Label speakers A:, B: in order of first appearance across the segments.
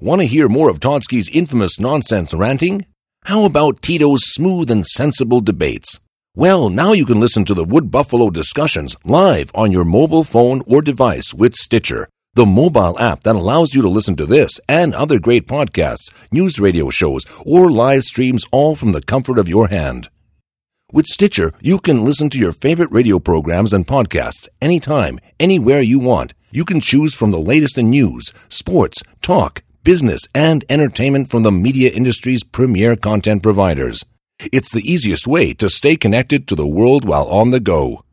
A: Want to hear more of Todsky's infamous nonsense ranting? How about Tito's smooth and sensible debates? Well, now you can listen to the Wood Buffalo discussions live on your mobile phone or device with Stitcher, the mobile app that allows you to listen to this and other great podcasts, news radio shows, or live streams all from the comfort of your hand. With Stitcher, you can listen to your favorite radio programs and podcasts anytime, anywhere you want. You can choose from the latest in news, sports, talk, business, and entertainment from the media industry's premier content providers. It's the easiest way to stay connected to the world while on the go.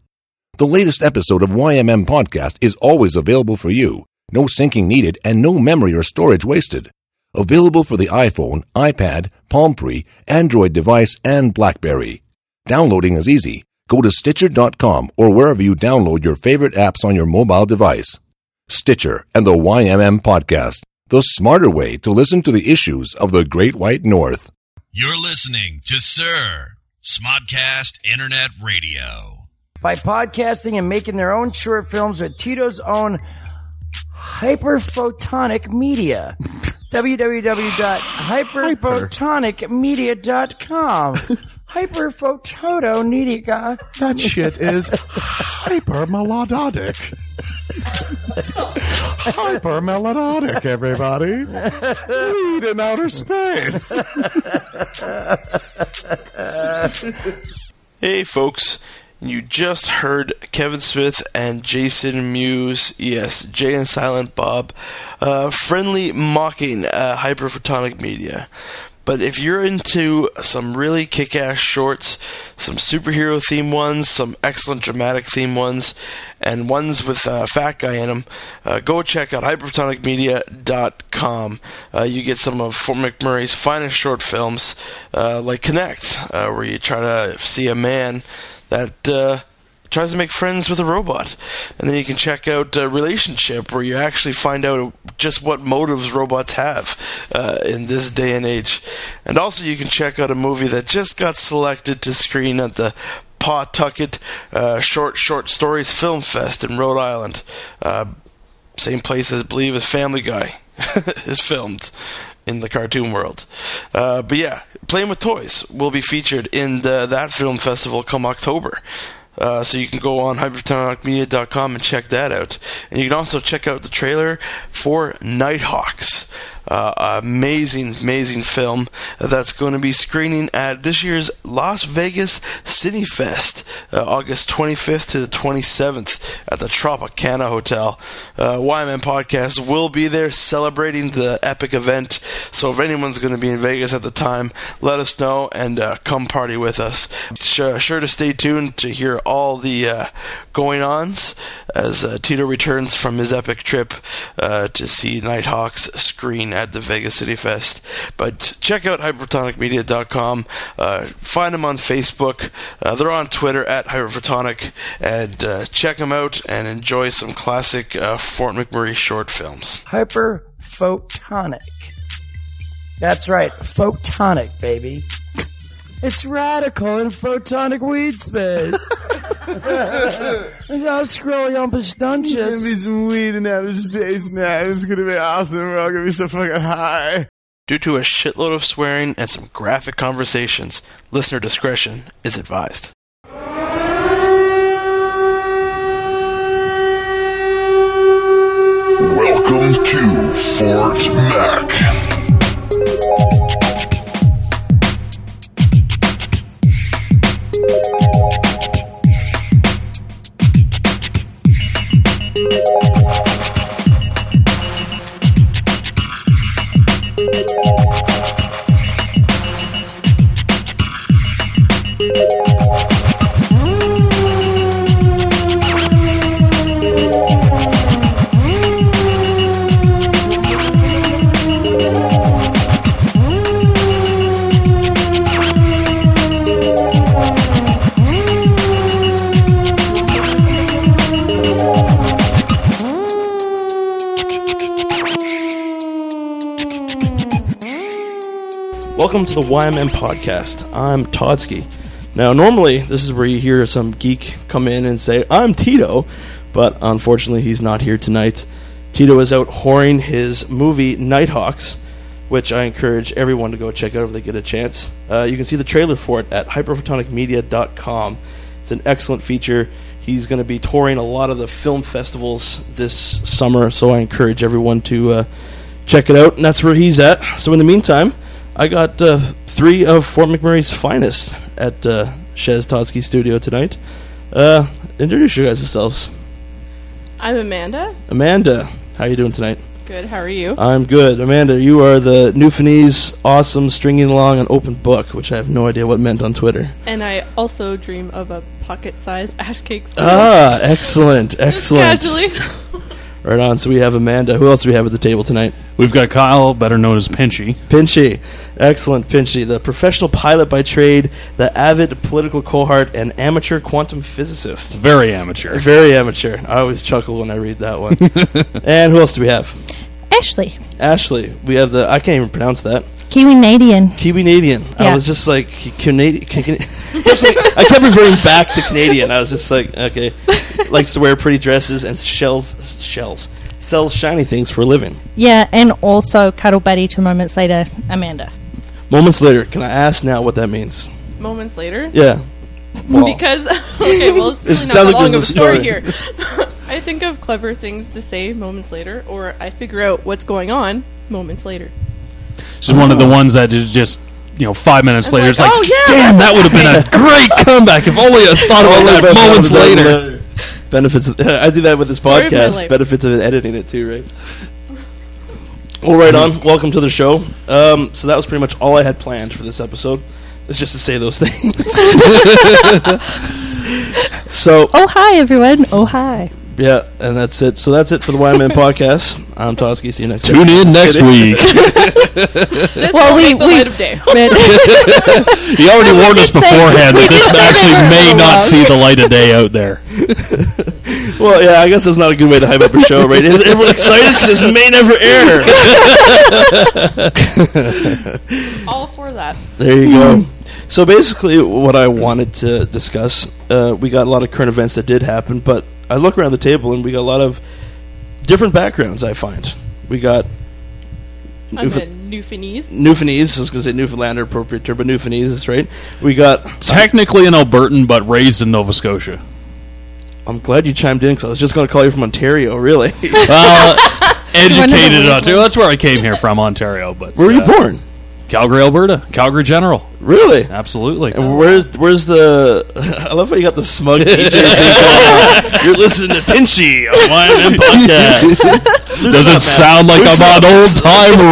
A: The latest episode of YMM Podcast is always available for you. No syncing needed and no memory or storage wasted. Available for the iPhone, iPad, Palm Pre, Android device, and BlackBerry. Downloading is easy. Go to Stitcher.com or wherever you download your favorite apps on your mobile device. Stitcher and the YMM Podcast, the smarter way to listen to the issues of the Great White North.
B: You're listening to Sir Smodcast Internet Radio.
C: by podcasting and making their own short films with Tito's own hyperphotonic media. www.hyperphotonicmedia.com. Hyperphototo media.
D: That shit is hypermelodic. hypermelodic, everybody. Lead in outer space.
E: Hey, folks. You just heard Kevin Smith and Jason Mewes, yes, Jay and Silent Bob, uh, friendly mocking uh, hyperphotonic media. But if you're into some really kick ass shorts, some superhero theme ones, some excellent dramatic theme ones, and ones with uh, Fat Guy in them, uh, go check out hyperphotonicmedia.com. Uh, you get some of Fort McMurray's finest short films, uh, like Connect, uh, where you try to see a man that uh, tries to make friends with a robot. And then you can check out uh, Relationship, where you actually find out just what motives robots have uh, in this day and age. And also, you can check out a movie that just got selected to screen at the Pawtucket uh, Short Short Stories Film Fest in Rhode Island. Uh, same place as believe as Family Guy is filmed in the cartoon world. Uh, but yeah, Playing with Toys will be featured in the, that film festival come October. Uh, so you can go on hypertonicmedia.com and check that out. And you can also check out the trailer for Nighthawks. Uh, amazing, amazing film that's going to be screening at this year's Las Vegas Cine Fest, uh, August 25th to the 27th at the Tropicana Hotel. Uh, YMN Podcast will be there celebrating the epic event. So if anyone's going to be in Vegas at the time, let us know and uh, come party with us. Sure, sure to stay tuned to hear all the uh, going ons as uh, Tito returns from his epic trip uh, to see Nighthawks screen at the Vegas City Fest. But check out hypertonicmedia.com. Uh, find them on Facebook. Uh, they're on Twitter at hyperphotonic. And uh, check them out and enjoy some classic uh, Fort McMurray short films.
C: Hyperphotonic. That's right, photonic, baby. It's radical in photonic weed space. I'm scrolling on
D: Give me
C: pistunches.
D: some weed in outer space, man. It's gonna be awesome. We're all gonna be so fucking high.
E: Due to a shitload of swearing and some graphic conversations, listener discretion is advised.
F: Welcome to Fort Mac.
E: Welcome to the YMM podcast. I'm Todsky. Now, normally, this is where you hear some geek come in and say, I'm Tito, but unfortunately, he's not here tonight. Tito is out whoring his movie Nighthawks, which I encourage everyone to go check out if they get a chance. Uh, you can see the trailer for it at hyperphotonicmedia.com. It's an excellent feature. He's going to be touring a lot of the film festivals this summer, so I encourage everyone to uh, check it out. And that's where he's at. So in the meantime, I got uh, three of Fort McMurray's finest at uh, Shez Totsky Studio tonight. Uh, introduce you guys yourselves.
G: I'm Amanda.
E: Amanda, how you doing tonight?
G: Good. How are you?
E: I'm good. Amanda, you are the Newfoundland's awesome stringing along an open book, which I have no idea what meant on Twitter.
G: and I also dream of a pocket-sized ash cake. squirrel.
E: Ah, excellent,
G: Just
E: excellent.
G: Casually.
E: Right on. So we have Amanda. Who else do we have at the table tonight?
H: We've got Kyle, better known as Pinchy.
E: Pinchy. Excellent, Pinchy. The professional pilot by trade, the avid political cohort, and amateur quantum physicist.
H: Very amateur.
E: Very amateur. I always chuckle when I read that one. and who else do we have?
I: Ashley,
E: Ashley. We have the, I can't even pronounce that.
I: Kiwi Canadian.
E: Canadian. I
I: Yeah.
E: was just like Canadian. I kept reverting back to Canadian. I was just like, okay, likes to wear pretty dresses and shells, shells, sells shiny things for a living.
I: Yeah, and also cuddle buddy to moments later, Amanda.
E: Moments later, can I ask now what that means?
G: Moments later,
E: Yeah. Well,
G: because okay, well, it's
E: This
G: really
E: sounds
G: not that
E: like
G: long of a
E: there's
G: story,
E: a
G: here. I think of clever things to say moments later, or I figure out what's going on moments later.
H: This is one of the ones that is just, you know, five minutes
G: I'm
H: later,
G: like,
H: it's like,
G: "Oh, yeah,
H: damn, that would have been a great comeback if only I thought about
E: Only
H: Oh, that
E: about
H: moments later.
E: Benefits. Of, I do that with this
G: Story of my
E: podcast.
G: life.
E: Benefits of editing it too, right? Well, right on. Welcome to the show. Um, so that was pretty much all I had planned for this episode. It's just to say those things. so
I: Oh, hi, everyone. Oh, hi.
E: yeah, and that's it. So that's it for the Wine Man podcast. I'm Toski. See you next.
H: Tune
E: week.
H: in next week.
G: This
I: Well,
G: will
I: we-
G: make the
I: we-
G: light of day.
I: Red-
H: He already warned us
I: did say-
H: beforehand
I: we
H: that this
I: did say
H: actually
I: that we
H: may
I: were
H: not
I: wrong.
H: see the light of day out there.
E: Well, yeah, I guess that's not a good way to hype up a show, right? Everyone excited 'cause this may never air.
G: All for that.
E: There you go. So basically, what I wanted to discuss, uh, we got a lot of current events that did happen, but I look around the table and we got a lot of different backgrounds. I find we got
G: I'm
E: Newf-
G: a Newfoundlandese.
E: Newfoundlandese. I was going to say Newfoundlander, appropriate term, but Newfoundlandese is right. We got.
H: Technically an Albertan, but raised in Nova Scotia.
E: I'm glad you chimed in because I was just going to call you from Ontario. Really,
H: Well, educated in
I: Wonderful.
H: Ontario. That's where I came here from, Ontario. But
E: where were you
H: uh,
E: born?
H: Calgary, Alberta. Calgary General.
E: Really?
H: Absolutely.
E: And where's where's the? I love how you got the smug DJ. thing going on. You're listening to Pinchy on YMN podcast.
H: Does it sound like I'm on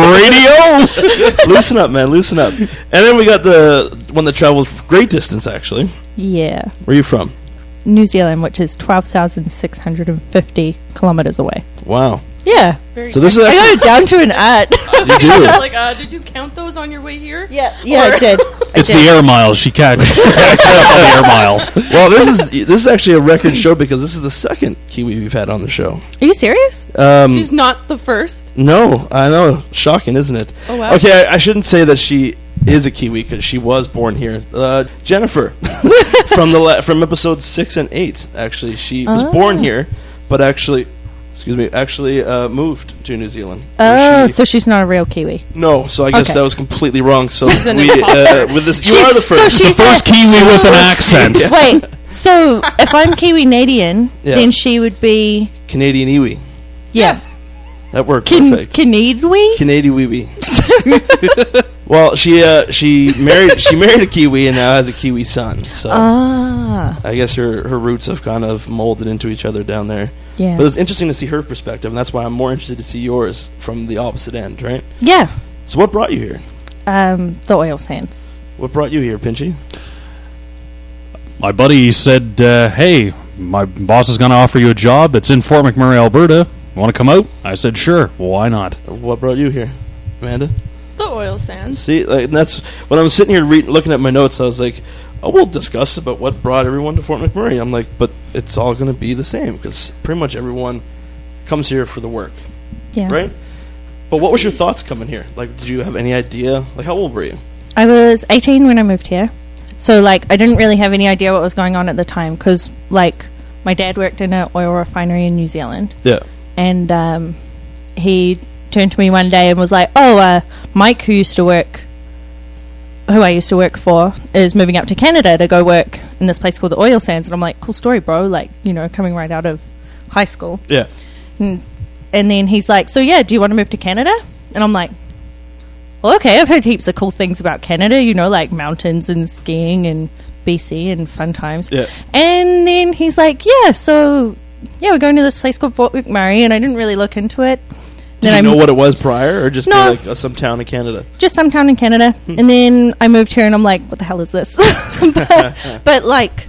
H: old time radio?
E: loosen up, man. Loosen up. And then we got the one that travels great distance. Actually,
I: yeah.
E: where are you from?
I: New Zealand, which is 12,650 kilometers away.
E: Wow.
I: Yeah.
G: Very
E: So this is
I: I
E: actually
I: got it down to an ad.
E: you do.
G: I was like, uh, did you count those on your way here?
I: yeah, yeah, I
G: Or-
I: did. I
H: It's the
I: did.
H: air miles. She can't catch up on the air miles.
E: Well, this is this is actually a record show because this is the second Kiwi we've had on the show.
I: Are you serious?
E: Um,
G: She's not the first.
E: no, I know, shocking, isn't it?
G: Oh, wow.
E: Okay, I, I shouldn't say that she is a Kiwi because she was born here. Uh, Jennifer from the la- from episodes six and eight. Actually, she was born here, but actually. Excuse me. Actually, uh, moved to New Zealand. where
I: Oh,
E: she-
I: so she's not a real Kiwi.
E: No, so I guess
I: Okay.
E: that was completely wrong. So
G: an
E: we uh, with this, you
I: She-
E: are the
I: so
E: first.
I: she's
H: The first
I: not-
H: Kiwi with an accent.
E: Yeah.
I: Wait, so if I'm Kiwi Canadian,
E: Yeah.
I: then she would be.
E: Canadian iwi.
I: Yeah.
E: That worked
I: Can,
E: perfect.
I: Canadian?
E: Canadian iwi. well, she uh, she married she married a Kiwi and now has a Kiwi son. So
I: Ah.
E: I guess her her roots have kind of molded into each other down there.
I: Yeah.
E: But it's interesting to see her perspective, and that's why I'm more interested to see yours from the opposite end, right?
I: Yeah.
E: So what brought you here?
I: Um, the oil sands.
E: What brought you here, Pinchy?
H: My buddy said, uh, "Hey, my boss is going to offer you a job. It's in Fort McMurray, Alberta. Want to come out?" I said, "Sure. Why not?"
E: What brought you here, Amanda?
G: The oil sands.
E: See, like, and that's when I'm sitting here read, looking at my notes. I was like, "Oh, we'll discuss about what brought everyone to Fort McMurray." I'm like, "But it's all going to be the same because pretty much everyone comes here for the work,
I: Yeah.
E: right?" But what was your thoughts coming here? Like, did you have any idea? Like, how old were you?
I: I was 18 when I moved here. So, like, I didn't really have any idea what was going on at the time because, like, my dad worked in an oil refinery in New Zealand.
E: Yeah.
I: And um, he turned to me one day and was like, "Oh, uh, Mike, who used to work, who I used to work for, is moving up to Canada to go work in this place called the Oil Sands." And I'm like, "Cool story, bro! Like, you know, coming right out of high school."
E: Yeah.
I: And, and then he's like, "So yeah, do you want to move to Canada?" And I'm like, "Well, okay. I've heard heaps of cool things about Canada. You know, like mountains and skiing and BC and fun times."
E: Yeah.
I: And then he's like, "Yeah, so yeah, we're going to this place called Fort McMurray," and I didn't really look into it.
E: Did you know what it was prior, or just
I: No.
E: be like uh, some town in Canada?
I: just some town in Canada.
E: Hmm.
I: And then I moved here and I'm like, what the hell is this? but, but, like,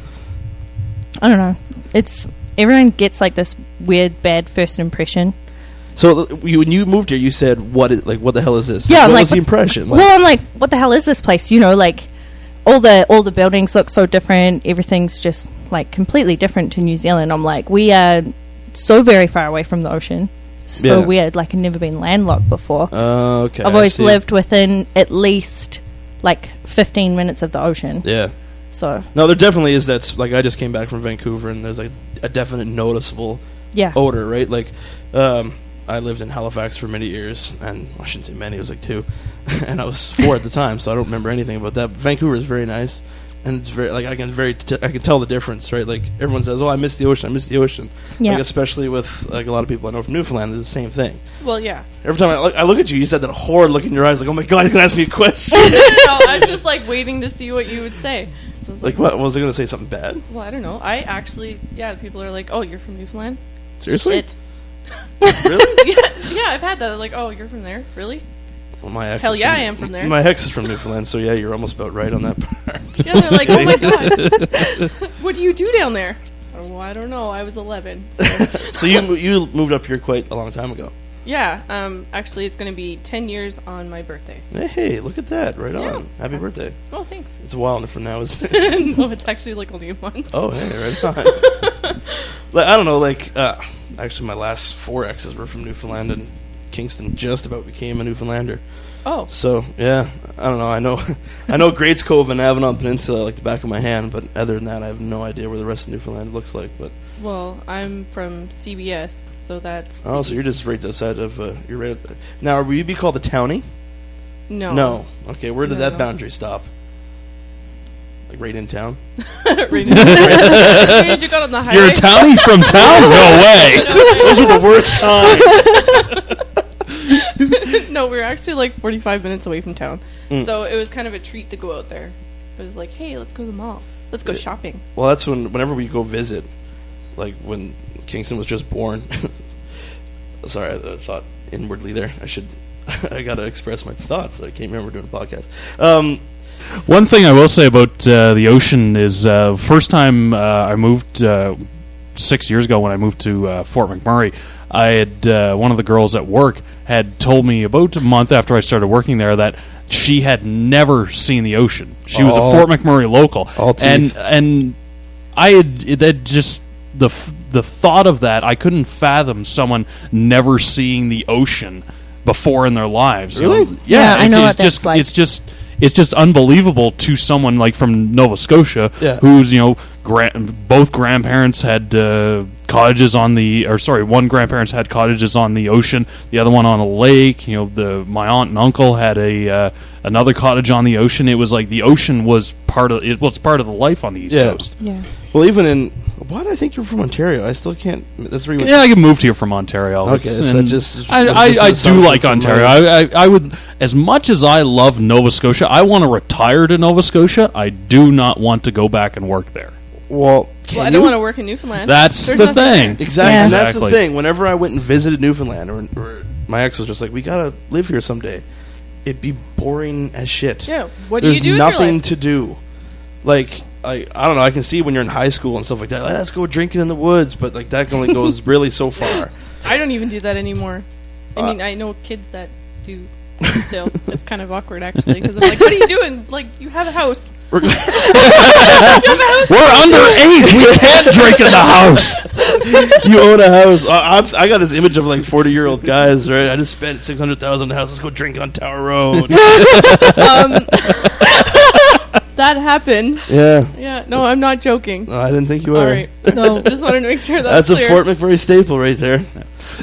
I: I don't know. It's everyone gets like this weird bad first impression.
E: So uh, you, when you moved here, you said, "What is like? What the hell is this?
I: Yeah,
E: what
I: I'm like,
E: was the
I: what-
E: impression? Like,
I: well, I'm like, what the hell is this place? You know, like all the all the buildings look so different. Everything's just like completely different to New Zealand. I'm like, we are so very far away from the ocean. It's so
E: Yeah.
I: weird. Like I've never been landlocked before.
E: uh, okay,
I: I've
E: I
I: always
E: see.
I: lived within at least like 15 minutes of the ocean.
E: Yeah,
I: So
E: no, there definitely is. That's like I just came back from Vancouver, and there's like a definite noticeable
I: yeah,
E: odor, right? Like, um, I lived in Halifax for many years, and I shouldn't say many. It was like two, and I was four at the time, so I don't remember anything about that. But Vancouver is very nice, and it's very like I can very t- I can tell the difference, right? Like everyone says, "Oh, I miss the ocean. I miss the ocean."
I: Yeah.
E: Like especially with like a lot of people I know from Newfoundland, it's the same thing.
G: Well, yeah.
E: Every time I look, I look at you, you said that horrid look in your eyes, like, "Oh my god, you can ask me a question."
G: no, I was just like waiting to see what you would say. So I was like,
E: like, what was I going to say? Something bad?
G: well, I don't know. I actually, yeah, people are like, oh, you're from Newfoundland?
E: Seriously?
G: Shit.
E: Really?
G: yeah, yeah, I've had that. Like, oh, you're from there? Really?
E: Well, my ex
G: Hell
E: is
G: yeah, I am from there.
E: My ex is from Newfoundland, so yeah, you're almost about right on that part.
G: Yeah, they're like, oh my god, what do you do down there? Oh, I don't know. I was 11. So.
E: so you mo- you moved up here quite a long time ago.
G: yeah, um, actually, it's going to be 10 years on my birthday.
E: Hey, look at that! Right on. Happy birthday.
G: Oh, thanks.
E: It's a while from now, isn't it?
G: no, it's actually like only a month.
E: oh, hey, right on. like I don't know, like uh, actually, my last four exes were from Newfoundland, and Kingston just about became a Newfoundlander.
G: Oh,
E: So yeah, I don't know. I know, I know Greats Cove and Avalon Peninsula like the back of my hand, but other than that, I have no idea where the rest of Newfoundland looks like. But
G: well, I'm from CBS, so that's.
E: oh, so you're just right outside of uh, you're right. outside- Now, will you be called a townie?
G: No.
E: No. Okay, where did
G: No.
E: that boundary stop? Like right in town.
G: Right now. As soon as you got on the highway.
H: You're a townie from town? No way.
E: Those were the worst kind.
G: No, we were actually like 45 minutes away from town.
E: Mm.
G: So it was kind of a treat to go out there. It was like, hey, let's go to the mall. Let's go shopping.
E: Well, that's when whenever we go visit, like when Kingston was just born. Sorry, I, I thought inwardly there. I should. I gotta express my thoughts. I can't remember doing a podcast. Um,
H: One thing I will say about uh, the ocean is uh, first time uh, I moved uh, six years ago when I moved to uh, Fort McMurray. I had uh, one of the girls at work had told me about a month after I started working there that she had never seen the ocean. She was a
E: Oh.
H: Fort McMurray local,
E: All teeth.
H: and and I had that just the f- the thought of that I couldn't fathom someone never seeing the ocean before in their lives. you know?
E: Really?
I: Yeah, I
H: it's-
I: know
H: it's
I: what that's
H: just,
I: like.
H: It's just it's just unbelievable to someone like from Nova Scotia,
E: Yeah.
H: who's you know gra- both grandparents had uh, cottages on the or sorry, one grandparents had cottages on the ocean, the other one on a lake. You know, the my aunt and uncle had a uh, another cottage on the ocean. It was like the ocean was part of it was part of the life on the east
E: Yeah.
H: coast.
I: yeah.
E: well, even in why do I think you're from Ontario? I still can't. That's where you went.
H: Yeah, I moved here from Ontario.
E: Okay,
H: It's-
E: so that
H: and
E: just-
H: I,
E: that's
H: I,
E: just an
H: I do
E: assumption
H: like
E: from
H: Ontario.
E: my-
H: I, I, I would, as much as I love Nova Scotia, I want to retire to Nova Scotia. I do not want to go back and work there.
E: Well, can
G: Well, I
E: you?
G: don't want to work in Newfoundland.
H: That's
G: There's
H: the
G: nothing
H: thing.
G: there.
E: Exactly.
I: Yeah.
E: And that's the
H: Exactly.
E: thing. Whenever I went and visited Newfoundland, or, or my ex was just like, "We gotta live here someday." It'd be boring as shit.
G: Yeah. What do
E: There's
G: you do with your
E: Nothing
G: life?
E: to do. Like I, I don't know. I can see when you're in high school and stuff like that. Like, Let's go drinking in the woods, but like that only goes really so far.
G: I don't even do that anymore.
E: Uh,
G: I mean, I know kids that do still. it's kind of awkward, actually, because I'm like, what are you doing? Like, you have a house.
E: We're-
H: We're underage. We can't drink in the house.
E: you own a house. I, I've, I got this image of like forty year old guys. Right? I just spent six hundred thousand on the house. Let's go drink on Tower Road.
G: Um, that happened.
E: yeah.
G: Yeah, no, I'm not joking.
E: No, Oh, I didn't think you
G: All
E: were.
G: right. No, just wanted to make sure
E: That's
G: that's,
E: a
G: clear.
E: Fort McMurray staple right there.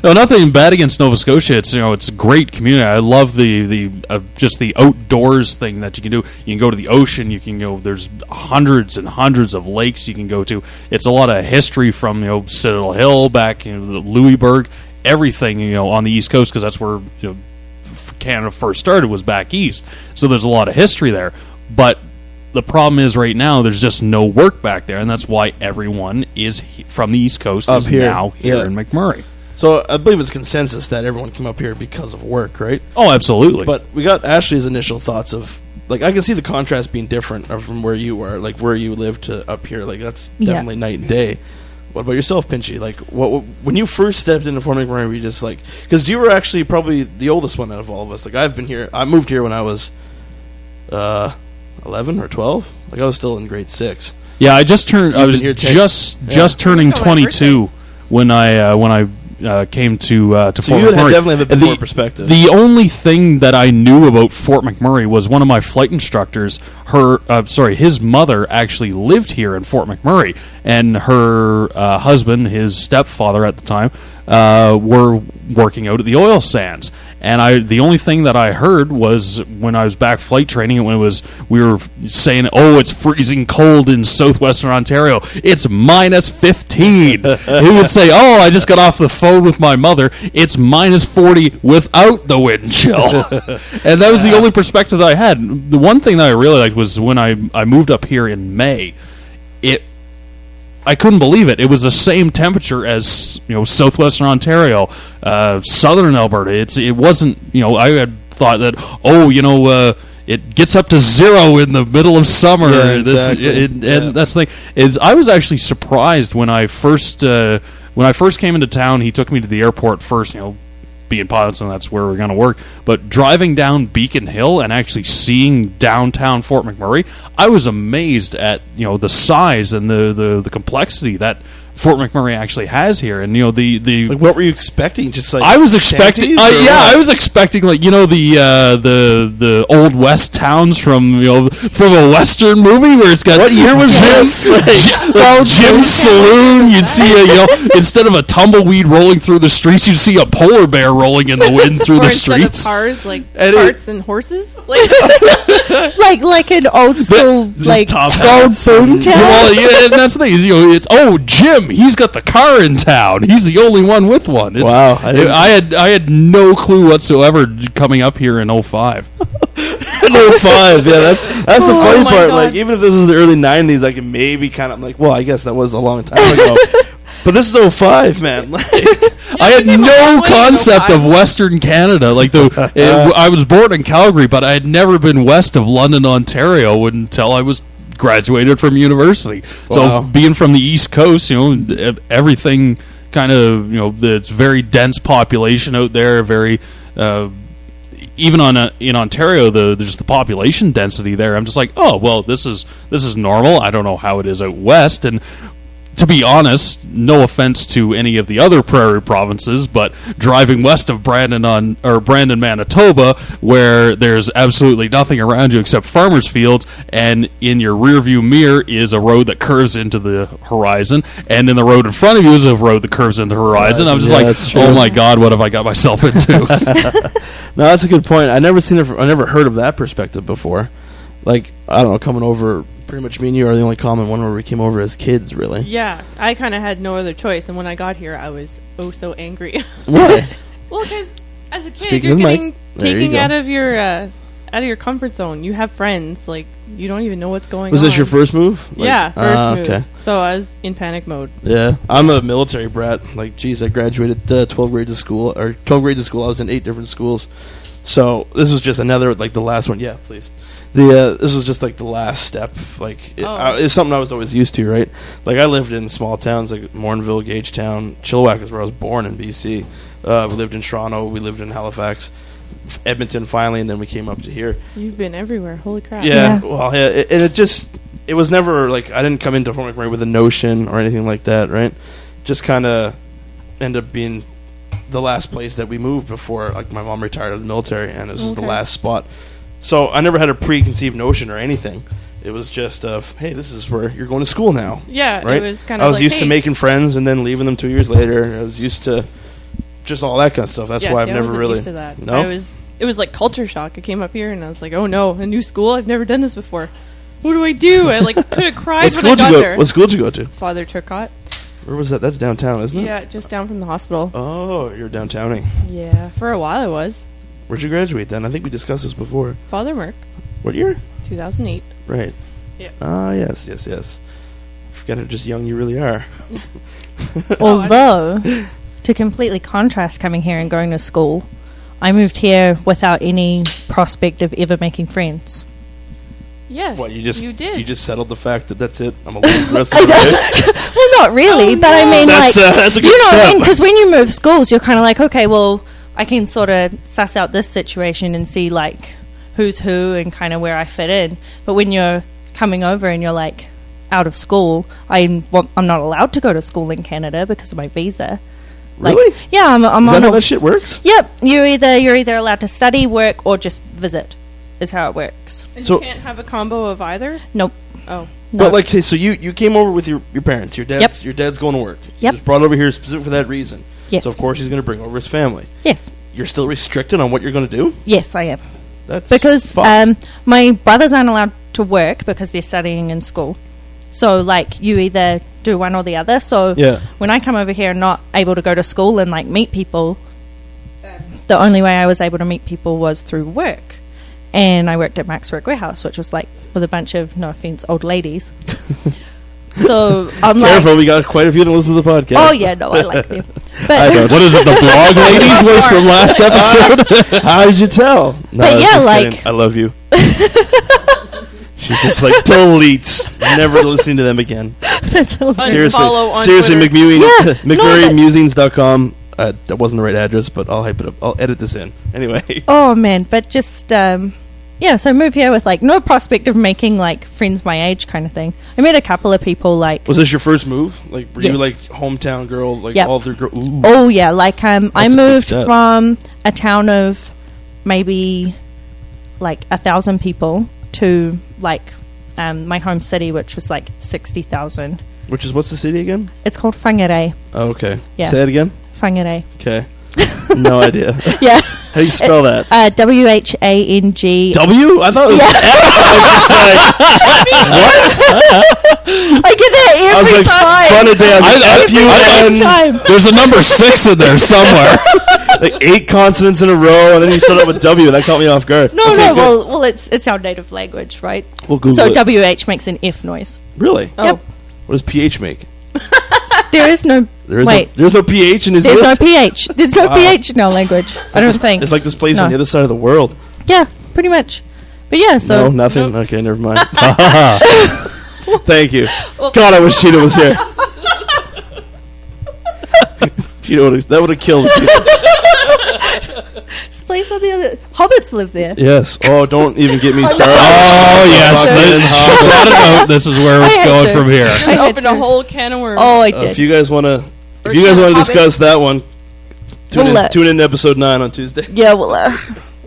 H: No, nothing bad against Nova Scotia. It's you know it's a great community. I love the the uh, just the outdoors thing that you can do. You can go to the ocean. You can go. There's hundreds and hundreds of lakes you can go to. It's a lot of history from you know Citadel Hill back you know, Louisburg. Everything you know on the East Coast because that's where you know, f- Canada first started was back east. So there's a lot of history there. But the problem is right now there's just no work back there, and that's why everyone is he- from the East Coast
E: Up
H: is
E: here.
H: now here
E: Yeah.
H: in McMurray.
E: So I believe it's consensus that everyone came up here because of work, right?
H: Oh, absolutely.
E: But we got Ashley's initial thoughts of like I can see the contrast being different of from where you were, like where you lived to up here. Like that's
I: Yeah.
E: definitely night and day. What about yourself, Pinchy? Like what, what when you first stepped into Fort McMurray, were you just like because you were actually probably the oldest one out of all of us. Like I've been here, I moved here when I was uh, eleven or twelve. Like I was still in grade six.
H: yeah, I just turned. I
E: You've
H: was
E: been here ten-
H: just
E: yeah.
H: just turning
G: Think of my
H: 22 when I uh, when I uh, came to uh, to
E: So
H: Fort
E: you would have
H: McMurray.
E: definitely have a bit
H: The-
E: more perspective.
H: The only thing that I knew about Fort McMurray was one of my flight instructors. Her, uh, sorry, his mother actually lived here in Fort McMurray, and her uh, husband, his stepfather at the time, uh, were working out at the oil sands. And I, the only thing that I heard was when I was back flight training, and when it was we were saying, "Oh, it's freezing cold in southwestern Ontario. It's minus 15." he would say, "Oh, I just got off the phone with my mother. It's minus 40 without the wind chill." and that was the only perspective that I had. The one thing that I really liked was when I I moved up here in May. It I couldn't believe it. It was the same temperature as you know southwestern Ontario, uh, southern Alberta. It's it wasn't you know I had thought that oh you know uh, it gets up to zero in the middle of summer.
E: Yeah,
H: This-
E: exactly.
H: it- and
E: Yeah.
H: that's the thing is I was actually surprised when I first uh, when I first came into town. He took me to the airport first. You know being pilots and that's where we're going to work. But driving down Beacon Hill and actually seeing downtown Fort McMurray, I was amazed at you know the size and the the, the complexity that Fort McMurray actually has here, and you know the the.
E: Like what were you expecting? Just like
H: I was expecting,
E: shanties
H: uh,
E: or
H: yeah,
E: what?
H: I was expecting like you know the uh, the the old west towns from you know from a western movie where it's got what year was this? Jim Saloon, you'd see a you know instead of a tumbleweed rolling through the streets, you'd see a polar bear rolling in the wind through
G: or
H: the
G: instead of
H: streets.
G: cars, like
H: And it-
G: carts and horses. Like
I: like like an old school
H: just
I: like
H: top
I: gold
H: hats
I: boom town.
H: Well, yeah, and that's the thing. is, You know, it's oh Jim, he's got the car in town. He's the only one with one. It's,
E: Wow, I didn't-
H: I had I had no clue whatsoever coming up here in 05.
E: No five. Yeah, that's that's the
G: Oh
E: funny
G: my
E: part.
G: God.
E: Like, even if this is the early '90s, I can maybe kind of like, well, I guess that was a long time ago. but this is 05, man. Like,
H: I had
G: came a long
H: no
G: way in
H: concept
G: 05.
H: of Western Canada. Like the, it- I was born in Calgary, but I had never been west of London, Ontario, until I was graduated from university.
E: Wow.
H: So being from the East Coast, you know, e- everything kind of you know, the- it's very dense population out there. Very. Uh, even on uh in Ontario, the there's the population density there. I'm just like, oh well, this is this is normal. I don't know how it is out west. And to be honest, no offense to any of the other prairie provinces, but driving west of Brandon on or Brandon, Manitoba, where there's absolutely nothing around you except farmers' fields, and in your rearview mirror is a road that curves into the horizon, and in the road in front of you is a road that curves into the horizon. I'm just
E: Yeah,
H: like,
E: that's true.
H: oh my god, what have I got myself into?
E: no, that's a good point. I never seen it. From, I never heard of that perspective before. Like, I don't know, coming over. Pretty much, me and you are the only common one where we came over as kids. Really,
G: yeah, I kind of had no other choice, and when I got here, I was oh so angry.
E: Why?
G: well, because as a kid,
E: Speaking
G: you're
E: of Mike,
G: getting
E: there you
G: taken
E: go.
G: out of your uh, out of your comfort zone. You have friends, like you don't even know what's going.
E: was
G: on.
E: this your first move? Like-
G: yeah, first
E: Ah,
G: move.
E: Okay.
G: So I was in panic mode.
E: Yeah, I'm a military brat. Like, geez, I graduated uh, 12 grades of school, or 12 grades of school. I was in eight different schools, so this was just another like the last one. Yeah, please. The uh, this was just like the last step. Like, it,
G: Oh.
E: I, it's something I was always used to, right? Like, I lived in small towns like Mornville, Gagetown, Chilliwack is where I was born in BC. Uh, we lived in Toronto. We lived in Halifax, Edmonton, finally, and then we came up to here.
G: You've been everywhere. Holy crap!
E: Yeah, well, yeah, it, and it just it was never like I didn't come into Fort McMurray with a notion or anything like that, right? Just kind of end up being the last place that we moved before like my mom retired out of the military, and this was the
G: Okay.
E: last spot. So I never had a preconceived notion or anything. It was just of hey, this is where you're going to school now,
G: yeah.
E: right?
G: It was kind of.
E: I was
G: like,
E: used to
G: hey,
E: making friends and then leaving them two years later. I was used to just all that kind of stuff. That's
G: yeah,
E: why
G: see,
E: I've
G: I
E: never
G: wasn't
E: really.
G: used to that.
E: No?
G: I was. It was like culture shock. I came up here and I was like, "Oh no, a new school! I've never done this before. What do I do?" I like could have cried
E: What
G: when
E: school
G: I
E: did
G: got
E: you go?
G: there.
E: What school did you go to?
G: Father Turcotte.
E: Where was that? That's downtown, isn't it?
G: Yeah, just down from the hospital.
E: Oh, you're downtowning.
G: Yeah, for a while I was
E: Where'd you graduate then? I think we discussed this before.
G: Father Merck,
E: What year?
G: 2008.
E: Right.
G: Yeah.
E: Ah, yes, yes, yes. Forget how just young you really are.
I: Although, to completely contrast coming here and going to school, I moved here without any prospect of ever making friends.
G: Yes,
E: What you just
G: you did.
E: you just settled the fact that that's it. I'm alone for the rest of my life.
I: Well, not really, but I
E: Oh,
I: mean,
E: That's
I: like,
E: uh, that's a good
I: you know what I
E: step.
I: mean? Because when you move schools, you're kind of like, okay, well, I can sort of suss out this situation and see like who's who and kind of where I fit in. But when you're coming over and you're like out of school, I'm well, I'm not allowed to go to school in Canada because of my visa. Like,
E: Really?
I: Yeah, I'm, I'm
E: Is
I: on
E: that how
I: a
E: that shit works?
I: Yep, you either you're either allowed to study, work, or just visit. Is how it works.
G: and
E: so-
G: you can't have a combo of either.
I: Nope.
G: Oh,
I: No.
E: But like, okay, so you you came over with your, your parents. Your dad's your dad's going to work. You
I: Yep.
E: Just brought over here specifically for that reason.
I: Yes.
E: So of course he's going to bring over his family.
I: yes,
E: You're still restricted on what you're going to do.
I: yes, I am
E: That's
I: because
E: fucked.
I: um, my brothers aren't allowed to work because they're studying in school. So like, you either do one or the other. So
E: Yeah.
I: when I come over here, not able to go to school and like meet people, the only way I was able to meet people was through work. And I worked at Max Work Warehouse, which was like with a bunch of no offense old ladies. so I'm like,
E: Careful, we got quite a few that listen to the podcast.
I: Oh yeah, no, I like them. But
H: What is it? The blog ladies was from last episode.
E: How did you tell? No,
I: But
E: I was
I: yeah,
E: just
I: like-
E: kidding. I love you. She's just like delete. Never listening to them again.
I: that's all. right.
E: Seriously,
G: Unfollow on
E: seriously,
G: Twitter.
E: McMewing,
I: Yeah, no, but-
E: McMurraymusings.com. Uh, that wasn't the right address, but I'll hype it up. I'll edit this in anyway.
I: Oh man, but just um, yeah. So I moved here with like no prospect of making like friends my age kind of thing. I met a couple of people like
E: Was this your first move? Like, were you
I: Yes.
E: like hometown girl? Like
I: Yep.
E: all through girl. Ooh.
I: oh yeah, like um, I
E: That's a big
I: moved
E: step.
I: from a town of maybe like a thousand people to like um, my home city, which was like sixty thousand.
E: Which is what's the city again?
I: It's called Whangarei.
E: Oh, okay.
I: Yeah.
E: Say it again.
I: Whangarei.
E: Okay. no idea. How
I: Yeah.
E: do you spell that?
I: Uh, W H A N G E.
E: W? I thought it was
I: Yeah. I get that every
E: I was like,
I: time.
E: fun a day. I was like, F U N.
I: every time.
H: There's a number six in there somewhere.
E: like eight consonants in a row, and then you start up with W. That caught me off guard.
I: No,
E: Okay,
I: no.
E: good.
I: Well, well, it's it's our native language, right?
E: We'll Google
I: so
E: it.
I: WH makes an F noise.
E: really?
G: oh,
I: Yep.
E: What does PH make?
I: There is no.
E: There is
I: wait.
E: no, there's no PH in New
I: there's no
E: Zealand.
I: pH. There's no pH in our language. I don't think.
E: It's like this place on
I: No.
E: the other side of the world.
I: yeah, pretty much. But yeah, so
E: no, nothing. Okay, never mind. Thank you. God, I wish Cheetah was here. Cheetah would've- that would have killed. Cheetah.
I: this place on the other hobbits live there.
E: yes. Oh, don't even get me started.
H: Oh yes,
E: Fucking
H: this,
E: hot.
H: this is where it's
I: had
H: going
I: to.
H: from here.
G: just
I: I had
G: opened a
I: to.
G: whole can of worms.
I: Oh, I
E: Uh, if
I: did.
E: you guys want to, if
G: Or
E: you guys
G: Cheetah
E: want to
G: Hobbit.
E: discuss that one, tune,
I: We'll
E: in,
I: let-
E: tune in to episode nine on Tuesday.
I: yeah, well, uh,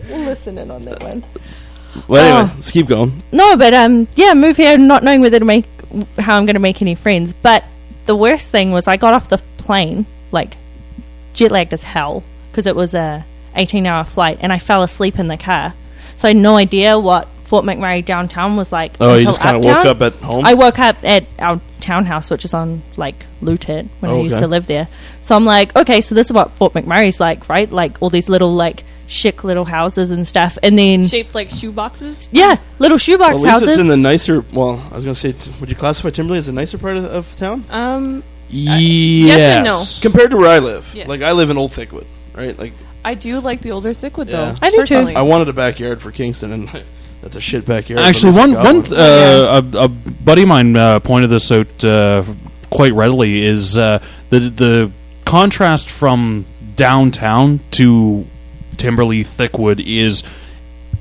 I: we'll listen in on that one.
E: Well, anyway,
I: Oh.
E: let's keep going.
I: No, but um, yeah, move here not knowing whether to make how I'm going to make any friends. But the worst thing was I got off the plane like jet lagged as hell because it was a 18 hour flight, and I fell asleep in the car, so I had no idea what Fort McMurray downtown was like.
E: Oh, you
I: until
E: just kind of
I: uptown.
E: woke up at home.
I: I woke up at our townhouse, which is on like Lutet when I
E: Oh, Okay.
I: used to live there. So I'm like, okay, so this is what Fort McMurray's like, right? Like all these little like chic little houses and stuff, and then
G: shaped like shoe boxes.
I: yeah, little
E: Well,
I: shoebox
E: at least
I: houses.
E: it's in the nicer. Well, I was going to say, t- would you classify Timberley as a nicer part of, of town
G: Um,
H: Yes.
G: and no.
E: compared to where I live?
G: Yeah.
E: Like I live in Old Thickwood, right? Like
G: I do like the older Thickwood
E: Yeah.
G: though.
I: I do too.
G: personally.
E: I wanted a backyard for Kingston, and that's a shit backyard. but
H: Actually,
E: at least
H: one
E: I got
H: one th- uh, a, a buddy of mine uh, pointed this out uh, quite readily is uh, the the contrast from downtown to Timberley Thickwood is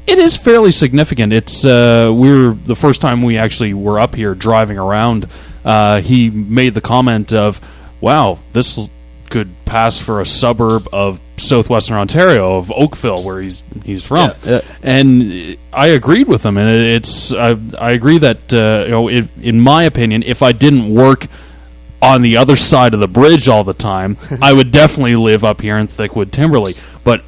H: it is fairly significant. It's uh, we were the first time we actually were up here driving around. Uh, he made the comment of, "Wow, this l- could pass for a suburb of southwestern Ontario of Oakville, where he's he's from."
E: Yeah, yeah.
H: And I agreed with him, and it- it's I, I agree that uh, you know, it, in my opinion, if I didn't work on the other side of the bridge all the time, I would definitely live up here in Thickwood Timberlake. But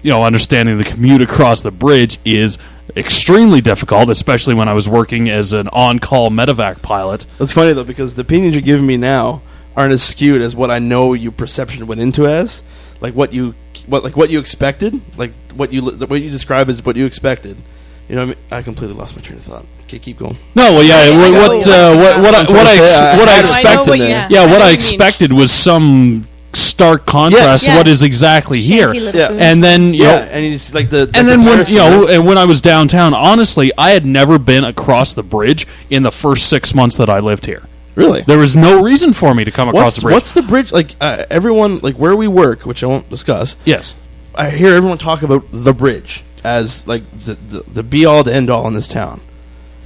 H: you know, understanding the commute across the bridge is extremely difficult, especially when I was working as an on-call medevac pilot.
E: That's funny though because the opinions you're giving me now aren't as skewed as what I know your perception went into as, like what you what like what you expected, like what you li- what you describe as what you expected. You know, what I, mean? I completely lost my train of thought. Okay, keep going.
H: No, well, yeah,
G: I
H: what
G: know
H: what,
G: what
H: uh,
G: you
H: what
G: mean.
H: what I,
G: I'm
H: what I,
E: trying to say, I-
H: ex- what
E: I know
G: I know
H: I expected.
G: what you,
E: expected
G: yeah,
H: yeah,
G: I know
H: what I
G: you mean.
H: expected was some stark contrast to
G: Yeah.
H: what is exactly here.
I: Shanty
E: Yeah.
I: Liverpool.
H: And then, you
E: Yeah,
H: know,
E: and you just like the,
H: and
E: the
H: then when
E: comparison,
H: you know,
E: right?
H: and when I was downtown, honestly, I had never been across the bridge in the first six months that I lived here.
E: really,
H: There was no reason for me to come across
E: what's
H: the bridge.
E: what's the bridge like? Uh, everyone like where we work, which I won't discuss.
H: yes,
E: I hear everyone talk about the bridge as like the the, the be all to end all in this town.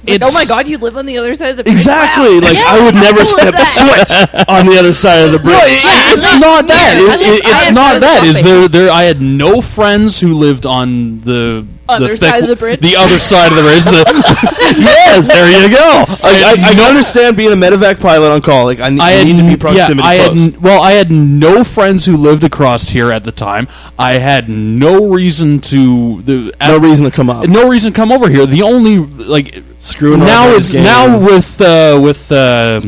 G: Like, oh
H: It's-
G: my god, you live on the other side of the bridge.
E: Exactly.
G: Wow.
E: Like
I: Yeah,
E: I would
I: how
E: never
I: cool is
E: step
G: oh
E: foot on the other side of the bridge.
H: it's
G: I live
H: not that.
G: near- I
H: It-
G: live-
H: it-
G: I
H: it's
G: live
H: not
G: close
H: that. Is
G: shopping.
H: there? There, I had no friends who lived on the
G: Other
H: the
G: side of the bridge?
H: The other side of the bridge. The, yes, there you go.
E: I, I, I
H: And
E: don't
H: no-
E: understand being a medevac pilot on call. Like I need,
H: I
E: I
H: had,
E: need to
H: yeah,
E: be proximity
H: I had
E: close.
H: n- well, I had no friends who lived across here at the time. I had no reason to the
E: no reason to come up.
H: no reason to come over here. The only like
E: Screwing all
H: now
E: that
H: is
E: game.
H: now with uh, with uh,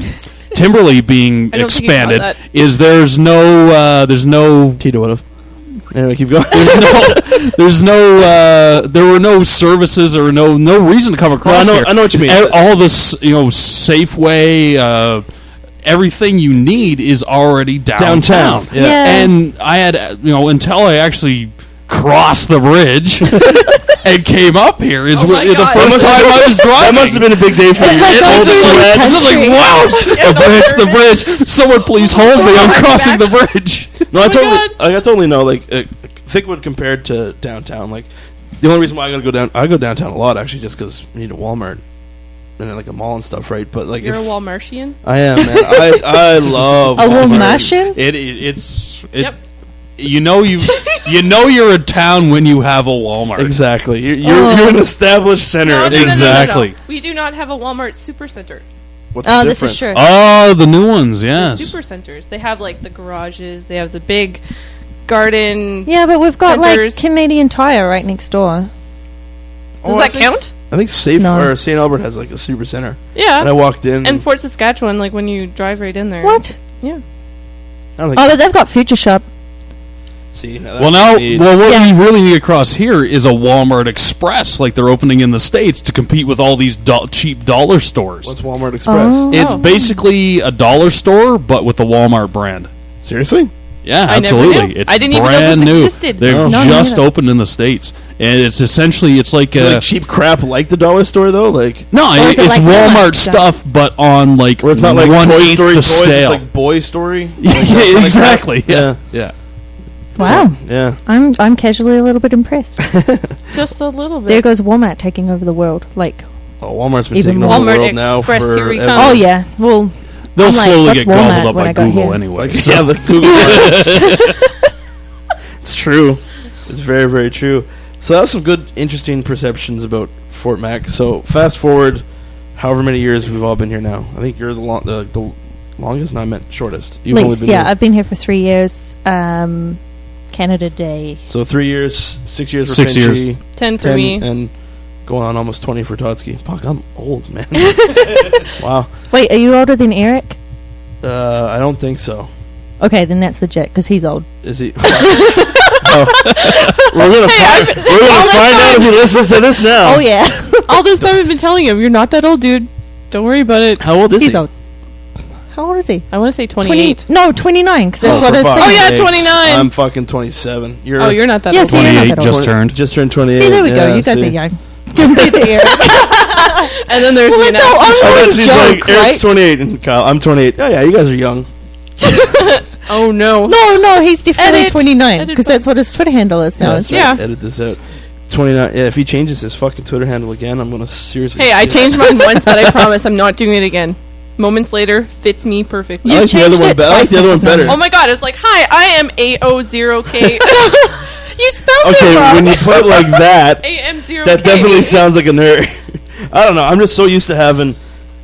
H: Timberley being
G: I don't think you caught
H: expanded
G: that.
H: is there's no uh, there's no
E: Tito would have. Anyway, keep going.
H: there's no, there's no uh, there were no services or no no reason to come across
E: know-
H: here.
E: I know what you mean.
H: And All this you know Safeway, uh, everything you need is already downtown.
E: Downtown, yeah.
I: Yeah.
H: And I had uh, you know until I actually crossed the bridge and came up here is
G: Oh
H: wh-
G: my
H: the
G: God.
H: first
E: That must
H: time
E: have-
H: I was driving.
E: that must have been a big day for you.
I: It's like going
H: All the
I: to a
H: sleds.
I: new country.
H: I was like, wow, the bridge, the bridge. Someone please hold me. I'm
G: I'm
H: crossing
G: back.
H: the bridge.
E: No, I
G: my
E: totally,
G: God.
E: like, I totally know. Like uh, Thickwood compared to downtown. Like the only reason why I gotta go down, I go downtown a lot actually, just because you need a Walmart and then, like a mall and stuff, right? But like
G: You're a
E: if-
G: Walmartian?
E: I am, man. I, I love
I: A
E: Walmart.
I: little Martian?
H: It, it it's it,
G: Yep.
H: you know you you know you're a town when you have a Walmart.
E: Exactly. You're, you're,
I: Oh.
E: you're an established center.
G: No, no, no, no, no, no.
H: Exactly.
G: We do not have a Walmart supercenter.
E: What's
I: Oh,
E: the
I: this is
E: difference?
I: true.
H: Oh, the new ones, yes.
G: Supercenters. They have like the garages. They have the big garden.
I: Yeah, but we've got
G: Centers.
I: like Canadian Tire right next door.
G: Does
I: Oh,
G: that count?
E: I think Safe
I: No.
E: or St. Albert has like a super center. And I
G: Yeah.
E: walked in.
G: And Fort Saskatchewan, like when you drive right in there.
I: What?
E: I don't think
I: Oh, but they've got Future Shop.
E: See, now
H: Well,
E: that's
H: now,
E: what we need.
H: well, what we really need across here is a Walmart Express, like they're opening in the states to compete with all these do- cheap dollar stores.
E: what's Walmart Express?
I: Oh.
H: it's basically a dollar store, but with the Walmart brand.
E: Seriously?
H: Yeah,
G: I never
H: absolutely.
G: knew.
H: It's
G: I didn't even know
H: brand
G: this
H: new.
G: existed.
H: They've
E: No.
I: No, me
H: just
I: neither.
H: opened in the states, and it's essentially it's like
E: Is it,
H: a
E: like cheap crap like the dollar store though? Like
H: No,
I: Or
H: it,
I: is it
H: it's
I: like
H: Walmart
I: Walmart
H: stuff, but on like
E: where it's not like
H: one
E: Toy
H: eighth
E: Story
H: the
E: toys, it's
H: scale.
E: like Boy Story.
H: yeah, exactly. Yeah. yeah,
I: Wow.
E: Yeah.
I: I'm I'm casually a little bit impressed.
G: Just a little bit.
I: there goes Walmart taking over the world. Like,
E: Oh, Walmart's been
I: Even
E: taking over
G: Walmart
E: the world now
G: Express,
E: for
G: here we
E: ever.
G: come.
I: oh yeah, well,
H: They'll
I: I'm like,
H: slowly
I: that's
H: get gobbled
I: Walmart
H: up
I: when
H: by
I: I got
H: Google
I: here.
H: anyway.
E: Like, yeah, the Google. it's true. It's very, very true. So that's some good, interesting perceptions about Fort Mac. So fast forward, however many years we've all been here now. I think you're the long, uh, the longest. No, I meant shortest. You've
I: least
E: only been
I: yeah,
E: here.
I: I've been here for three years. Um, Canada Day.
E: So three years, six years for
H: Six
E: Finchie,
H: years.
G: Ten for
E: ten,
G: me.
E: and going on almost twenty for Totsky. Fuck, I'm old, man. wow.
I: Wait, are you older than Eric?
E: Uh, I don't think so.
I: Okay, then that's legit because he's old.
E: Is he? Oh. We're gonna find, we're gonna find out if he listens to this now.
I: Oh yeah,
G: All this time I've been telling him, you're not that old, dude. Don't worry about it.
E: How old is
I: he's
E: he?
I: old. How old is he?
G: I want to say 28.
I: 20, no, twenty nine. Because that's
E: Oh,
I: what
E: for
I: I was
E: fuck's
I: thinking.
G: yeah,
E: sakes.
G: 29.
E: I'm fucking 27. You're
G: Oh, you're not that
I: Yeah,
G: old.
I: see, you're not that
H: 28
I: old.
H: just turned.
E: just turned 28.
I: See, there we
E: yeah,
I: go. You guys
E: see.
I: are young compared to Eric.
G: And then there's
I: well,
G: me
I: it's our
G: now.
E: I
I: ongoing
E: bet she's Oh, like,
I: joke,
E: Eric's
I: right?
E: 28 and Kyle, I'm 28. Oh yeah, you guys are young.
G: Oh no.
I: no, no, he's definitely
G: Edit.
I: twenty nine
G: Edit
I: because that's what his Twitter handle is now.
E: That's
I: isn't it?
G: Yeah.
E: right. Edit this out. 29. Yeah, if he changes his fucking Twitter handle again, I'm gonna seriously.
G: Hey, I
E: Yeah.
G: changed mine once, but I promise I'm not doing it again. Moments later, fits me perfectly.
E: I
I: You
E: like the other
I: changed
E: one.
I: it
E: Be- I like the
I: twice
E: other one
I: since
E: better.
I: then.
G: Oh my god, it's like, hi, I am A-O-0-K.
I: You spelled
E: Okay,
I: it wrong.
E: when you put it like that,
G: A-M-0-K.
E: that definitely sounds like a nerd. I don't know. I'm just so used to having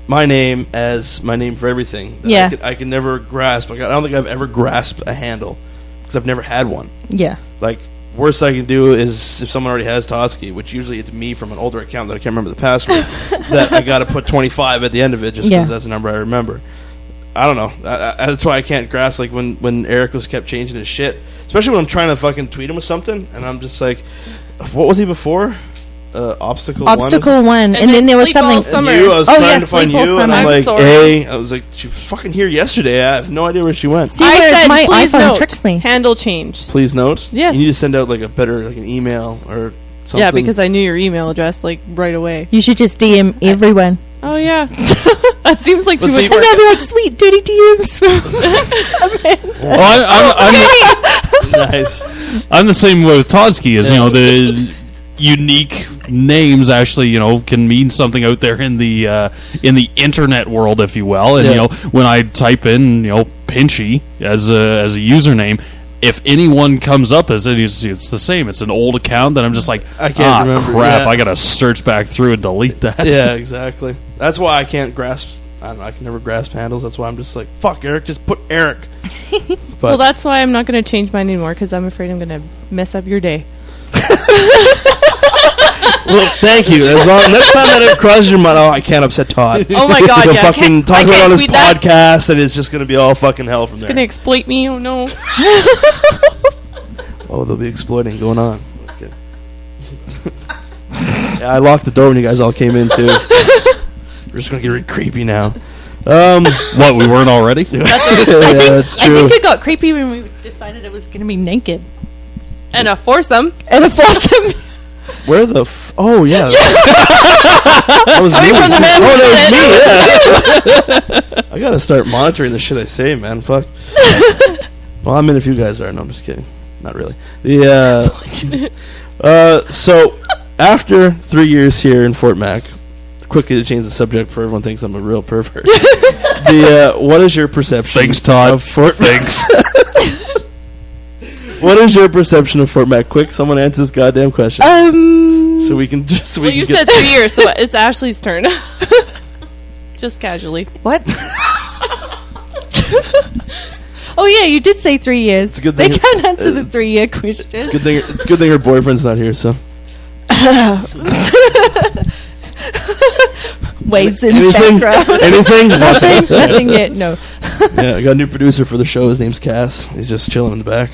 E: my name as my name for everything. that
I: Yeah.
E: I can, I can never grasp. Like, I don't think I've ever grasped a handle because I've never had one.
I: Yeah.
E: Like worst I can do is if someone already has Toski, which usually it's me from an older account that I can't remember the password, that I got to put twenty five at the end of it just because
I: Yeah.
E: that's the number I remember. I don't know. I, I, that's why I can't grasp like when when Eric was kept changing his shit, especially when I'm trying to fucking tweet him with something, and I'm just like, what was he before? Uh, obstacle. one or something?
I: Obstacle one, and,
G: then
I: then there was
G: sleep all
I: something.
G: summer.
E: You, I was
I: Oh,
E: trying
I: yeah,
E: to find
I: sleep all
E: you, and I'm
I: summer.
E: like,
G: I'm
E: hey, I was like, she was fucking here yesterday. I have no idea where she went.
I: See, whereas my
G: "Please
I: iPhone
G: note,
I: tricks me.
G: Handle change.
E: Please note,
G: Yes.
E: you need to send out like a better like an email or something.
G: Yeah, because I knew your email address like right away.
I: You should just DM everyone.
G: Oh yeah, that seems like too
E: Let's
G: much
E: see-
G: work.
I: And they'll be like, sweet, dirty DMs. from
H: Well, Oh, I, I'm, I'm,
E: nice.
H: I'm the same way with Toski. Is you know the unique names actually you know can mean something out there in the uh, in the internet world, if you will. And you
E: Yeah.
H: know when I type in you know Pinchy as a as a username. If anyone comes up as it is, it's the same. It's an old account that I'm just like,
E: I can't
H: ah,
E: remember,
H: crap!
E: yeah.
H: I gotta search back through and delete that.
E: yeah, exactly. That's why I can't grasp. I don't know. I can never grasp handles. That's why I'm just like, fuck Eric. Just put Eric. But
G: Well, that's why I'm not going to change mine anymore because I'm afraid I'm going to mess up your day.
E: well, thank you. As long next time that it crosses your mind, oh, I can't upset Todd.
G: Oh my
E: He's
G: god,
E: gonna
G: yeah, I
E: fucking
G: can't,
E: talk
G: I
E: about it
G: can't
E: on his
G: tweet that.
E: podcast, and it's just gonna be all fucking hell from
G: It's
E: there.
G: going to exploit me. Oh no.
E: Oh, they'll be exploiting going on. That's good. yeah, I locked the door when you guys all came in too. We're just gonna get really creepy now. Um,
H: What we weren't already?
E: yeah, that's
I: I
E: true.
I: think it got creepy when we decided it was going to be naked.
G: and a foursome.
I: And a foursome.
E: Where the f- oh yeah, that was me.
G: from the man
E: oh,
G: who
E: that was me. Yeah. I gotta start monitoring the shit I say, man. Fuck. well, I'm in if you guys are. No, I'm just kidding. Not really. The uh, uh, so after three years here in Fort Mac, quickly to change the subject for everyone thinks I'm a real pervert. the uh, what is your perception?
H: Thanks, Todd.
E: Of Fort
H: Thanks.
E: what is your perception of Fort Mac? Quick, someone answer this goddamn question
I: Um,
E: so we can just so we
G: Well,
E: can
G: you
E: get
G: said three years, so it's Ashley's turn. Just casually.
I: what? oh, yeah, you did say three years.
E: a good
I: they
E: thing- Uh,
I: can't answer the three year question.
E: Good thing it's a good thing her boyfriend's not here. So
I: Waves in the
E: anything,
I: background.
E: anything, nothing.
I: Nothing, nothing yet, no.
E: yeah, I got a new producer for the show. His name's Cass. He's just chilling in the back.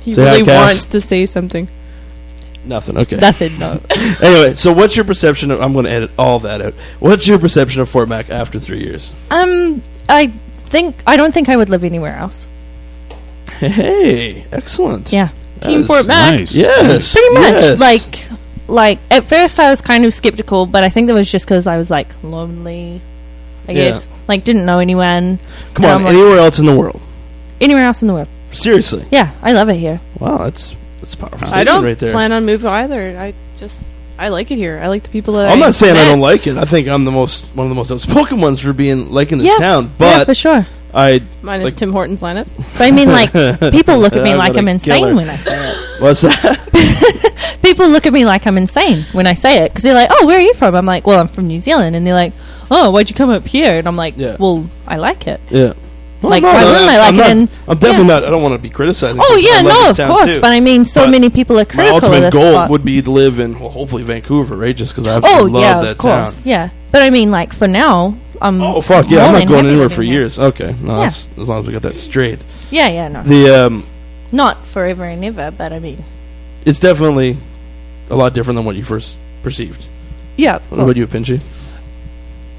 G: He
E: Say hi,
G: really
E: Cass.
G: wants to say something.
E: Nothing. Okay.
I: Nothing, no.
E: anyway, so what's your perception? of... I'm going to edit all that out. What's your perception of Fort Mac after three years?
I: Um, I think, I don't think I would live anywhere else.
E: Hey, excellent.
I: Yeah.
E: That
G: Team
E: is-
G: Fort Mac.
H: nice.
E: Yes.
I: pretty much
E: yes.
I: like like at first i was kind of skeptical but i think that was just because i was like lonely i
E: Yeah.
I: guess like didn't know anyone
E: Come
I: and
E: on,
I: I'm like-
E: anywhere else in the world?
I: anywhere else in the world
E: Seriously.
I: yeah i love it here
E: Wow, that's that's a powerful.
G: I
E: statement
G: don't
E: right there.
G: plan on moving either. I just I like it here. I like the people that
E: I'm
G: I
E: not saying I
G: met.
E: don't like it. I think I'm the most one of the most outspoken ones for being liking this
I: yeah
E: town.
I: yeah,
E: But
I: for sure
E: I
G: Minus
E: like-
G: Tim Hortons lineups.
I: but i mean like people look at me
E: I'm
I: like
E: gonna
I: i'm
E: kill her.
I: insane when i say it
E: what's that?
I: people look at me like i'm insane when i say it because they're like oh where are you from i'm like well i'm from new zealand and they're like oh why'd you come up here and i'm like
E: Yeah.
I: well i like it
E: Yeah.
I: Like, why wouldn't I like
E: am
I: it in-
E: I'm definitely
I: yeah.
E: not. I don't want to be criticizing.
I: oh
E: people. I
I: yeah
E: love
I: no
E: this
I: of
E: town,
I: course
E: too.
I: but i mean so
E: But
I: many people are
E: my
I: critical of
E: ultimate
I: this
E: goal
I: spot.
E: would be to live in well, hopefully Vancouver, right? Just because I absolutely
I: Oh
E: love
I: yeah,
E: that
I: of course.
E: town.
I: Yeah, but I mean, like for now, I'm.
E: Oh fuck yeah!
I: more
E: I'm
I: than
E: not going
I: happy
E: anywhere
I: living
E: for
I: here.
E: years. Okay, no, that's, as long as we got that straight.
I: Yeah, yeah, no,
E: The um,
I: not forever and ever, but I mean,
E: it's definitely a lot different than what you first perceived.
I: yeah, of
E: What about
I: course.
E: you, Pinchy?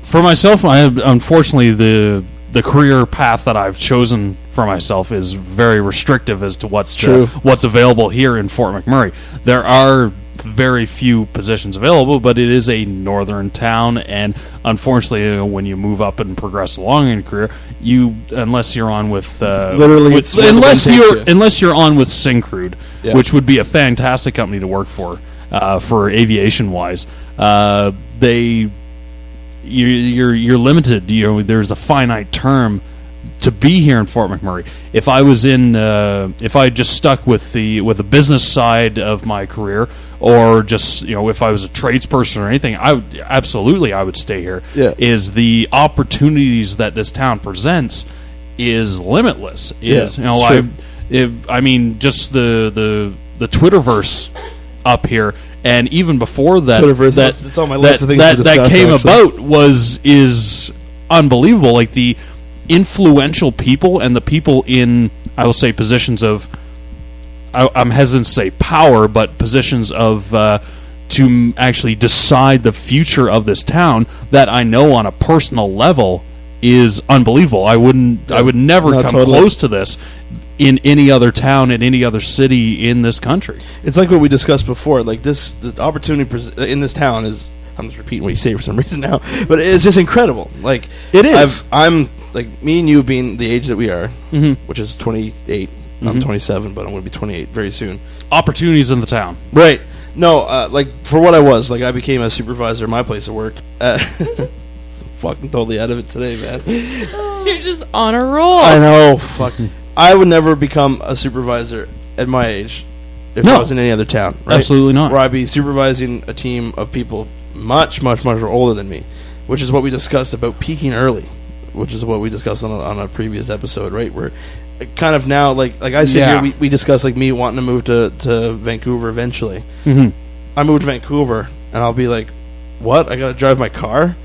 H: for myself, I have, unfortunately the the career path that I've chosen for myself is very restrictive as to what's
E: true.
H: uh, what's available here in Fort McMurray. There are very few positions available, but it is a northern town, and unfortunately, you know, when you move up and progress along in your career, you unless you're on with uh,
E: Literally,
H: with-
E: it's where the
H: unless
E: wind takes
H: you're
E: you.
H: unless you're on with Syncrude,
E: Yeah.
H: which would be a fantastic company to work for uh, for aviation wise. Uh, they you're you're you're limited. You know, there's a finite term to be here in Fort McMurray. If I was in, uh, if I had just stuck with the with the business side of my career, or just you know if I was a tradesperson or anything, I would, absolutely I would stay here.
E: Yeah.
H: Is the opportunities that this town presents is limitless. Is
E: Yeah,
H: you know
E: sure.
H: I if, I mean just the the the Twitterverse up here. And even before that,
E: Twitterverse,
H: that
E: it's on my
H: that-
E: list of things
H: that,
E: to
H: that
E: discuss,
H: came
E: actually.
H: about was is unbelievable. Like the influential people and the people in I will say positions of I, I'm hesitant to say power, but positions of uh, to m- actually decide the future of this town that I know on a personal level is unbelievable. I wouldn't, I would never
E: No,
H: come
E: totally.
H: close to this in any other town in any other city in this country.
E: it's like what we discussed before. Like this, the opportunity pres- in this town is. I'm just repeating what you say for some reason now, but it's just incredible. Like
H: It is.
E: I'm like me and you being the age that we are,
H: Mm-hmm.
E: which is 28. I'm 27, but I'm going to be 28 very soon.
H: Opportunities in the town.
E: Right. No, uh, like for what I was, like I became a supervisor at my place of work. Uh, so fucking totally out of it today, man.
G: You're just on a roll.
E: I know. Fuck. I would never become a supervisor at my age if I
H: No.
E: was in any other town. Right?
H: Absolutely not.
E: Where I'd be supervising a team of people much, much, much older than me, which is what we discussed about peaking early, which is what we discussed on a, on a previous episode, right? Where it kind of now, like like I said,
H: Yeah.
E: here, we, we discussed like me wanting to move to, to Vancouver eventually.
H: Mm-hmm.
E: I moved to Vancouver, and I'll be like, what? I got to drive my car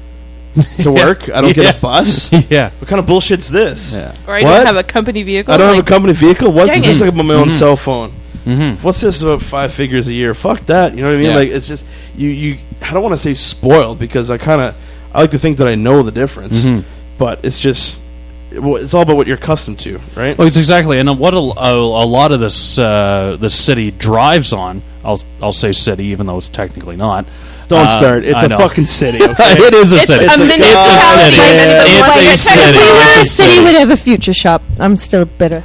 E: to work? I don't get
H: Yeah.
E: a bus?
H: yeah.
E: What kind of bullshit's this?
G: or
E: What?
G: I don't have a company vehicle.
E: I don't have
G: like-
E: a company vehicle. What's
G: Dang
E: this
G: it.
E: like about my own cell phone?
H: Mm-hmm.
E: What's this about five figures a year? Fuck that. You know what I mean?
H: Yeah.
E: Like it's just you. You. I don't want to say spoiled because I kind of I like to think that I know the difference,
H: Mhm.
E: but it's just well, it's all about what you're accustomed to, right?
H: Well, it's exactly, and what a, a, a lot of this uh, this city drives on. I'll I'll say city, even though it's technically not.
E: Don't
H: Uh,
E: start. It's
H: a
E: a fucking city. Okay?
H: it is a
G: It's
H: city.
G: a It's a municipality. Like,
H: It's a city.
G: anybody
H: It's
G: wants
H: a
G: it.
H: city.
I: If we were a
H: It's
I: city, we'd have a future shop. I'm still bitter.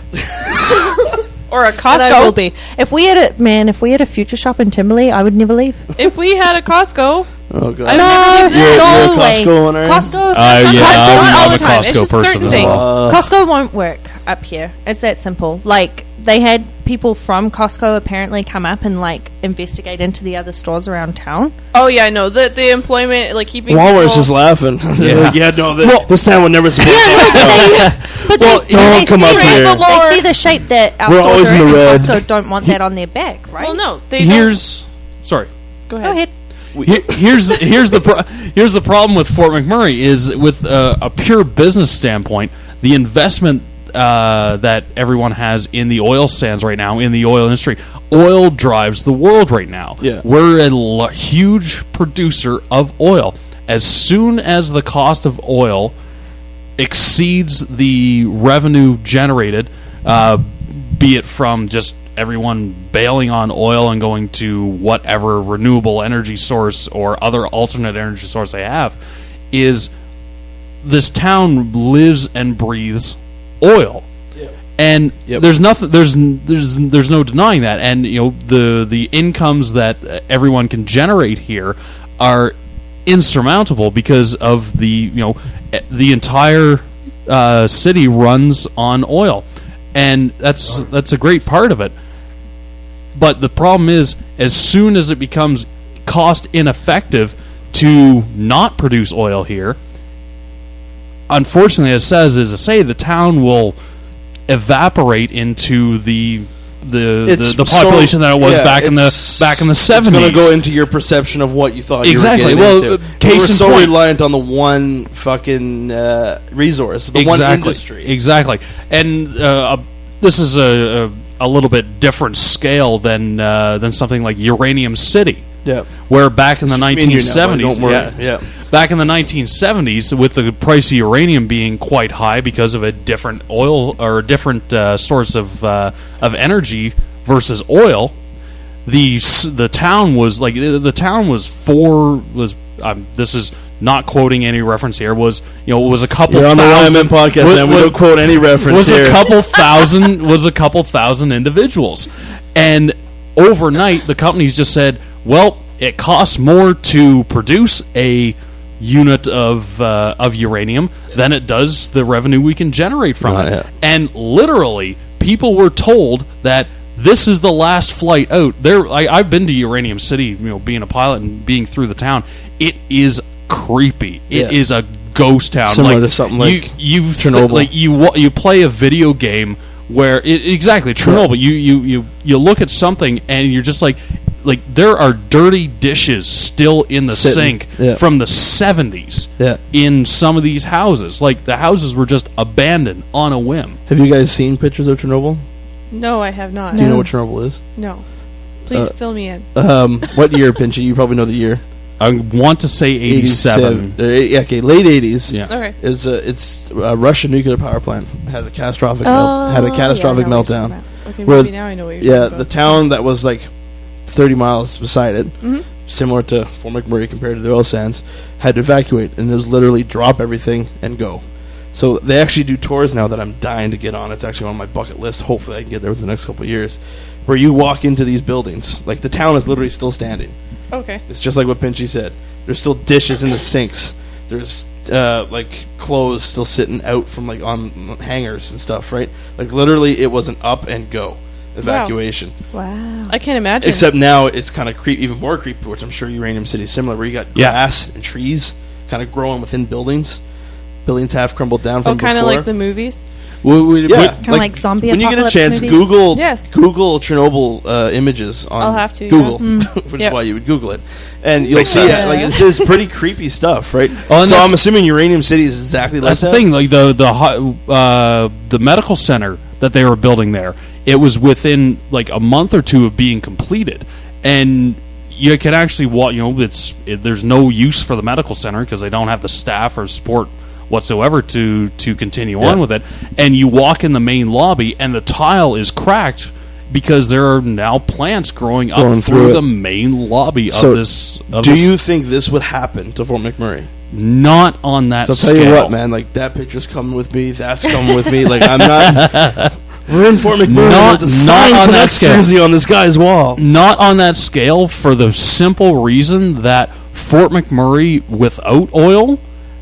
G: or a
I: But I will
G: Costco.
I: be. If we had a man, if we had a future shop in Timberley, I would never leave.
G: If we had a Costco,
E: oh god.
G: I would never
E: You're-
G: leave this.
E: you're a
I: no way.
E: Costco owner.
G: Costco,
H: Uh,
G: not
H: yeah,
G: Costco,
H: I'm-
G: not all
H: I'm
G: the
H: a
G: time. It's
H: Costco
G: just
H: person
G: certain
H: as
G: things.
H: well.
E: Uh,
I: Costco won't work up here. It's that simple. Like they had people from Costco apparently come up and like investigate into the other stores around town.
G: Oh yeah, I know the the employment, like keeping
E: Walmart's
G: people-
E: just laughing. Yeah, yeah no, this, this town would never support
I: But
E: Well,
I: they,
E: don't
I: they
E: come
I: see
E: up
I: the-
E: here.
I: They see the shape that our
E: We're always
I: stores are
E: in
I: in,
E: the red.
I: and Costco don't want that on their back, right?
G: Well, no, they
H: Here's sorry.
G: don't. go
I: Go
G: ahead.
I: ahead.
H: Here- here's here's the pro- here's the problem with Fort McMurray is with uh, a pure business standpoint, the investment uh, that everyone has in the oil sands right now in the oil industry, oil drives the world right now.
E: Yeah.
H: we're a l- huge producer of oil. As soon as the cost of oil exceeds the revenue generated, uh, be it from just everyone bailing on oil and going to whatever renewable energy source or other alternate energy source they have, is this town lives and breathes oil. And
E: Yep.
H: there's nothing. There's n- there's n- there's no denying that. And you know the the incomes that uh, everyone can generate here are insurmountable because of the you know e- the entire uh, city runs on oil, and that's that's a great part of it. But the problem is, as soon as it becomes cost ineffective to not produce oil here, unfortunately, as says is to say, the town will evaporate into the the the, the population that it was
E: yeah,
H: back in the
E: it's-
H: back in the
E: It's
H: seventies.
E: going to go into your perception of what you thought
H: Exactly.
E: you were
H: Well,
E: getting
H: uh,
E: into.
H: case
E: we were
H: in
E: so
H: point.
E: reliant on the one fucking uh, resource, the one industry.
H: Exactly. And uh, a- this is a, a a little bit different scale than uh, than something like Uranium City.
E: Yeah.
H: Where back in the
E: Me and you know, but
H: 1970s,
E: don't worry.
H: yeah,
E: Yeah.
H: back in the 1970s, with the price of uranium being quite high because of a different oil or a different uh, source of uh, of energy versus oil, the s- the town was like the the town was four was um, this is not quoting any reference here was you know was a couple
E: You're on the
H: thousand
E: YMN podcast,
H: wa-
E: man. We
H: was-
E: don't quote any reference
H: was
E: here.
H: a couple thousand was a couple thousand individuals and overnight the companies just said well it costs more to produce a unit of uh, of uranium than it does the revenue we can generate from
E: Right,
H: it
E: yeah.
H: and literally people were told that This is the last flight out. There, I, I've been to Uranium City, you know, being a pilot and being through the town. It is creepy. It
E: Yeah.
H: is a ghost town.
E: Similar to
H: like,
E: something like
H: you, you thi-
E: Chernobyl.
H: like you wa- you play a video game where it, exactly Chernobyl. You you you you look at something and you're just like. Like there are dirty dishes still in the
E: Sitting.
H: sink
E: Yeah.
H: from the 70s
E: Yeah.
H: in some of these houses. Like the houses were just abandoned on a whim.
E: Have you guys seen pictures of Chernobyl?
G: No, I have not.
E: Do you know what Chernobyl is?
G: No. Please
E: Uh,
G: fill me in.
E: Um, what year, Pinchy? You probably know the year.
H: I want to say 87.
E: Uh, yeah, okay, late eighties.
H: Yeah.
G: Okay.
E: It was a, it's a Russian nuclear power plant had a catastrophic
G: Oh,
E: melt, had
G: yeah,
E: a
G: I
E: catastrophic
G: know what you're
E: meltdown.
G: talking about. Okay,
E: Where-
G: maybe now I know what you're
E: Yeah,
G: talking
E: the
G: about.
E: town that was like 30 miles beside it,
G: Mhm.
E: similar to Fort McMurray compared to the oil sands, had to evacuate and it was literally drop everything and go. So they actually do tours now that I'm dying to get on. It's actually on my bucket list. Hopefully, I can get there within the next couple of years. Where you walk into these buildings, like the town is literally still standing.
G: Okay.
E: It's just like what Pinchy said. There's still dishes in the sinks. There's uh, like clothes still sitting out from like on hangers and stuff, right? Like literally, it was an up and go evacuation.
I: Wow.
G: I can't imagine.
E: Except now it's kind of creep, even more creepy, which I'm sure Uranium City's similar, where you got
H: Yeah.
E: grass and trees kind of growing within buildings. Buildings half crumbled down from
G: oh, kind of
E: before.
G: like the movies.
E: We- we-
H: Yeah.
E: we-
H: Kinda
I: like zombie
E: When you get a
I: apocalypse
E: chance,
I: movies?
E: Google
G: Yes.
E: Google Chernobyl uh, images on
G: I'll have to, yeah. Hmm.
E: Google, which
G: Yep.
E: is why you would Google it, and you'll
H: Makes
E: see
H: sense.
E: it. Like this is pretty creepy stuff, right?
H: Oh, and
E: so
H: that's-
E: I'm assuming Uranium City is exactly like
H: That's the
E: that.
H: thing. Like the the hu- uh, the medical center that they were building there, it was within like a month or two of being completed, and you can actually walk. You know, it's it, there's no use for the medical center because they don't have the staff or support whatsoever to to continue
E: Yeah.
H: on with it. And you walk in the main lobby, and the tile is cracked. Because there are now plants growing up
E: Going
H: through
E: through it.
H: the main lobby
E: So,
H: of this. Of
E: Do
H: this-
E: you think this would happen to Fort McMurray?
H: not on that?
E: So I'll tell you
H: scale.
E: what, man. Like that picture's coming with me. That's coming with me. Like I'm not. We're in Fort McMurray.
H: Not-
E: There's a
H: not
E: sign
H: on
E: for
H: that
E: that
H: scale.
E: jersey on this guy's wall.
H: not on that scale for the simple reason that Fort McMurray without oil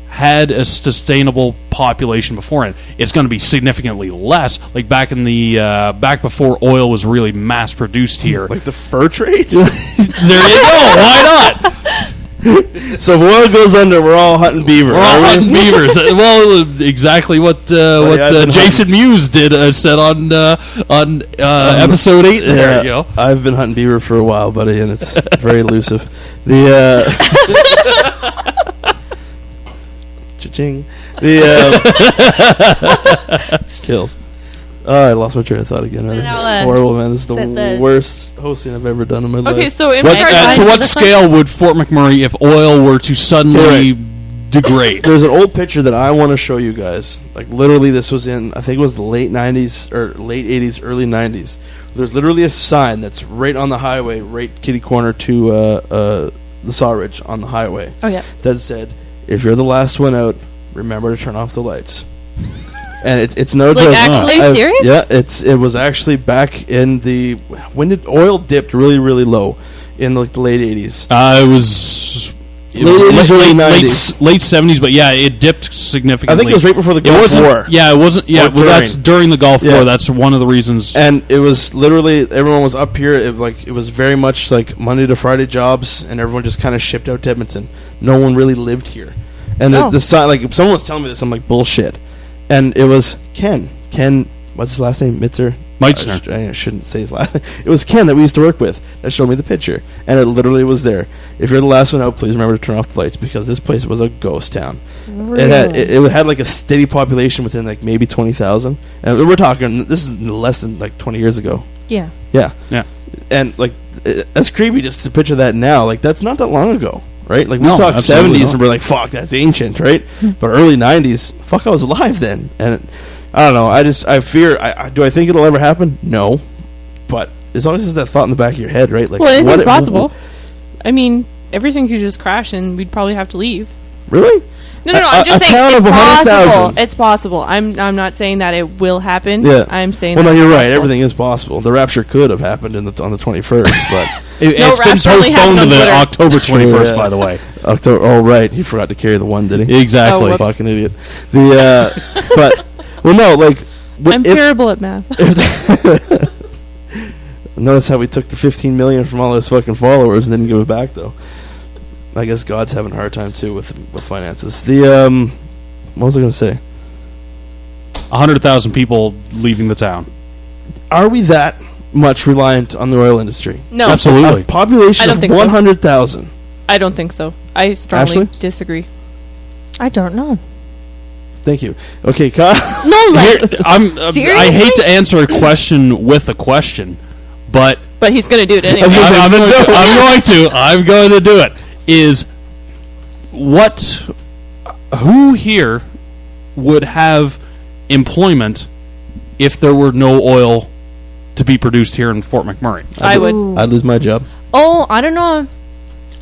H: had a sustainable population before it. It's going to be significantly less. Like back in the uh, back before oil was really mass produced here.
E: Like the fur trade.
H: there you go. Why not?
E: so if oil goes under, we're all hunting beaver.
H: We're
E: are
H: all
E: we?
H: hunting beavers. Uh, well, exactly what uh, what
E: yeah, I've
H: uh,
E: been
H: Jason Mewes did uh, said on uh, on uh, episode eight. There you
E: Um, Yeah,
H: go.
E: I've been hunting beaver for a while, buddy, and it's very elusive. The uh, cha-ching. The um, kills. Oh, I lost my train of thought again. This
I: Now,
E: is
I: uh,
E: horrible, man. This is
I: set
E: the
I: the-
E: worst hosting I've ever done in my life.
G: Okay, so in
H: What,
I: Right,
H: uh,
G: regards
I: guys,
H: to what
I: that's like-
H: scale would Fort McMurray, if oil were to suddenly degrade?
E: there's an old picture that I want to show you guys. Like literally, this was in I think it was the late '90s or late '80s, early '90s. There's literally a sign that's right on the highway, right kitty corner to uh, uh, the Sawridge on the highway.
G: Oh, yeah.
E: That said, if you're the last one out, remember to turn off the lights. and it, it's no
G: Like,
E: joke.
G: actually?
I: Are you
E: I've-
I: serious?
E: Yeah, it's it was actually back in the when did oil dipped really really low in like the late '80s.
H: Uh, it was. It
E: Late 80s,
H: was
E: early
H: late,
E: 90s.
H: late, s- late 70s, but yeah, it dipped significantly.
E: I think it was right before the
H: It
E: Gulf
H: wasn't-
E: War.
H: Yeah, it wasn't. Yeah,
E: Or
H: well, that's during the Gulf
E: Yeah.
H: War. That's one of the reasons.
E: and it was literally everyone was up here. It, like it was very much like Monday to Friday jobs, and everyone just kind of shipped out to Edmonton. No one really lived here, and the,
G: Oh.
E: the sign like someone was telling me this, I'm like bullshit, and it was Ken. Ken, what's his last name? Mitzer.
H: Meitzner.
E: I, sh- I shouldn't say his last name. It was Ken that we used to work with that showed me the picture, and it literally was there. If you're the last one out, please remember to turn off the lights because this place was a ghost town. It had it, it had like a steady population within like maybe twenty thousand, and we're talking this is less than like twenty years ago.
I: Yeah.
E: Yeah,
H: Yeah.
E: and like it, that's creepy just to picture that now. Like that's not that long ago, right? Like we
H: No,
E: talk
H: absolutely
E: seventies
H: not.
E: and we're like, fuck, that's ancient, right? but early nineties, fuck, I was alive then, and it, I don't know. I just I fear. I, I do I think it'll ever happen? No, but as long as there's that thought in the back of your head, right? Like
G: well,
E: what
G: anything's
E: it-
G: possible. I mean, everything could just crash and we'd probably have to leave.
E: Really?
G: No, no, no.
E: A-
G: I'm
E: a-
G: just
E: a
G: saying
E: town
G: it's
E: of 100,000.
G: possible. It's possible. I'm I'm not saying that it will happen.
E: Yeah.
G: I'm saying
E: Well, no,
G: that
E: you're
G: it's
E: right.
G: possible.
E: Everything is possible. The rapture could have happened in the, on the 21st, but.
H: It,
G: No,
H: has been
G: Rapture only
H: postponed to
G: happened on
H: the
G: Twitter.
H: October
E: It's true,
H: 21st,
E: yeah.
H: by the way.
E: October. Oh, right. He forgot to carry the one, did he?
H: Exactly.
G: Oh, whoops.
E: Fucking idiot. The uh, but well, no, like wh-
G: I'm
E: if,
G: terrible at math.
E: Notice how we took the 15 million from all those fucking followers and didn't give it back though. I guess God's having a hard time too with with finances. The um, what was I going to say?
H: hundred thousand people leaving the town.
E: Are we that much reliant on the oil industry?
G: No,
H: Absolutely.
E: A population
G: I don't
E: of
G: think so.
E: 100,000.
G: I don't think so. I strongly
E: Ashley?
G: disagree.
I: I don't know.
E: Thank you. Okay, Kyle.
I: No,
H: Here,
I: like
H: I'm, uh, I hate to answer a question with a question, but
G: But he's going to do it anyway.
E: gonna say,
H: I'm, I'm
E: no,
H: going to,
E: don't.
H: I'm going to. I'm going to do it. Is what? Who here would have employment if there were no oil to be produced here in Fort McMurray?
G: I would.
E: I'd lose my job.
I: oh, I don't know.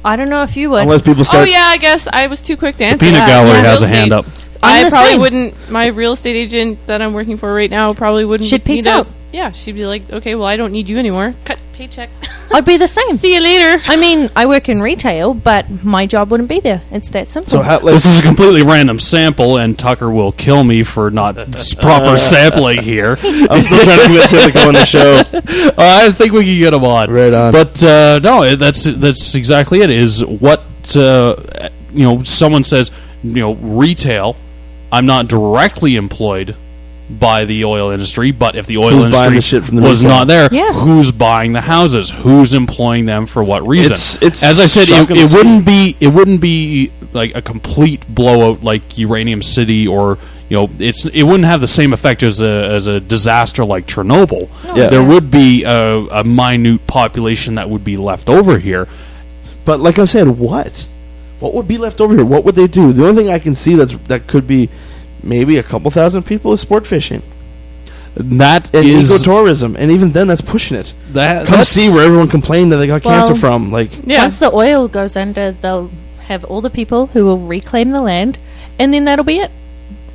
I: I don't know if you would.
E: Unless people
G: Oh
E: start.
G: yeah, I guess I was too quick to answer.
H: Peanut
G: that.
H: Gallery
G: Yeah,
H: has a
G: real
H: hand
G: estate-
H: up.
I: I'm
G: I
I: the
G: probably
I: same.
G: wouldn't. My real estate agent that I'm working for right now probably wouldn't.
I: She'd
G: need
I: peace
G: a-
I: out.
G: Yeah, she'd be like, okay, well, I don't need you anymore. Cut paycheck.
I: I'd be the same.
G: See you later.
I: I mean, I work in retail, but my job wouldn't be there. It's that simple.
E: So how, like,
H: This is a completely random sample, and Tucker will kill me for not s- proper sampling here.
E: I'm still trying to get Typico on the show.
H: I think we can get them on.
E: Right on.
H: But uh, no, it- that's that's exactly it. Is what uh, you know. Someone says you know retail. I'm not directly employed by the oil industry, but if the oil
E: Who's
H: industry
E: buying the shit from the
H: was
E: retail?
H: not there,
I: Yeah.
H: who's buying the houses? Who's employing them for what reason?
E: It's- it's
H: As I said, it,
E: shocking to
H: it
E: see.
H: wouldn't be it wouldn't be like a complete blowout like Uranium City or. You know, it's it wouldn't have the same effect as a as a disaster like Chernobyl.
E: Yeah.
H: There would be a, a minute population that would be left over here.
E: But like I said, what? What would be left over here? What would they do? The only thing I can see that's that could be maybe a couple thousand people is sport fishing
H: That
E: and
H: is
E: ecotourism, and even then, that's pushing it.
H: that.
E: Come
H: that's-
E: see where everyone complained that they got
I: Well-
E: cancer from. Like,
G: Yeah.
I: Once the oil goes under, they'll have all the people who will reclaim the land, and then that'll be it.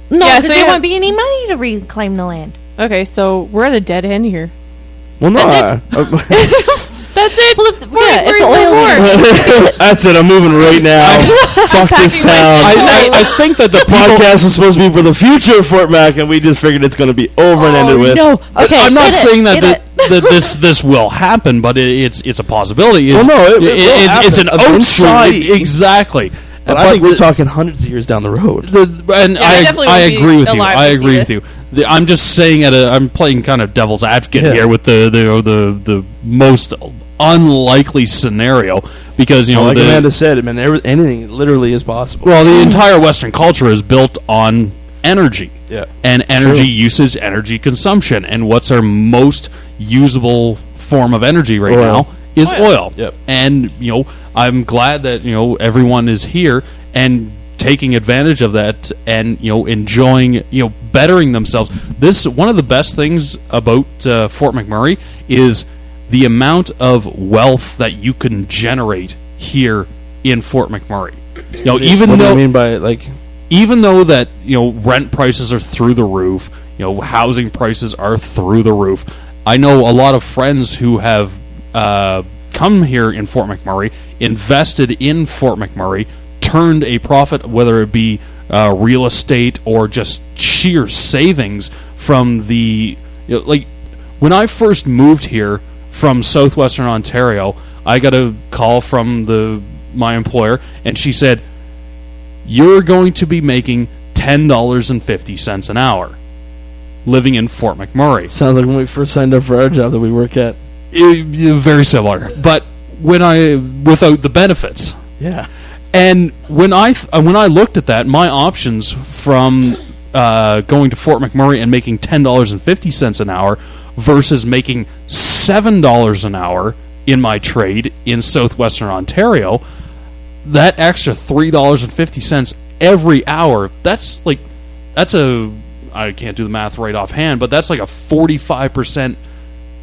I: No,
G: Yeah,
I: 'cause
G: so
I: there
G: you-
I: won't be any money to reclaim the land.
G: Okay, so we're at a dead end here.
E: well, no, I-
G: That's it. Well, if the,
I: yeah, if the oil-
E: that's it. I'm moving right now. Fuck this
G: packing my
E: town.
G: shit.
H: I, I, I think that the people.
E: podcast was supposed to be for the future of Fort Mac, and we just figured it's going to be over and ended with.
I: Oh, No, okay.
H: I'm not
I: get it,
H: saying that,
I: get
H: that,
I: it.
H: that this this will happen, but it, it's it's a possibility. It's,
E: Well, Oh, no, it- it will
H: it's, it's an
E: happen
H: outside
E: eventually.
H: exactly.
E: But I think we're talking hundreds of years down the road.
H: the, and
G: Yeah, I
H: I,
G: definitely
H: I
G: would be
H: agree with you.
G: alive
H: I
G: to see
H: agree with
G: this.
H: you. The, I'm just saying at a I'm playing kind of devil's advocate
E: Yeah.
H: here with the the, the the most unlikely scenario because you know
E: like
H: the,
E: Amanda said, man, every, anything literally is possible.
H: well the entire Western culture is built on energy
E: Yeah.
H: and energy usage, energy consumption, and what's our most usable form of energy right
E: Oil. Oh,
H: now is
G: Oil.
H: oil.
E: Yep.
H: And you know, I'm glad that you know everyone is here and taking advantage of that and you know enjoying you know bettering themselves. This one of the best things about uh, Fort McMurray is the amount of wealth that you can generate here in Fort McMurray. You know, even
E: what do
H: though
E: you mean by like?
H: even though that you know rent prices are through the roof, you know housing prices are through the roof. I know a lot of friends who have uh, come here in Fort McMurray, invested in Fort McMurray, turned a profit, whether it be uh, real estate or just sheer savings from the you know, like when I first moved here from southwestern Ontario. I got a call from the my employer, and she said, you're going to be making $10.50 an hour living in Fort McMurray.
E: Sounds like when we first signed up for our job that we work at.
H: I- I- Eh, very similar, but when I without the benefits.
E: Yeah,
H: And when I th- uh, when I looked at that, my options from uh, going to Fort McMurray and making ten dollars and fifty cents an hour versus making seven dollars an hour in my trade in southwestern Ontario, that extra three dollars and fifty cents every hour, that's like that's a I can't do the math right offhand, but that's like a forty five percent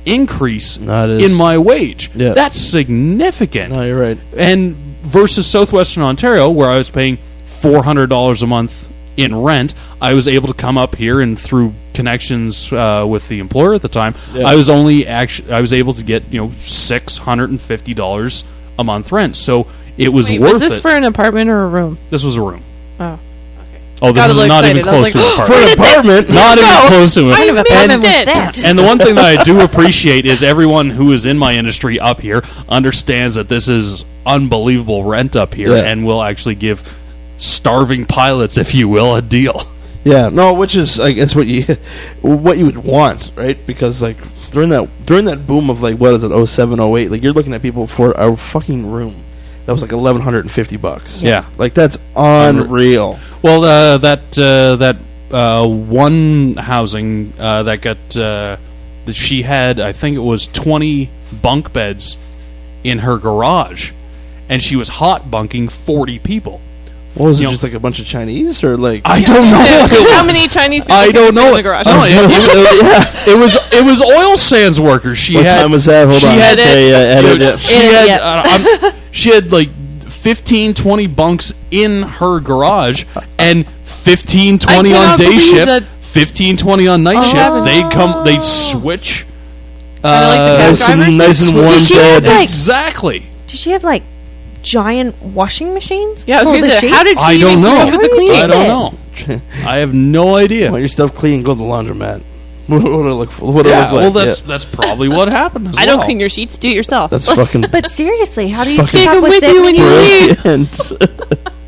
H: increase
E: No, it is.
H: in my wage.
E: Yeah.
H: That's significant
E: no, you're right.
H: and versus southwestern ontario where i was paying $400 a month in rent i was able to come up here and through connections uh, with the employer at the time i was only actually i was able to get you know $650 a month rent so it was
G: Wait,
H: worth
G: was this
H: it
G: for an apartment or a room?
H: this was a room
G: Oh.
H: Oh, this
J: Got a
H: is
J: little
H: not even
J: excited. I was
H: close to an
J: like,
E: For an
H: apartment.
E: apartment,
H: Not even close to
G: I
H: it.
G: missed
J: apartment was
G: it.
J: that?
H: And the one thing that I do appreciate is everyone who is in my industry up here understands that this is unbelievable rent up here
E: Yeah.
H: and will actually give starving pilots, if you will, a deal.
E: Yeah, no, which is I guess what you what you would want, right? Because like during that during that boom of like what is it 07, 08, like you're looking at people for a fucking room that was like eleven hundred and fifty bucks.
H: Yeah.
E: like that's unreal.
H: Well, uh, that uh, that uh, one housing uh, that got uh, that she had, I think it was twenty bunk beds in her garage, and she was hot bunking forty people.
E: What was it?
H: Yo.
E: Just like a bunch of Chinese or like
H: I don't know. what it
G: How
H: was.
G: many Chinese people
H: I
G: can
H: don't
G: you fit
H: know.
G: in the garage?
H: No,
E: I was gonna
H: it,
E: say, yeah.
H: it was it was oil sands workers. She
E: What
H: had
E: time was that? Hold
H: she
E: on.
H: had-
E: okay, yeah, edit
H: Dude,
E: it.
H: she
I: Yeah,
H: had
I: yeah.
H: uh, I'm- she had like 15 20 bunks in her garage and 15 20 on
J: cannot
H: day
J: believe
H: shift
J: that-
H: 15 20 on
G: Oh,
H: night shift
J: heavens.
H: they come they switch uh,
J: Kinda like the
E: Nice and
J: Drivers?
E: nice and warm
I: Did she have,
E: bed.
I: like-
H: exactly
I: Did she have like giant washing machines?
G: Yeah, I was
I: full of
G: gonna
I: the
G: say, how did
I: sheets?
G: she
H: i
G: even
H: don't know
G: come up with the cleaning?
H: i don't know i have no idea
E: Want your stuff clean? Go to the laundromat. what would it look? What would it
H: yeah,
E: look like?
H: well that's
E: Yeah.
H: that's probably what happened as
G: I don't
H: well.
G: clean your sheets. Do it yourself.
E: that's fucking
I: But seriously, how do you
E: Fucking-
I: keep
E: Take
I: up
G: them
I: with,
G: with
I: that
G: you when
I: many
G: you leave.
E: brilliant.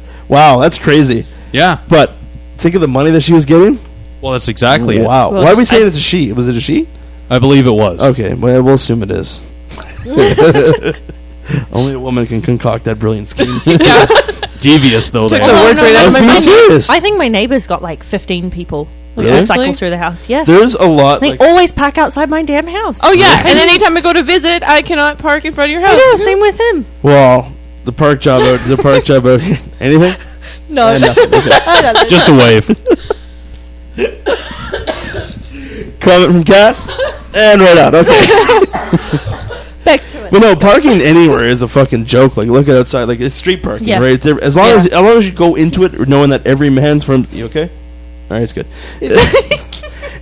E: wow, that's crazy.
H: yeah
E: But think of the money that she was getting.
H: well that's exactly wow.
E: Wow. Oh. Why are we saying it's a she? Was it a she?
H: it i believe it was
E: Okay, well, we'll assume it is. Only a woman can concoct that brilliant scheme.
H: devious though they
G: the
H: are.
G: word- words right out of my
E: being
G: mouth.
E: serious.
I: I think my neighbor's got like 15 people who
E: Really?
I: cycle through the house. Yeah.
E: There's a lot.
I: they
E: Like,
I: always park outside my damn house.
G: Oh yeah, and then anytime I go to visit, I cannot park in front of your house.
I: yeah, same with him.
E: well, the park job, out, the park job, out, anything?
I: No.
E: Eh, nothing. Okay.
H: just a wave
E: Comment from Cass, and right out. Okay.
I: Back to it.
E: But no, parking anywhere is a fucking joke. Like, look outside. Like, it's street parking,
I: Yeah.
E: right? It's ev- as long
I: Yeah.
E: as as long as you go into it knowing that every man's from. You okay? All right, it's good.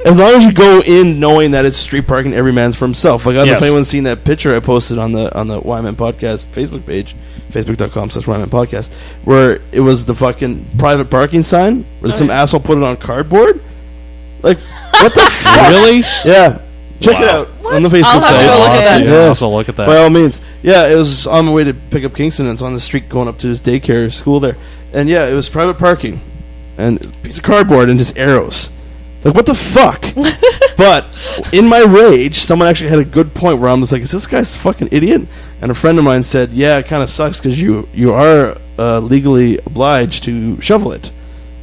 E: as long as you go in knowing that it's street parking, every man's for himself. Like, I don't know if
H: Yes.
E: anyone's seen that picture I posted on the on the Wyman Podcast Facebook page, facebook.com slash Wyman Podcast, where it was the fucking private parking sign where
G: Oh,
E: some asshole put it on cardboard. Like, what the fuck?
H: really
E: Yeah. Check it
H: Wow.
E: out on the Facebook
G: I'll have
E: site.
G: to go look at that.
H: Yeah,
E: Yeah.
H: also look at that
E: By all means. Yeah, it was on my way to pick up Kingston. and It's on the street going up to his daycare or school there. And yeah, it was private parking. And it's a piece of cardboard and just arrows. Like, what the fuck? but in my rage, someone actually had a good point where I'm just like, is this guy's a fucking idiot? And a friend of mine said, yeah, it kind of sucks because you, you are uh, legally obliged to shovel it,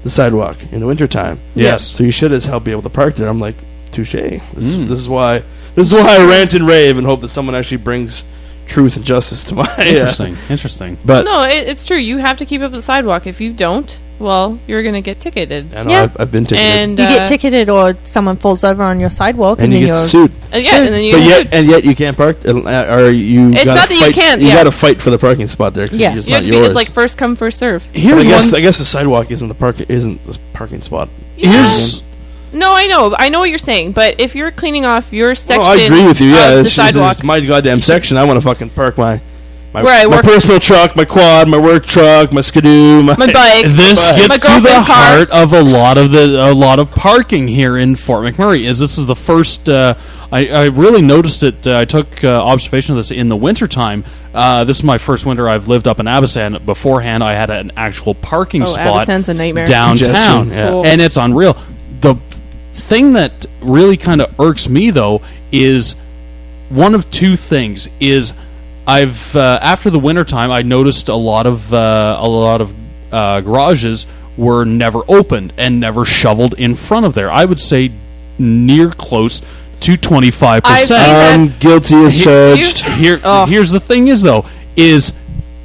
E: the sidewalk, in the wintertime.
H: yes
E: So you should as hell be able to park there. I'm like, touche. This, is
H: Hmm.
E: this is why this is why I rant and rave and hope that someone actually brings truth and justice to my
H: interesting interesting
E: But
G: No, it, it's true. You have to keep up the sidewalk. If you don't, well, you're gonna get ticketed.
E: I know,
I: Yeah.
E: I've, I've been ticketed.
G: And
I: You
G: uh,
I: get ticketed or someone falls over on your sidewalk and,
E: and you
I: then
E: get
I: you're
E: sued,
G: uh, yeah, and then you.
E: but
G: get
E: yet
G: sued.
E: and yet you can't park. uh, Or you
G: It's
E: gotta
G: not that you
E: fight,
G: can't,
E: You
G: yeah.
E: got to fight for the parking spot there because
I: Yeah.
E: it's
G: You have
E: not
G: to be,
E: yours.
G: it's like first come, first serve.
E: But
H: here's
E: I guess
H: one
E: I guess the sidewalk isn't the park isn't the parking spot.
H: here's
G: No, I know, I know what you're saying, but if you're cleaning off your section,
E: Well, I agree with you. Yeah,
G: of
E: it's,
G: the
E: just- it's
G: sidewalk.
E: my goddamn section. I want to fucking park my my,
G: Where I
E: my
G: work-
E: personal truck, my quad, my work truck, my skidoo, my,
G: my bike.
H: this
E: Right.
H: gets
G: My
H: to the
G: girlfriend's car.
H: heart of a lot of the a lot of parking here in Fort McMurray. Is this is the first? Uh, I, I really noticed it. Uh, I took uh, observation of this in the wintertime. Uh, this is my first winter I've lived up in Abasan. Beforehand, I had an actual parking
G: Oh,
H: spot
G: Abasan's a nightmare.
H: downtown,
E: Congestion, yeah.
G: Cool.
H: and it's unreal. The thing that really kind of irks me though is one of two things is I've uh, after the wintertime I noticed a lot of uh, a lot of uh, garages were never opened and never shoveled in front of there. I would say near close to twenty five
G: I've seen
H: percent.
E: I'm guilty as charged.
H: Here, here's the thing is though is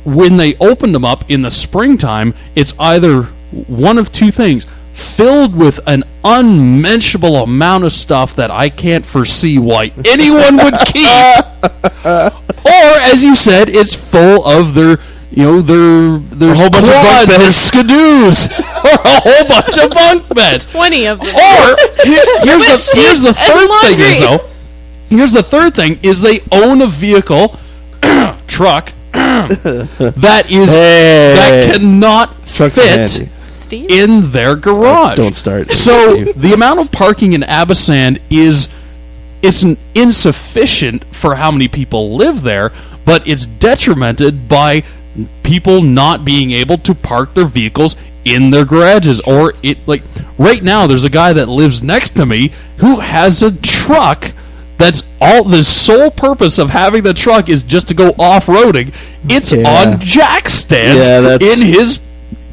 H: when they opened them up in the springtime, it's either one of two things filled with an unmentionable amount of stuff that I can't foresee why anyone would keep or as you said, it's full of their you know their their
E: whole bunch of bunk
H: quads, their
E: beds.
H: skidoos, or a whole bunch of bunk beds.
G: Twenty of them.
H: Or here- here's the here's the
G: sheets and
H: third thing is
G: laundry.
H: though. Here's the third thing is they own a vehicle truck that is
E: Hey.
H: that cannot
E: Trucks are
H: fit
E: handy.
G: Steve?
H: in their garage.
E: Don't start.
H: So the amount of parking in Abasand is it's an insufficient for how many people live there, but it's detrimented by people not being able to park their vehicles in their garages or it like right now there's a guy that lives next to me who has a truck that's all the sole purpose of having the truck is just to go off-roading. It's on jack stands
E: Yeah, that's-
H: in his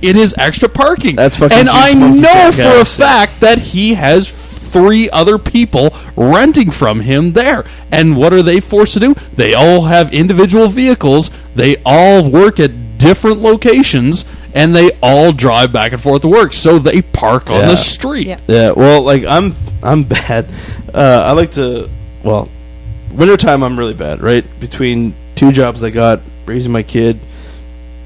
H: in his extra parking. That's
E: fucking
H: And I
E: Juice Monkey
H: know
E: Podcast,
H: for
E: yeah.
H: a fact that he has three other people renting from him there. And what are they forced to do? They all have individual vehicles. They all work at different locations and they all drive back and forth to work. So they park on the street.
E: Yeah. Well, like I'm, I'm bad. Uh, I like to. Well, wintertime I'm really bad. Right between two jobs I got, raising my kid,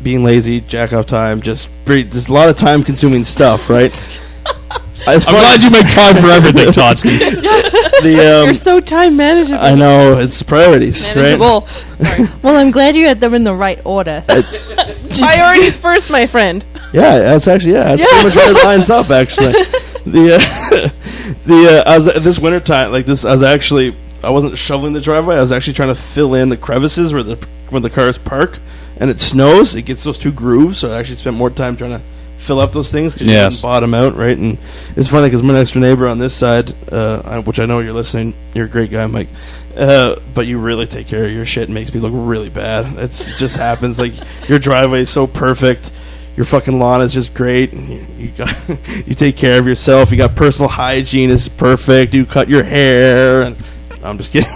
E: being lazy, jack off time, just pre- just a lot of time consuming stuff. Right. I'm
H: glad you make time for everything, Totsky.
E: the, um,
G: You're so time manageable.
E: I know it's priorities,
G: Manageable.
I: well, I'm glad you had them in the right order.
G: Priorities first, my friend.
E: right? Yeah, that's actually yeah, that's pretty much where it lines up. Actually, the uh, the uh, I was this winter time like this. I was actually I wasn't shoveling the driveway. I was actually trying to fill in the crevices where the where the cars park, and it snows. It gets those two grooves, so I actually spent more time trying to fill up those things because you
H: Yes.
E: can bottom out right. And it's funny because my next door neighbor on this side, uh, I- which I know you're listening, you're a great guy, Mike. Uh, but you really take care of your shit and makes me look really bad. It's, it just happens. Like your driveway is so perfect, your fucking lawn is just great. and You, you got you take care of yourself. You got personal hygiene is perfect. You cut your hair, and I'm just kidding.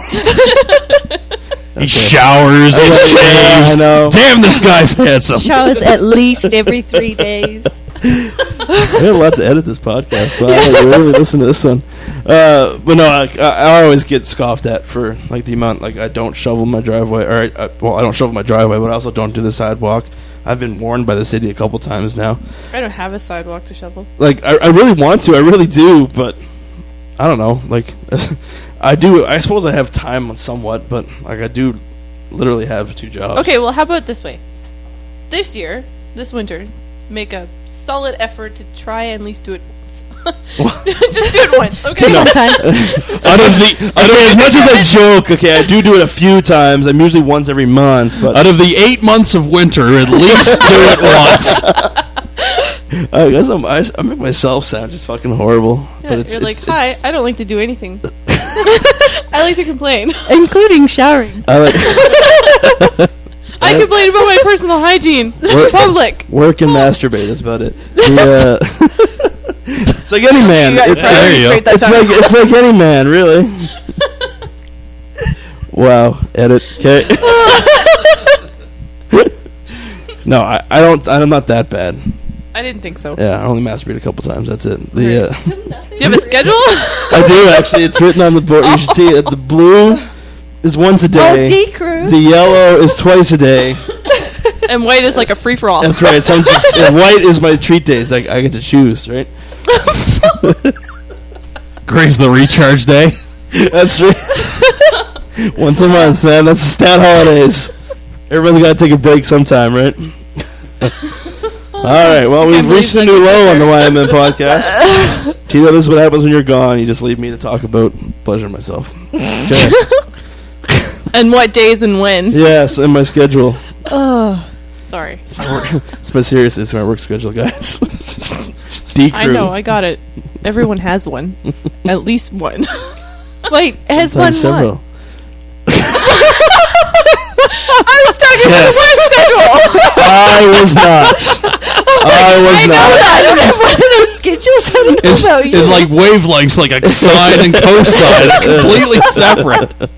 H: He showers, he
E: Yeah, I
H: shaves.
E: know.
H: Damn, this guy's handsome.
I: Showers at least every three days.
E: we have a lot to edit this podcast, so I don't really listen to this one. Uh, but no, I, I, I always get scoffed at for like the amount like I don't shovel my driveway, or I, I, well, I don't shovel my driveway, but I also don't do the sidewalk. I've been warned by the city a couple times now.
G: I don't have a sidewalk to shovel.
E: Like I, I really want to, I really do, but I don't know. Like I do, I suppose I have time somewhat, but like I do, literally have two jobs.
G: Okay, well, how about this way? This year, this winter, make a solid effort to try and at least do it once. Just do it once, okay?
E: No.
H: I don't need. I
E: Okay,
H: don't
E: as much as I joke, okay, I do do it a few times. I'm usually once every month, but
H: Out of the eight months of winter, at least do it once.
E: I guess I'm, I, I make myself sound just fucking horrible.
G: Yeah,
E: but it's,
G: you're like,
E: it's-
G: hi,
E: it's-
G: I don't like to do anything. I like to complain.
I: Including showering.
E: I like
G: I complain about my personal hygiene.
E: What?
G: Public.
E: work and masturbate. That's about it. The, uh, it's like any man.
J: You got your
E: It-
J: priorities
H: you go.
J: straight that
E: it's
J: time.
E: like it's like any man, really. wow. Edit. Okay. no, I, I don't. I'm not that bad.
G: I didn't think so.
E: Yeah, I only masturbate a couple times. That's it. The uh,
G: Do you have a schedule?
E: I do actually. It's written on the board. You should see it. The blue is once a day.
I: Oh, decrew.
E: The yellow is twice a day.
G: and white is like a free for all.
E: That's right. So I'm just, and white is my treat days. Like I get to choose, right?
H: Gray's the recharge day.
E: That's right. Once a month, man. That's stat holidays. Everyone's got to take a break sometime, right? All right. Well, we've
G: believe
E: reached a new low on the YMN podcast. Tito, this is what happens when you're gone. You just leave me to talk about pleasure myself. Okay.
G: And what days and when.
E: yes, and my schedule.
G: Sorry.
E: It's my serious. It's my work schedule, guys. D crew.
G: I know, I got it. Everyone has one. At least one.
I: Wait, has one
E: several.
I: one. I was talking
E: Yes. I was not. I was not.
I: I don't have one of those schedules. I don't know
H: It's,
I: about you.
H: it's like wavelengths, like a sine and cosine, They're completely separate.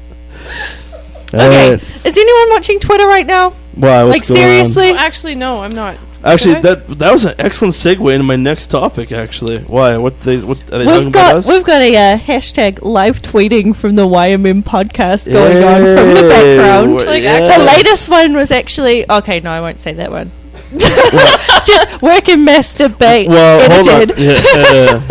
I: okay.
E: Alright.
I: Is anyone watching Twitter right now?
E: Why? What's
I: like
E: going on?
I: seriously?
G: Oh, Actually, no, I'm not.
E: Actually,
G: Okay.
E: that that was an excellent segue into my next topic. Actually, why? What they what are they talking
I: We've
E: about
I: got
E: us?
I: we've got a uh, hashtag live tweeting from the YMM podcast going on from the
E: Yay.
I: background.
E: Like,
I: The
E: yes.
I: latest one was actually okay. No, I won't say that one. Just work and masturbate.
E: well, hold on.
I: edited.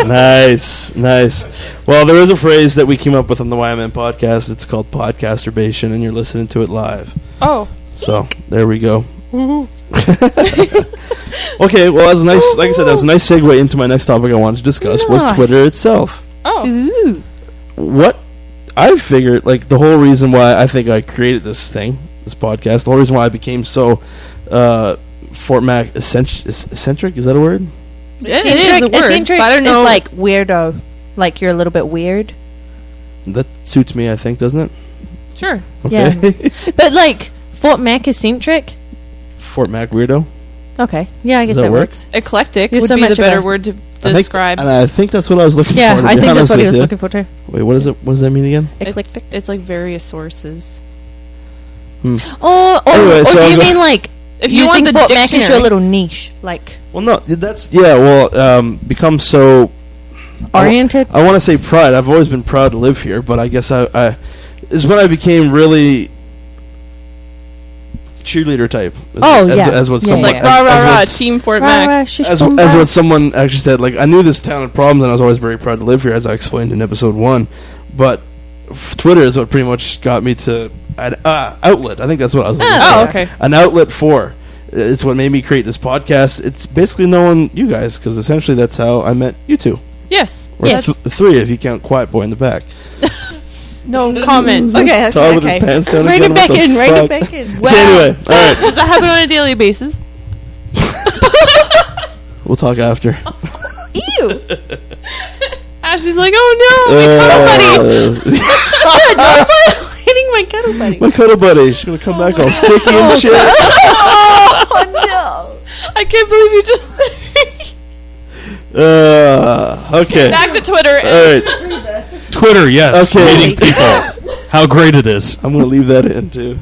E: Yeah, uh, nice, nice. Well, there is a phrase that we came up with on the YMN podcast. It's called podcasturbation, and you're listening to it live.
G: Oh,
I: Mm-hmm.
E: So there we go. Okay, well, that was a nice. Like I said, that was a nice segue into my next topic I wanted to discuss was
I: Nice.
E: Twitter itself.
G: Oh.
I: Mm-hmm.
E: what I figured, like the whole reason why I think I created this thing, this podcast, the whole reason why I became so uh, Fort Mac eccentric, eccentric is that a word?
G: Yeah, it is a word,
I: eccentric
G: but I don't know-
I: is like weirdo. Like you're a little bit weird.
E: That suits me, I think, doesn't it?
G: Sure.
I: Yeah. but like Fort Mac eccentric.
E: Fort Mac weirdo.
I: Okay. Yeah, I guess
E: Does that
I: that,
E: work?
I: works.
G: Eclectic
I: You're
G: would
I: so
G: be the
I: much of
G: better
I: a-
G: word to
E: I think-
G: describe.
E: and I think that's what I was looking
I: Yeah,
E: for. to
I: I
E: be
I: think that's
E: honest
I: what he
E: with
I: was
E: you.
I: looking for, too.
E: Wait, what is it? What does that mean again?
I: Eclectic.
G: It's, it's like various sources.
E: Hmm.
G: Oh,
I: Or, or,
E: Anyway,
I: or
E: so
I: do
E: I'll
I: you
E: go-
I: mean like
G: If
I: if
G: you
I: you
G: want
I: using
G: the
I: Fort Mac as your
G: dictionary.
I: little niche, like
E: Well, no, that's yeah. Well, um, become so
I: oriented?
E: I, want to say pride. I've always been proud to live here, but I guess I, I is when I became really cheerleader type. As,
I: Oh,
E: as,
I: yeah.
E: as what
I: Yeah,
E: someone
I: yeah,
G: Like
I: yeah.
E: as-
G: rah rah
E: as
G: rah,
E: what's-
G: Team Fort
I: Rah,
G: Mac.
I: rah, shish,
E: as,
I: bum,
E: as
I: bum.
E: what someone actually said, like I knew this town had problems, and I was always very proud to live here, as I explained in episode one. But f- Twitter is what pretty much got me to an uh, outlet. I think that's what I was. looking
G: Oh,
E: for.
G: okay.
E: An outlet for. It's what made me create this podcast. It's basically knowing you guys because essentially that's how I met you two.
G: Yes.
E: Or
I: Yes.
E: th- three if you count Quiet Boy in the back.
G: No comment.
I: Okay,
E: Todd with his pants down again,
I: Rein it
E: what
I: back
E: the
I: in. Rein
E: fuck?
I: it back in.
G: Wow.
E: Anyway, uh, all right,
G: Does that happen on a daily basis?
E: we'll talk after.
I: Ew.
G: Ashley's like, oh no, my cuddle
E: Uh,
G: buddy.
E: buddy.
I: Hitting my kettle buddy.
E: My cuddle buddy. She's gonna come back all sticky and shit.
I: Oh
G: I can't believe you just
E: Uh, okay.
G: back to Twitter.
E: All right.
H: Twitter, yes.
E: Okay.
H: Meeting people. How great it is.
E: I'm gonna leave that in too.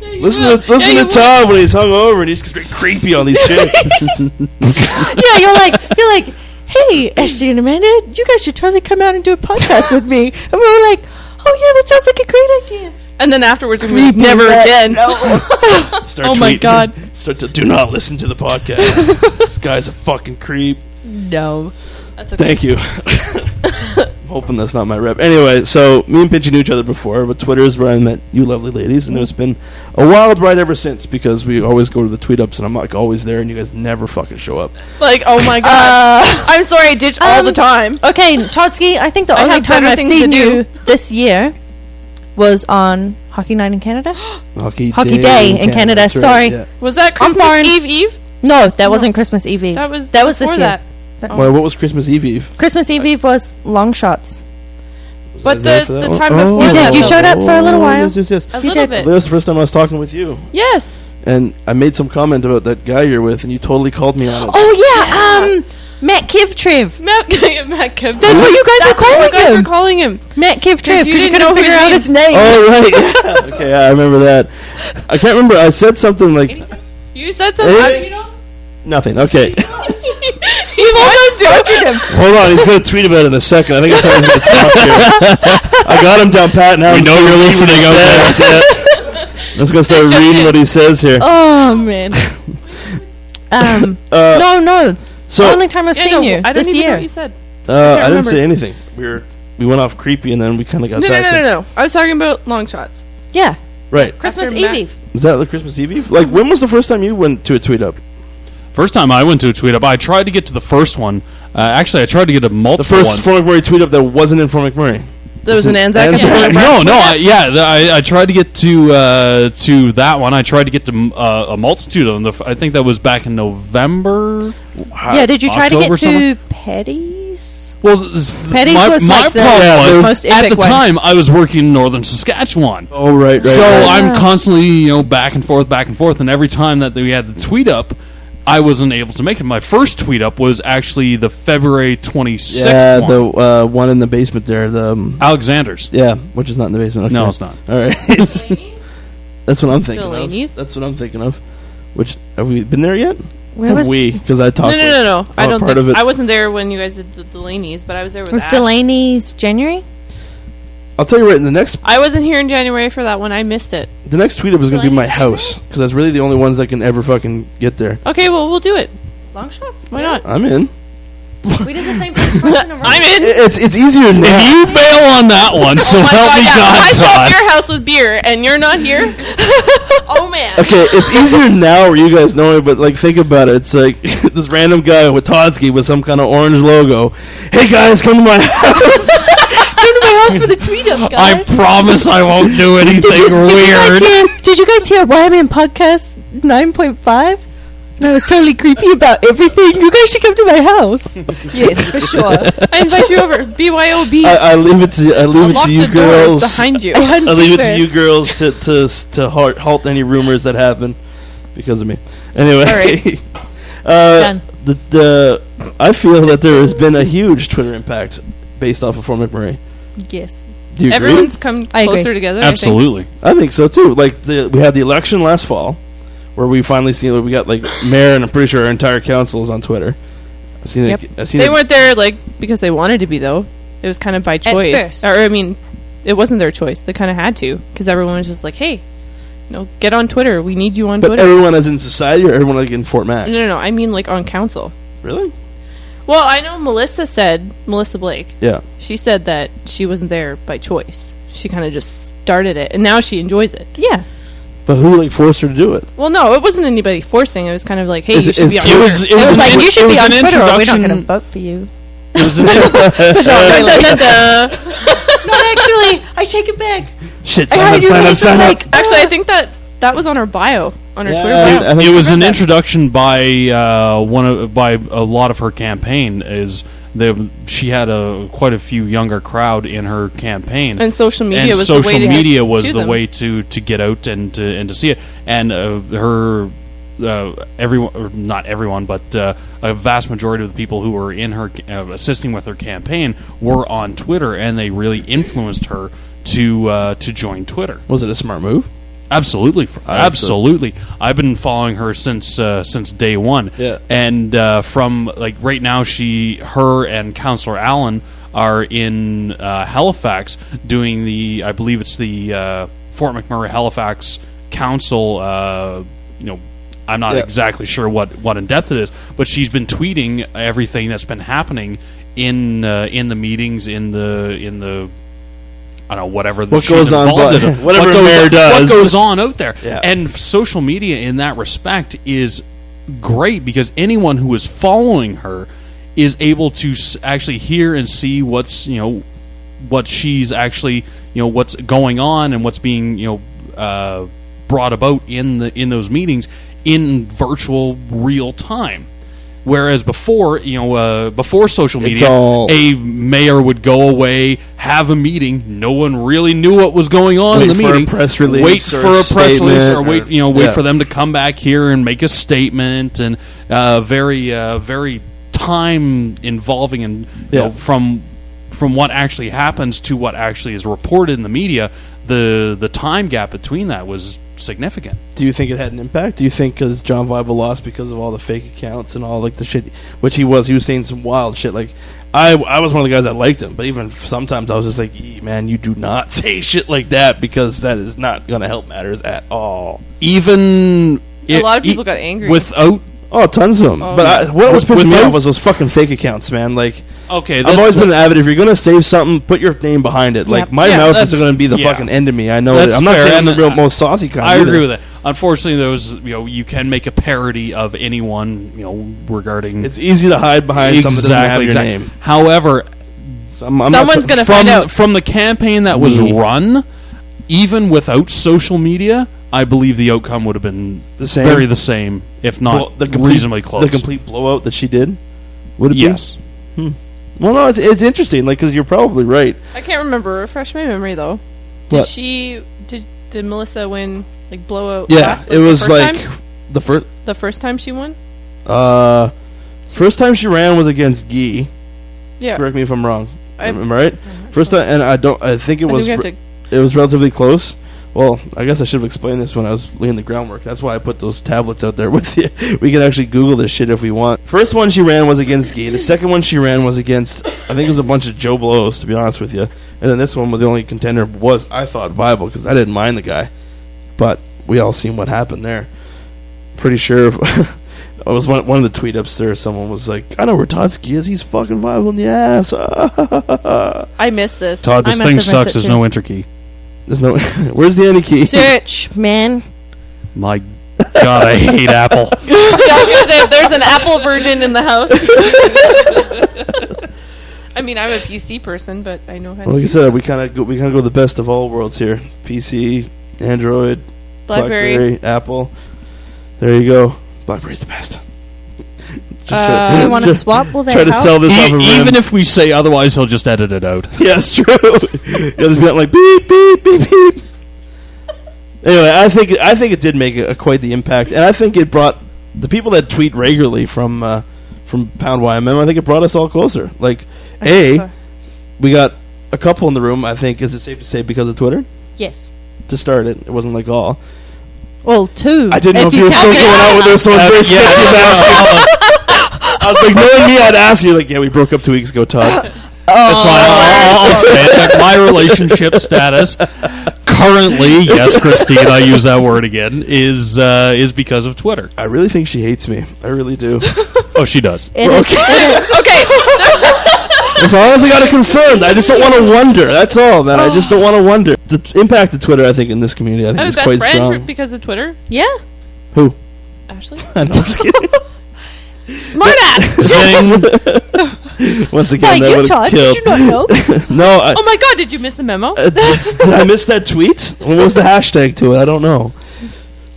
E: Listen
G: will.
E: to listen
G: Yeah,
E: to
G: you will.
E: Tom when he's hung over and he's just being creepy on these chicks.
I: no. yeah, you're like you're like, hey, Ashley and Amanda, you guys should totally come out and do a podcast with me. And we were like, oh yeah, that sounds like a great idea.
G: And then afterwards, we moved never again.
E: Start
G: Oh my
E: tweeting.
G: God.
E: Start to do not listen to the podcast. this guy's a fucking creep.
I: No.
G: That's okay.
E: Thank you. I'm hoping that's not my rep. Anyway, so me and Pinchy knew each other before, but Twitter is where I met you lovely ladies, and it's been a wild ride ever since because we always go to the tweet ups, and I'm like always there, and you guys never fucking show up.
G: Like, oh my god. I'm sorry, I ditch all
I: Uh, um,
G: the time.
I: Okay, Totsky, I think the
G: I
I: only
G: have
I: time
G: better
I: I've
G: things
I: seen
G: to do.
I: you this year was on Hockey Night in Canada.
E: Hockey,
I: Hockey Day in Canada,
E: that's
I: sorry.
G: Was that
I: I'm
G: Christmas
I: foreign.
G: Eve Eve?
I: No, that wasn't Christmas Eve Eve.
G: That was
I: that was this
G: before
I: year.
G: that.
I: That-
E: Well, what was Christmas Eve Eve?
I: Christmas Eve Eve was long shots.
E: Was I
G: But
E: there
G: the-
E: for that
G: the
E: one?
G: time before
I: You did. You showed up for a little
E: Oh,
I: while.
E: Yes, yes, yes.
G: A
I: You
G: little
I: did.
G: bit.
E: That was the first time I was talking with you,
G: Yes.
E: and I made some comment about that guy you're with, and you totally called me on it.
I: Oh yeah, um, Matt Kivtrev.
G: Matt, Matt Kemp.
I: That's what you guys
G: That's
I: were calling
G: what you guys
I: him.
G: were calling him.
I: Matt Kivtrev,
G: 'Cause
I: because
G: you
I: you,
G: didn't know his
I: couldn't figure out
G: name.
I: his name.
E: Oh right, yeah. okay, I remember that. I can't remember. I said something like
G: You said
E: Hey.
G: something. You know?
E: nothing. Okay,
G: You've
I: Oh.
G: always joking him.
E: hold on. He's gonna tweet about it in a second. I think it's time he's gonna talk here. I got him down pat now.
H: We
E: I'm
H: know
E: just
H: you're
E: gonna read
H: listening
E: what he
H: out
E: says. Yeah. Let's go start
G: That's just
E: reading
G: it.
E: what he says here.
I: Oh man. um,
E: Uh,
I: no, no.
E: so
I: only time I've
G: Yeah,
I: seen
G: no,
I: you
G: I don't
I: this
G: even know
I: year.
G: what you said.
E: uh, I didn't
G: remember.
E: say anything. We were we went off creepy, and then we kind of got
G: No, no,
E: back
G: no,
E: to
G: no, no. I was talking about long shots.
I: yeah,
E: right.
I: Christmas
G: After
I: Eve
G: Matt-
I: Eve.
E: Is that the Christmas Eve Eve? Like, when was the first time you went to a tweet up?
H: First time I went to a tweet up, I tried to get to the first one. Uh, actually, I tried to get to
E: The
H: multiple
E: first
H: ones.
E: Fort McMurray tweet up that wasn't in Fort McMurray.
G: There was an Anzac.
E: Anzac.
G: and Anzac.
H: no, no, I, yeah, th- I, I tried to get to uh, to that one. I tried to get to m- uh, a multitude of them. The f- I think that was back in November.
I: yeah, did you try to
H: October
I: get
H: somewhere?
I: to Patty's?
H: Well, th-
I: Petty's
H: my,
I: was
H: my
I: like the
H: problem was
I: most
H: at
I: epic
H: the
I: one.
H: time I was working in northern Saskatchewan.
E: Oh, right, right.
H: so
E: right.
H: I'm constantly, you know, back and forth, back and forth, and every time that we had the tweet up, I wasn't able to make it. My first tweet up was actually the February 26th
E: yeah,
H: one.
E: the uh, one in the basement there. The um,
H: Alexander's.
E: yeah, which is not in the basement. Okay.
H: No, it's not.
E: All right, that's what I'm thinking
G: Delaney's?
E: of. That's what I'm thinking of. Which have we been there yet?
I: Where
E: have
I: was
E: we? Because I talked.
G: No, no, no, no.
E: with-
G: I
E: oh,
G: don't
E: part
G: think
E: of it.
G: I wasn't there when you guys did the Delaney's, but I was there with
I: was
G: Ash.
I: Delaney's January?
E: I'll tell you right. In the next,
G: I wasn't here in January for that one. I missed it.
E: the next tweet up is going to be my
I: Delaney's
E: house because that's really the only ones that can ever fucking get there.
G: Okay, well we'll do it. Long shots. Why not?
E: I'm in.
G: We did the same thing twice in a row. I'm in.
E: It's it's easier now.
H: you bail on that one, so help me God,
G: I show
H: Todd.
G: up your house with beer and you're not here. oh man.
E: Okay, it's easier now where you guys know it, but like think about it. It's like this random guy with Totsky with some kind of orange logo. Hey guys, come to my house.
I: Come to my house for the tweet up,
H: I promise I won't do anything
I: Did
H: weird.
I: you, guys hear, did you guys hear why I'm in podcast 9.5? And I was totally creepy about everything. You guys should come to my house. yes, for sure.
G: I invite you over. BYOB.
E: I, I leave it to I
G: I'll
E: leave
G: lock
E: it to you
G: the doors
E: girls.
G: behind you.
E: I leave it to
I: Behind
E: you girls to to to halt, halt any rumors that happen because of me. Anyway,
I: All right.
E: uh,
I: Done.
E: the, the I feel that there has been a huge Twitter impact based off of Fort McMurray.
I: Yes.
E: Do you agree?
G: Everyone's come
I: I agree.
G: closer together.
H: Absolutely.
E: I think so too. Like the, we had the election last fall, where we finally seen we got like mayor and I'm pretty sure our entire council is on Twitter. I've seen
G: Yep.
E: it. I've
G: I
E: seen
G: think. They
E: it.
G: weren't there like because they wanted to be though. It was kind of by choice.
I: first.
G: Or I mean, it wasn't their choice. They kind of had to because everyone was just like, "Hey, you know, get on Twitter. We need you on
E: but
G: Twitter."
E: everyone as in society or everyone like in Fort Mac.
G: no, no, no. I mean like on council.
E: Really?
G: Well, I know Melissa said Melissa Blake.
E: Yeah.
G: She said that she wasn't there by choice. She kind of just started it, and now she enjoys it. Yeah.
E: But who like forced her to do it?
G: Well, no, it wasn't anybody forcing. It was kind of like, "Hey,
E: Is
G: you
E: it-
G: should
E: is
G: be on."
E: Twitter-
G: Twitter.
H: it was
I: It's
H: an
I: like,
H: in-
I: you
H: it
I: should
H: was
I: be on
H: an
I: Twitter or we're not going to
H: introduction-
I: vote for you.
H: it was an-
I: actually, I take it back.
E: Shit!
I: I
E: Sign up!
I: do
E: Sign
I: need
E: up!
I: to
E: Sign up!
I: make-
G: Actually, I think that that was on her bio on her
E: Yeah,
G: Twitter bio.
E: Uh, I think-
H: it was an
G: that.
H: introduction by uh, one of by a lot of her campaign is the she had a quite a few younger crowd in her campaign
G: And social media
H: And
G: was the
H: social
G: way to get
H: media was
G: to
H: the
G: them.
H: way to to get out and to and to see it and uh, her uh, everyone or not everyone but uh, a vast majority of the people who were in her uh, assisting with her campaign were on Twitter and they really influenced her to uh, to join Twitter
E: Was it a smart move?
H: Absolutely, fr-
E: I think so.
H: absolutely. I've been following her since uh, since day one.
E: Yeah.
H: and uh, from like right now, she, her, and Counselor Allen are in uh, Halifax doing the, I believe it's the uh, Fort McMurray Halifax Council. Uh, you know, I'm not
E: Yeah.
H: exactly sure what what in depth it is, but she's been tweeting everything that's been happening in uh, in the meetings in the in the I don't know whatever that
E: What
H: she's
E: goes on,
H: involved
E: but-
H: in.
E: whatever
H: what goes
E: mayor
H: on,
E: does.
H: What goes on out there,
E: Yeah.
H: and f- social media in that respect is great because anyone who is following her is able to s- actually hear and see what's you know what she's actually you know what's going on and what's being you know uh, brought about in the in those meetings in virtual real time. Whereas before, you know, uh, before social
E: It's
H: media,
E: all-
H: a mayor would go away, have a meeting. No one really knew what was going on in
E: Wait
H: the
E: for a
H: meeting.
E: press release
H: Wait
E: or
H: for
E: a
H: a press release,
E: statement
H: or wait,
E: or-
H: you know, wait
E: yeah.
H: for them to come back here and make a statement, and uh, very, uh, very time involving, and you
E: Yeah.
H: know, from from what actually happens to what actually is reported in the media, the the time gap between that was significant.
E: Do you think it had an impact? Do you think because John Viable lost because of all the fake accounts and all like the shit, which he was, he was saying some wild shit. Like I, I was one of the guys that liked him, but even sometimes I was just like, "Ee, man, you do not say shit like that because that is not going to help matters at all.
H: Even e
G: A lot of people got angry.
H: without.
E: Oh, tons of them.
G: Oh,
E: but
G: yeah.
E: I, what was
H: With-
E: pissing me
H: without-
E: off was those fucking fake accounts, man. Like
H: Okay,
E: I've
H: that-
E: always been an avid. If you're going to save something, put your name behind it. Like
I: Yep.
E: my
H: Yeah,
E: mouse
H: that's-
E: is going to be the
H: yeah.
E: fucking enemy. I know.
H: That's
E: That. I'm not
H: fair,
E: saying I'm the
H: and
E: real
H: I-
E: most saucy kind.
H: I
E: either.
H: agree with that. Unfortunately, those you know you can make a parody of anyone you know regarding
E: It's easy to hide behind something that doesn't have your name.
H: However,
E: So I'm- I'm not
G: Someone's
E: put-
G: gonna
H: from
G: find out.
H: from the campaign that was
E: Me.
H: run, even without social media, I believe the outcome would have been
E: The same?
H: very the same, if
E: Well,
H: not
E: the complete-
H: reasonably close.
E: The complete blowout that she did. Would it
H: yes,
E: be? Well, no, it's, it's interesting. Like, because you're probably right.
G: I can't remember. Refresh my memory though. Did
E: What?
G: she? Did did Melissa win? Like blowout?
E: Yeah,
G: last-
E: it was
G: the first
E: like
G: time?
E: the first.
G: the first time she won.
E: Uh, first time she ran was against Gee.
G: Yeah,
E: Correct me if I'm wrong.
G: I- Mm-hmm.
E: Am I right? First time, and I don't. I think it
G: I think
E: was.
G: we have
E: re-
G: to.
E: it was relatively close. Well, I guess I should have explained this when I was laying the groundwork. That's why I put those tablets out there with you. We can actually Google this shit if we want. First one she ran was against Gee. The second one she ran was against, I think it was a bunch of Joe Blows, to be honest with you. And then this one, was the only contender was, I thought, viable because I didn't mind the guy. But we all seen what happened there. Pretty sure if- I was one, one of the tweet ups there. Someone was like, "I know where Totsky is. He's fucking viable in the ass."
G: I missed this.
H: Todd, this
G: I
H: thing
G: must have
H: sucks.
G: missed
H: There's
G: it
H: no
G: too.
H: enter key.
E: There's no. Where's the enter key?
I: Search, man.
H: My God, I hate Apple.
G: Y'all knew that there's an Apple virgin in the house. I mean, I'm a PC person, but I know how
E: Well,
G: to
E: like I
G: use
E: said, we kind of go, we kind of go the best of all worlds here: PC, Android,
G: Blackberry.
E: Apple. There you go. BlackBerry's the best. Just
I: Uh,
E: try-
I: You wanna
E: just
I: swap? Will they
E: try to
I: help?
E: sell this
H: E-
E: off of
H: even
E: him.
H: if we say otherwise, he'll just edit it out.
E: Yes, true. You'll just be like beep beep beep beep. Anyway, I think I think it did make a, quite the impact, and I think it brought the people that tweet regularly from uh, from Pound YMM. I think it brought us all closer. Like, a, we got a couple in the room. I think is it safe to say because of Twitter
I: Yes.
E: to start it. It wasn't like all.
I: Well, two.
E: I didn't know if you were still going out with her, so I was very skeptical to ask you. I was like, knowing me, I'd ask you. Like, yeah, we broke up two weeks ago, Todd.
H: That's why I'll, I'll, I'll say it. Like my relationship status currently, yes, Christine, I use that word again, is uh, is because of Twitter.
E: I really think she hates me. I really do.
H: oh, she does.
E: That's all I got to confirm. I just don't want to wonder. That's all, man. I just don't want to wonder. The t- impact of Twitter, I think, in this community, I
G: I
E: think
G: have a
E: is
G: best
E: quite
G: friend for-
E: strong.
G: because of Twitter.
I: Yeah,
E: Who?
G: Ashley.
E: I know, I'm just kidding.
I: smart ass.
E: Zing. Once again, that would have killed.
I: know?
E: no, I,
G: oh my God! Did you miss the memo?
E: uh, did I miss that tweet? What was the hashtag to it? I don't know.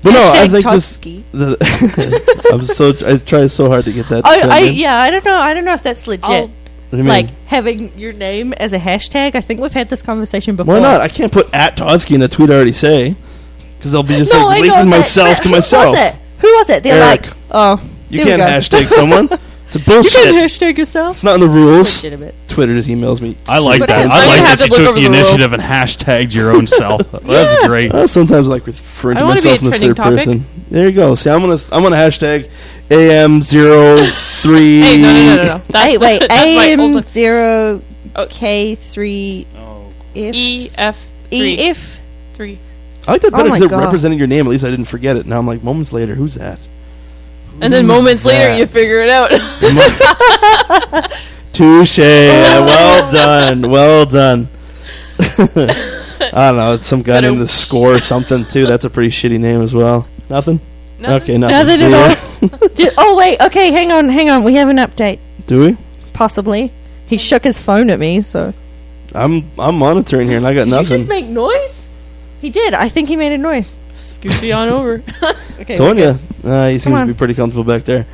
E: But no, I
I: Hashtag
E: think this.
I: Totsky.
E: The I'm so. I try so hard to get that.
I: I,
E: trend
I: I
E: in.
I: yeah, I don't know. I don't know if that's legit.
G: I'll- What
E: do you mean?
I: like having your name as a hashtag. I think we've had this conversation before.
E: Why not? I can't put at Totsky in a tweet I already say because I'll be just
I: no,
E: like
I: I know, but-
E: linking myself
I: but
E: to myself.
I: Who was it? Who was it? They're
E: Eric.
I: like, oh,
E: You
I: there we
E: can't Oh,
I: go.
E: hashtag someone. It's a bullshit.
I: You can hashtag yourself.
E: It's not in the rules.
I: Legitimate.
E: Twitter just emails me.
H: I like
I: But it
H: that.
I: is
H: I
I: funny
G: to
H: like
G: have
H: that
G: to
H: you
G: look
H: took
G: over
H: the
G: the world.
H: initiative and hashtagged your own self. That's great.
E: I sometimes like referring to
G: I wanna be
E: myself
G: a
E: in the
G: trending
E: third
G: topic.
E: person. There you go. See, I'm gonna I'm gonna hashtag AM03.
G: Hey, no, no, no, no. no.
I: Hey,
G: That's,
I: wait,
G: that's my
I: AM
G: old
I: zero K three
E: Oh.
I: F
G: E F
I: E
G: E
I: F.
G: three.
E: I like that
I: Oh
E: better
I: my
E: because it
I: God.
E: represented your name. At least I didn't forget it. Now I'm like moments later, who's that?
G: And then moments later, you
E: that?
G: figure it out.
E: Touche.
G: Oh.
E: well done. Well done. I don't know. It's some guy named the score or something too. That's a pretty shitty name as well. Nothing.
G: Nothing.
E: Okay. Nothing.
I: Nothing at
E: Yeah.
I: all. Ju- oh wait, okay, hang on, hang on. We have an update,
E: Do we?
I: possibly. He shook his phone at me, so.
E: I'm I'm monitoring here and I got
I: Did you
E: nothing.
I: just make noise? He did. I think he made a noise.
G: Scoopy on over.
I: Okay.
E: Told ya. Uh, he
I: Come
E: seems to
I: on.
E: be pretty comfortable back there.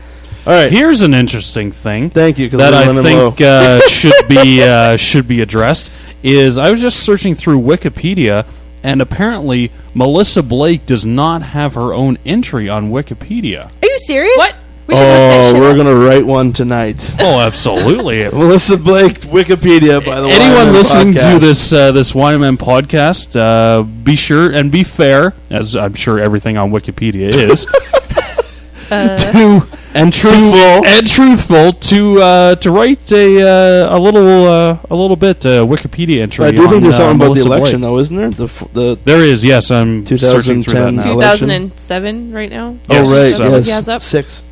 E: All right.
H: Here's an interesting thing.
E: Thank you. 'cause
H: that
E: we're
H: I
E: running
H: think
E: low.
H: uh, should be uh, should be addressed is I was just searching through Wikipedia, and apparently Melissa Blake does not have her own entry on Wikipedia.
I: Are you serious?
G: What?
I: We should look that
E: oh,
I: shit
E: we're
I: up.
E: gonna write one tonight.
H: Oh, absolutely.
E: Melissa Blake, Wikipedia. By the way,
H: Anyone listening to this uh, this YMN podcast, uh, be sure and be fair, as I'm sure everything on Wikipedia is, to
E: and
H: to-
E: truthful,
H: and truthful to uh, to write a uh, a little uh, a little bit uh, Wikipedia entry.
E: I do
H: on,
E: think there's
H: uh,
E: something about the
H: Melissa Blake.
E: election, though, isn't there? The f- the
H: There is, yes. I'm searching through that
E: 2010
H: now.
E: election.
G: 2007 right now.
E: oh
H: Yes,
E: right,
G: That's what
E: yes,
G: he has up.
E: six.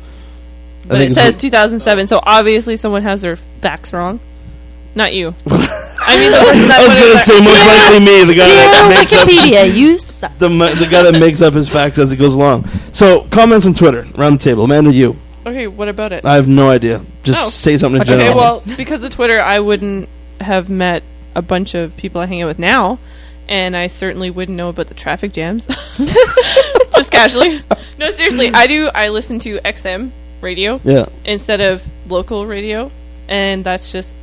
G: But
E: think
G: it
E: it's
G: says
E: what-
G: 2007, so obviously someone has their facts wrong. Not you. I mean, the person that
E: I was gonna say most likely
G: put it up-
E: me, the guy that
I: Dear
E: makes up
I: Wikipedia, you suck.
E: the m- the guy that makes up his facts as he goes along. So comments on Twitter, round the table, Amanda. You,
G: Okay, what about it?
E: I have no idea. Just
G: Oh.
E: say something in
G: okay,
E: general.
G: well, because of Twitter, I wouldn't have met a bunch of people I hang out with now, and I certainly wouldn't know about the traffic jams. Just casually. No, seriously, I do. I listen to XM radio
E: yeah.
G: instead of local radio, and that's just.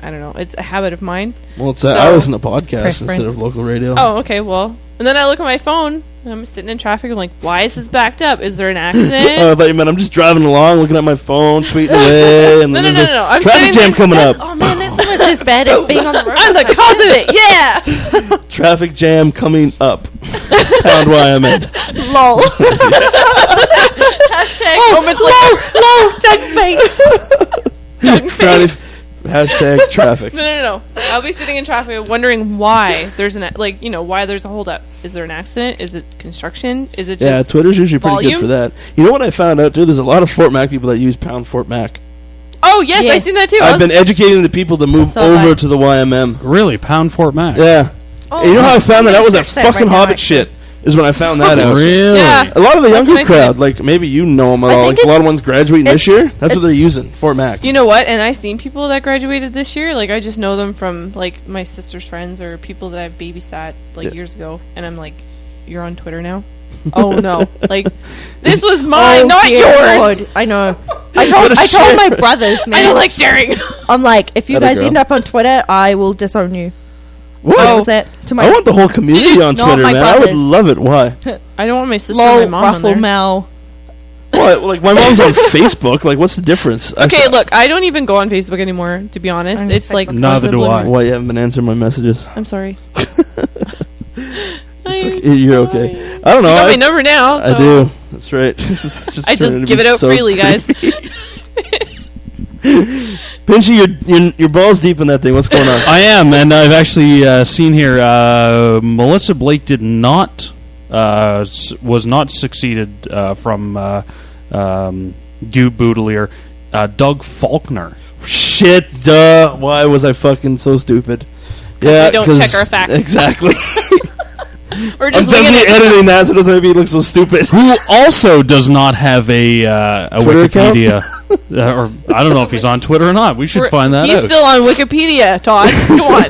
G: I don't know. It's a habit of mine.
E: Well, it's, uh,
G: So-
E: I listen to podcasts instead of
I: Preference.
E: local radio.
G: Oh, okay. Well, and then I look at my phone and I'm sitting in traffic. I'm like, why is this backed up? Is there an accident?
E: Oh, I thought you meant I'm just driving along, looking at my phone, tweeting away, and
G: No,
E: then
G: no,
E: there's
G: no, no,
E: a
G: I'm
E: traffic
G: saying
E: jam
G: that-
E: coming up.
I: That's- Oh man, that's almost as bad as being on the road.
G: I'm the cause of it. Yeah.
E: Traffic jam coming up. Pound YMN.
I: Lol.
G: Hashtag
I: Oh,
E: Oh.
G: moments
I: lol, lol, duck face.
E: Frowny, Hashtag traffic.
G: No, no, no, no. I'll be sitting in traffic wondering why there's an like you know why there's a holdup. Is there an accident? Is it construction? Is it just
E: Yeah, Twitter's usually pretty
G: volume?
E: good for that. You know what I found out too? There's a lot of Fort Mac people that use pound Fort Mac.
G: Oh yes, I
J: Yes.
G: seen that too. I
E: I've
G: was-
E: been educating the people to move
G: So have
E: over
G: I.
E: to the YMM.
H: Really, pound Fort Mac.
E: Yeah.
G: Oh,
E: And you know how I
G: I'm
E: found that?
G: gonna
E: That was that
G: search that right
E: fucking
G: now,
E: Hobbit
G: actually.
E: shit. Is when I found that out.
H: Really?
G: Yeah.
E: A lot of the
G: That's
E: younger
G: what I said.
E: crowd, like maybe you know them at
I: I
E: all.
I: think
E: Like a lot of
I: it's-
E: ones graduating this
I: it's-
E: year. That's what
I: it's-
E: they're using. Fort Mac.
G: You know what? And I've seen people that graduated this year. Like I just know them from like my sister's friends or people that I've babysat like
E: Yeah.
G: years ago. And I'm like, you're on Twitter now. oh no! Like this was mine,
I: Oh,
G: not
I: dear
G: yours.
I: Lord. I know. I told I told my brothers, man.
G: I don't like sharing.
I: I'm like, if you
E: Atta
I: guys
E: girl.
I: end up on Twitter, I will disown you.
E: What?
I: What was that? To my
E: I want the whole community on
I: No,
E: Twitter,
I: my
E: man. I would
I: brothers.
E: love it. Why?
G: I don't want my sister,
I: lol
G: and my mom on
I: ruffle
G: there.
I: Mel.
E: Well, like my mom's on Facebook. Like, what's the difference? I
G: Okay,
E: saw-
G: look, I don't even go on Facebook anymore. To be honest,
I: I'm
G: it's like
I: Facebook.
H: Neither do I.
E: Why you haven't been answering my messages?
G: I'm sorry.
E: It's
G: I'm
E: okay. You're
G: sorry.
E: okay. I don't know.
G: you got my
E: I,
G: number now.
E: I
G: so-
E: do. That's right. This is just
G: I
E: turning to
G: just give
E: be
G: it out
E: so
G: freely, guys.
E: creepy. Pinchy, your, your your balls deep in that thing. What's going on?
H: I am, and I've actually uh, seen here. Uh, Melissa Blake did not uh, s- was not succeeded uh, from uh, um, Dude Boodelier, uh, Doug Faulkner.
E: Shit, duh. Why was I fucking so stupid? Yeah,
G: we don't check
E: 'cause-
G: our facts.
E: Exactly.
G: Or
E: I'm
G: just winging
E: definitely
G: it.
E: editing that, so it doesn't make me look so stupid.
H: who also does not have a uh, a
E: Twitter account?
H: Wikipedia, uh, or I don't know if he's on Twitter or not. We should
G: We're-
H: find that
G: He's
H: out.
G: still on Wikipedia, Todd. Come on.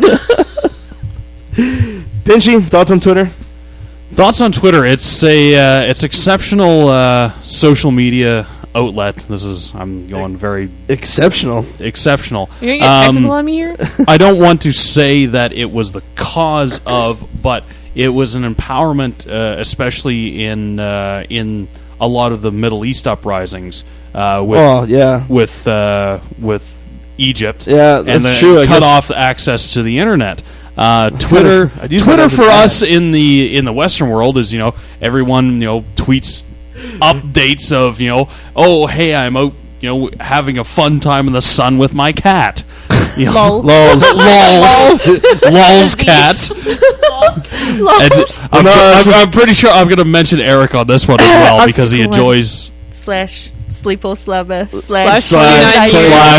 E: Pinchy, thoughts on Twitter?
H: Thoughts on Twitter? It's a uh, it's exceptional uh, social media outlet. This is I'm going very
E: Exceptional.
H: exceptional.
G: You're gonna get technical
H: Um,
G: on me here.
H: I don't want to say that it was the cause of, but it was an empowerment, uh, especially in uh, in a lot of the Middle East uprisings uh, with
E: oh yeah,
H: with uh, with Egypt.
E: Yeah, that's
H: and then
E: true, I
H: Cut
E: guess.
H: off access to the internet. Uh, Twitter,
E: I'd use that
H: Twitter
E: as a
H: for
E: guide.
H: us in the in the Western world is you know everyone you know tweets updates of you know oh hey I'm out you know having a fun time in the sun with my cat. You know,
I: Lol.
H: lols, lols, lols, cats. And I'm,
E: No,
H: I'm,
E: it's
H: I'm pretty sure I'm going to mention Eric on this one as well
I: I'll
H: because he
I: squint.
H: enjoys
I: Slash sleep or slumber. Slash,
G: Slash,
I: twenty nine
H: slash,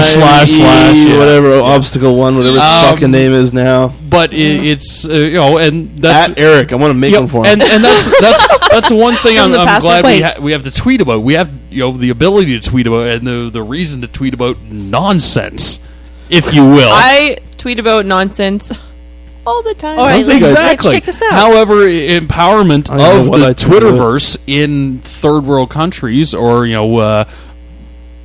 I: years.
H: slash, slash, yeah.
E: whatever obstacle one, whatever his
H: Um,
E: fucking name is now.
H: but i it's uh, you know, and that's
E: At Eric, I want to make
H: Yeah,
E: him for him.
H: and and that's that's that's the one thing
I: From
H: I'm,
I: the
H: I'm
I: past
H: glad we
I: plate.
H: ha- we have to tweet about. We have you know the ability to tweet about and the the reason to tweet about nonsense, if you will.
G: I tweet about nonsense all the time.
I: All right, let's-
H: exactly.
I: Let's check this out.
H: However, i- empowerment
E: I know
H: of
E: what
H: the
E: I tweet about.
H: Twitterverse in third world countries or you know uh,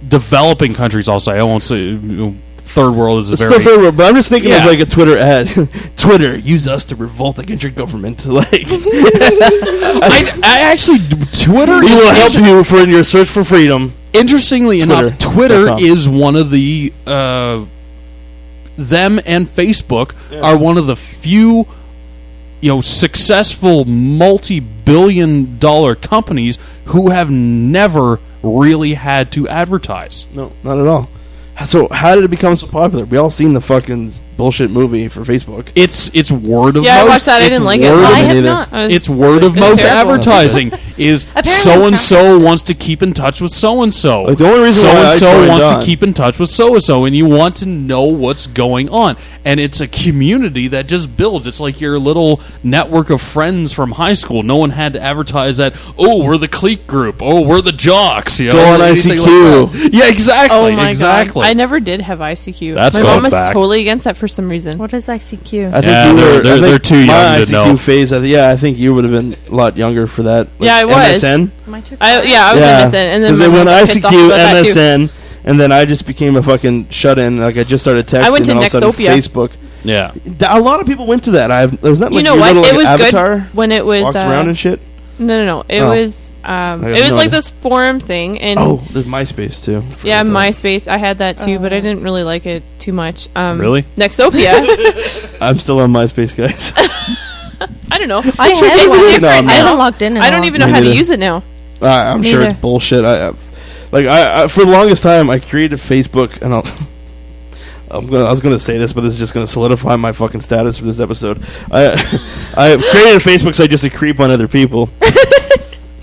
H: developing countries. Also, I won't say you know, third world is a
E: It's
H: very
E: still favorite, but I'm just thinking of
H: Yeah.
E: like a Twitter ad. Twitter, use us to revolt against your government. Like, we
H: I, I actually Twitter is
E: will help
H: actually-
E: you for in your search for freedom.
H: interestingly enough, Twitter
E: Twitter.com.
H: is one of the uh, them and Facebook are one of the few you know successful multi-billion dollar companies who have never really had to advertise.
E: No, not at all. So how did it become so popular? We all seen the fucking bullshit movie for Facebook.
H: It's it's word of
G: Yeah, I
H: mouth.
G: watched that. I
H: It's
G: didn't like it.
H: word
I: I
H: of-
I: have
E: either.
I: not.
G: I was-
H: It's word of mouth
G: terrible.
H: advertising is
I: Apparently
H: so and so
I: Sarah-
H: wants to keep in touch with so and so.
E: Like, the only reason
H: so
E: why I
H: and so
E: joined
H: wants
E: on-
H: to keep in touch with so and so, and you want to know what's going on. And it's a community that just builds. It's like your little network of friends from high school. No one had to advertise that. Oh, we're the clique group. Oh, we're the jocks. You know,
E: Go on
H: anything
E: ICQ.
H: that. yeah, exactly.
G: Oh my
H: exactly.
G: god! I never did have ICQ.
H: That's
G: my
H: going
G: mom was
H: back.
G: totally against that for some reason.
I: What is ICQ?
E: I think
H: Yeah,
E: you
H: they're-
E: were.
H: they're-
E: I think
H: they're too
E: my
H: young to
E: ICQ
H: know.
E: phase. I th- yeah, I think you would have been a lot younger for that. Like,
G: Yeah, I was.
E: MSN.
I: Am I too
G: I,
I: far?
G: yeah, I was
E: yeah,
G: MSN, and then
E: because
G: my
E: they
G: mom
E: went
G: got pissed off
E: ICQ,
G: about that, too.
E: MSN, and then I just became a fucking shut in. Like I just started texting.
G: I went to
E: and all of a
G: Nexopia.
E: sudden, Facebook.
H: yeah.
E: Th- A lot of people went to that. I've there was not like
G: you know
E: your
G: what?
E: Little, like,
G: it was
E: avatar
G: good when it was.
E: walks around
G: Uh,
E: and shit.
G: no, no, no. It
E: Oh.
G: was. Um,
E: I got
G: it was
E: no
G: like
E: idea.
G: this forum thing, and
E: Oh, there's MySpace too. I forgot
G: yeah,
E: that.
G: MySpace. I had that too, but I didn't really like it too much. Um,
H: Really?
G: Nexopia.
E: I'm still on MySpace, guys.
G: I don't know.
I: I
G: It's
I: have one.
G: different
E: No, I'm
I: I
G: now.
I: haven't logged in. in
G: I
I: a
G: don't
I: long
G: even
I: time.
G: know how to
E: neither.
G: use it now.
E: I Uh, I'm sure
I: Neither.
E: it's bullshit. I, I like I, I for the longest time I created Facebook and I'll I'm gonna, I was going to say this, but this is just going to solidify my fucking status for this episode. I, I created a Facebook site just to creep on other people.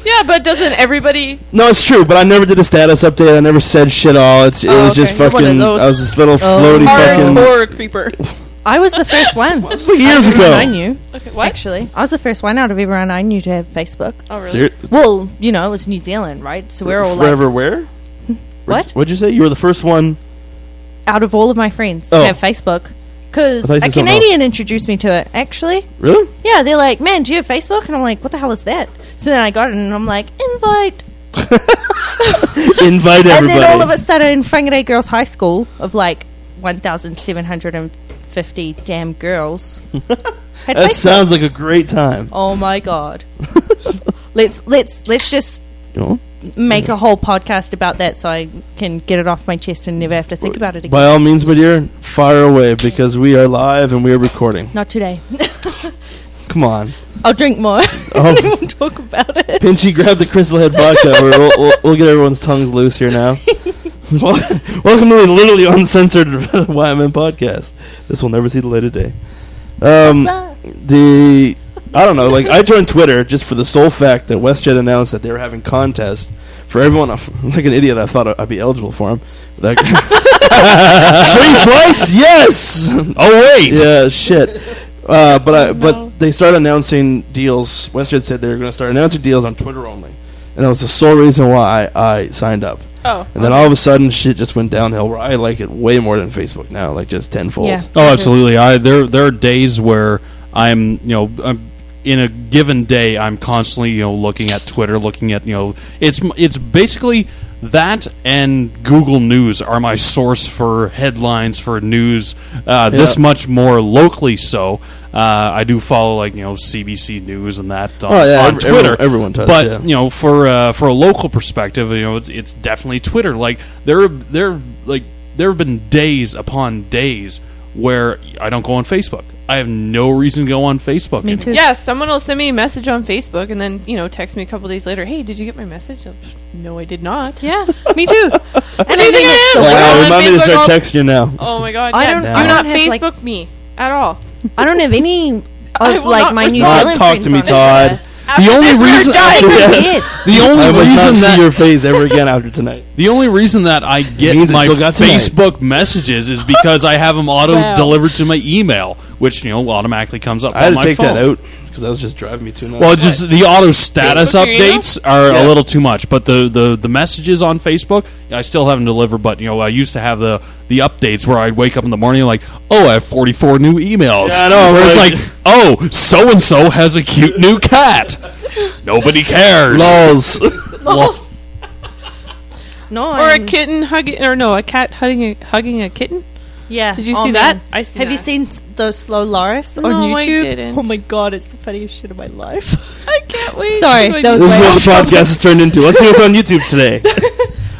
G: Yeah, but doesn't everybody?
E: No, it's true, but I never did a status update. I never said shit all. It's, it
I: Oh,
E: was just
G: You're one of
E: fucking.
G: those
E: I was this little floaty fucking.
G: hardcore creeper.
I: I was the first one. That was
E: like years ago.
I: I knew.
G: Okay, what?
I: Actually, I was the first one out of everyone I knew to have Facebook.
G: Oh, really?
E: Ser-
I: Well, you know, it was New Zealand, right? So we're all
E: forever
I: like,
E: where?
I: What?
E: What'd you say? You were the first one.
I: out of all of my friends
E: Oh.
I: to have Facebook
E: I
I: because
E: thought you
I: a
E: said something
I: Canadian introduced me to it. Actually,
E: Really?
I: yeah, they're like, "Man, do you have Facebook?" And I'm like, "What the hell is that?" So then I got it, and I'm like, "Invite."
E: Invite everybody.
I: And then all of a sudden, Whangarei Girls High School of like 1,750 damn girls. had
E: that
I: Facebook.
E: sounds like a great time.
I: Oh my god. let's let's let's just
E: You know?
I: make a whole podcast about that so I can get it off my chest and never have to think about it again.
E: By all means, my dear, fire away because we are live and we are recording.
I: Not today.
E: Come on.
I: I'll drink more.
E: Oh.
I: and then we'll talk about it.
E: Pinchy, grab the Crystal Head vodka. We're, we'll, we'll, we'll get everyone's tongues loose here now. Wel- Welcome to the literally uncensored Wyman podcast. This will never see the light of day. Um, the I don't know. Like I joined Twitter just for the sole fact that WestJet announced that they were having contests for everyone. Like an idiot, I thought I'd be eligible for them. Like, Free flights, yes. Oh,
H: Always.
E: Yeah, shit. Uh, but I, but they started announcing deals. WestJet said they were going to start announcing deals on Twitter only, and that was the sole reason why I, I signed up.
G: Oh,
E: And then all of a sudden, shit just went downhill. Where I like it way more than Facebook now, like just tenfold.
I: Yeah.
H: Oh, absolutely. I there there are days where I'm you know I'm, in a given day I'm constantly you know looking at Twitter, looking at you know it's m- it's basically that and Google News are my source for headlines for news. Uh, This
E: Yeah.
H: much more locally so. Uh, I do follow like you know CBC News and that on,
E: Oh, yeah,
H: on
E: every-
H: Twitter.
E: everyone- everyone does,
H: but
E: yeah.
H: you know, for uh, for a local perspective, you know, it's it's definitely Twitter. Like there there like there have been days upon days where I don't go on Facebook. I have no reason to go on Facebook.
I: Me
H: anymore.
I: too.
G: Yeah, someone will send me a message on Facebook and then, you know, text me a couple days later, hey, did you get my message? I'm just, no, I did not.
I: Yeah, me too. And I
G: think
I: think
G: I
I: it's
G: am.
I: the
G: Wow.
I: worst.
E: Wow,
G: on
E: remind me to
G: Facebook
E: start
G: all-
E: texting you now.
G: Oh my god.
I: I
G: yeah,
I: don't-
G: do
I: I
G: not
I: don't have, like-
G: Facebook me at all.
I: I don't have any
G: I
I: of
G: will
I: like
G: not
I: my
G: respond.
I: New
G: Not
I: Zealand
E: talk to me,
I: friends
E: Todd.
I: on Twitter.
H: The only reason
I: Dying dead.
H: the
E: I
H: only
E: must not
H: reason that
E: see your face ever again after tonight.
H: the only reason that I
E: means
H: get
E: I
H: my
E: still got tonight.
H: Facebook messages is because I have them auto delivered to my email, which you know automatically comes up
E: I had
H: on
E: to
H: my
E: take
H: phone.
E: that out because that was just driving me too nuts.
H: Well, just the auto status
G: Facebook or email?
H: updates are
E: Yeah.
H: a little too much, but the, the, the messages on Facebook, I still haven't delivered. But you know, I used to have the, the updates where I'd wake up in the morning like, oh, I have forty four new emails.
E: Yeah, I know,
H: Where it's
E: right?
H: like, oh, so and so has a cute new cat. Nobody cares.
E: lols.
H: Lol.
I: No,
G: Or a
I: I'm-
G: kitten hugging, or no, a cat hugging a, hugging a kitten.
I: Yeah.
G: Did you
I: oh,
G: see
I: man.
G: that? I seen
I: Have you
G: that.
I: seen s- those slow Loris on
G: No, I
I: YouTube?
G: didn't.
I: Oh my god, it's the funniest shit of my life.
G: I can't wait.
I: Sorry,
G: What
I: that
G: do
I: was
G: you
E: this is
G: do?
I: way-
E: what the podcast has turned into. Let's see what's on YouTube today.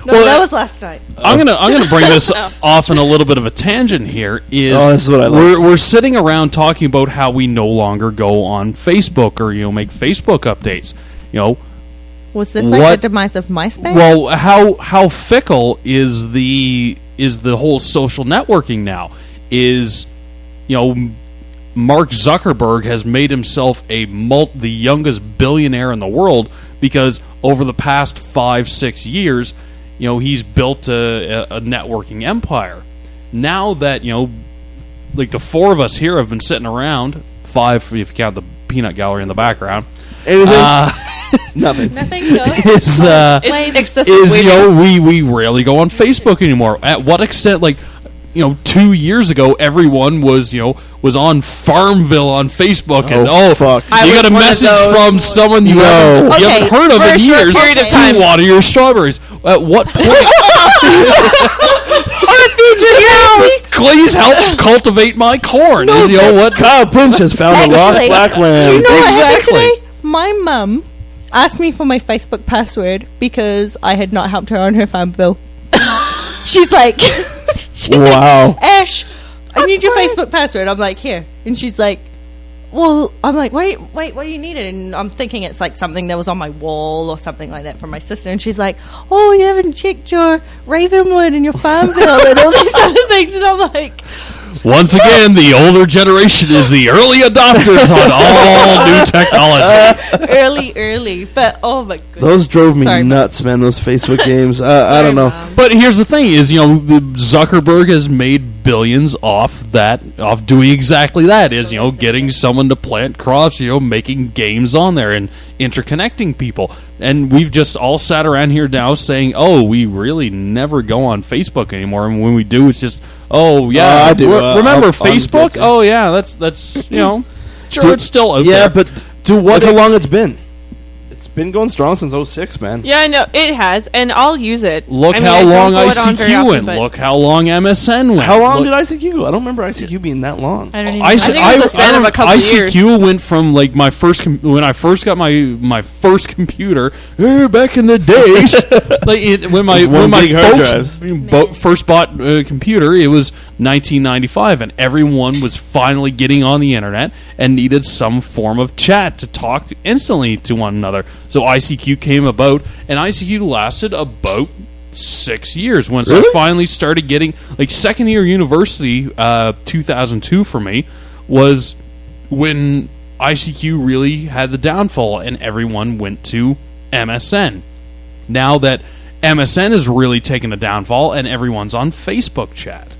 I: no, that was last night.
H: I'm gonna I'm gonna bring this off in a little bit of a tangent here. Is
E: Oh, this is what I like.
H: we're we're sitting around talking about how we no longer go on Facebook or you know make Facebook updates. You know,
I: Was this
H: like What?
I: like
H: the
I: the demise of MySpace?
H: Well, how how fickle is the is the whole social networking now? Is you know Mark Zuckerberg has made himself a mul- the youngest billionaire in the world because over the past five six years, you know he's built a, a a networking empire. Now that you know, like the four of us here have been sitting around five if you count the peanut gallery in the background.
E: Anything? Nothing.
I: Nothing goes.
H: Is uh,
G: It's excessive
H: is
G: waiting.
H: you know we we rarely go on Facebook anymore. At what extent, like you know, two years ago, everyone was you know was on Farmville on Facebook, and
E: Oh,
H: oh
E: fuck.
H: you
E: I
H: got a message from someone you
E: No.
H: haven't,
G: Okay,
H: you haven't heard of
G: for
H: in
G: a short
H: years
G: period of
H: to
G: time.
H: water your strawberries. At what point? Please help cultivate my corn. is you know what?
E: Kyle Punch has found a lost
I: Actually,
E: black lamb.
I: Do you know what happened
H: Exactly.
I: today? My mum asked me for my Facebook password because I had not helped her on her farm bill. she's like, she's
E: Wow.
I: like, Ash, I need your Facebook password. I'm like, here, and she's like, well, I'm like, wait, wait, what do you need it? And I'm thinking it's like something that was on my wall or something like that from my sister. And she's like, oh, you haven't checked your Ravenwood and your farm bill and all these other things. And I'm like,
H: Once again, the older generation is the early adopters on all new technology.
I: early, early. But oh my goodness.
E: Those drove me
I: Sorry.
E: nuts, man. Those Facebook games. Uh, I I don't know.
H: But here's the thing: is you know Zuckerberg has made billions off that, off doing exactly that. Is you know getting someone to plant crops, you know making games on there and interconnecting people. And we've just all sat around here now saying, "Oh, we really never go on Facebook anymore." And when we do, it's just, "Oh yeah,
E: Uh, I do.
H: re-
E: Uh,
H: remember
E: I'm- I'm
H: Facebook?
E: guilty.
H: oh yeah, that's that's you know, sure
E: Do-
H: it's still out
E: yeah,
H: there.
E: but to what? Look how long it's been? It's been going strong since 06, man.
G: Yeah, I know it has, and I'll use it.
H: Look
G: I mean,
H: how
G: I don't
H: long
G: go it on very
H: ICQ
G: often,
H: went.
G: but-
H: Look how long MSN went.
E: How long
H: Look-
E: did ICQ? I don't remember ICQ being that long.
I: I don't even
H: Oh, I,
I: know.
H: said-
G: think it was
H: I-
G: the span
H: I
G: of a couple
H: ICQ
G: years.
H: went from like my first com- when I first got my my first computer eh, back in the days, like it, when my
E: With one
H: when my
E: gig hard
H: folks bo- first bought a computer, it was 1995, and everyone was finally getting on the internet and needed some form of chat to talk instantly to one another. So ICQ came about, and ICQ lasted about. Six years once I
E: Really?
H: finally started getting like second year university uh, 2002 for me was when ICQ really had the downfall and everyone went to MSN. Now that MSN is really taking a downfall and everyone's on Facebook chat.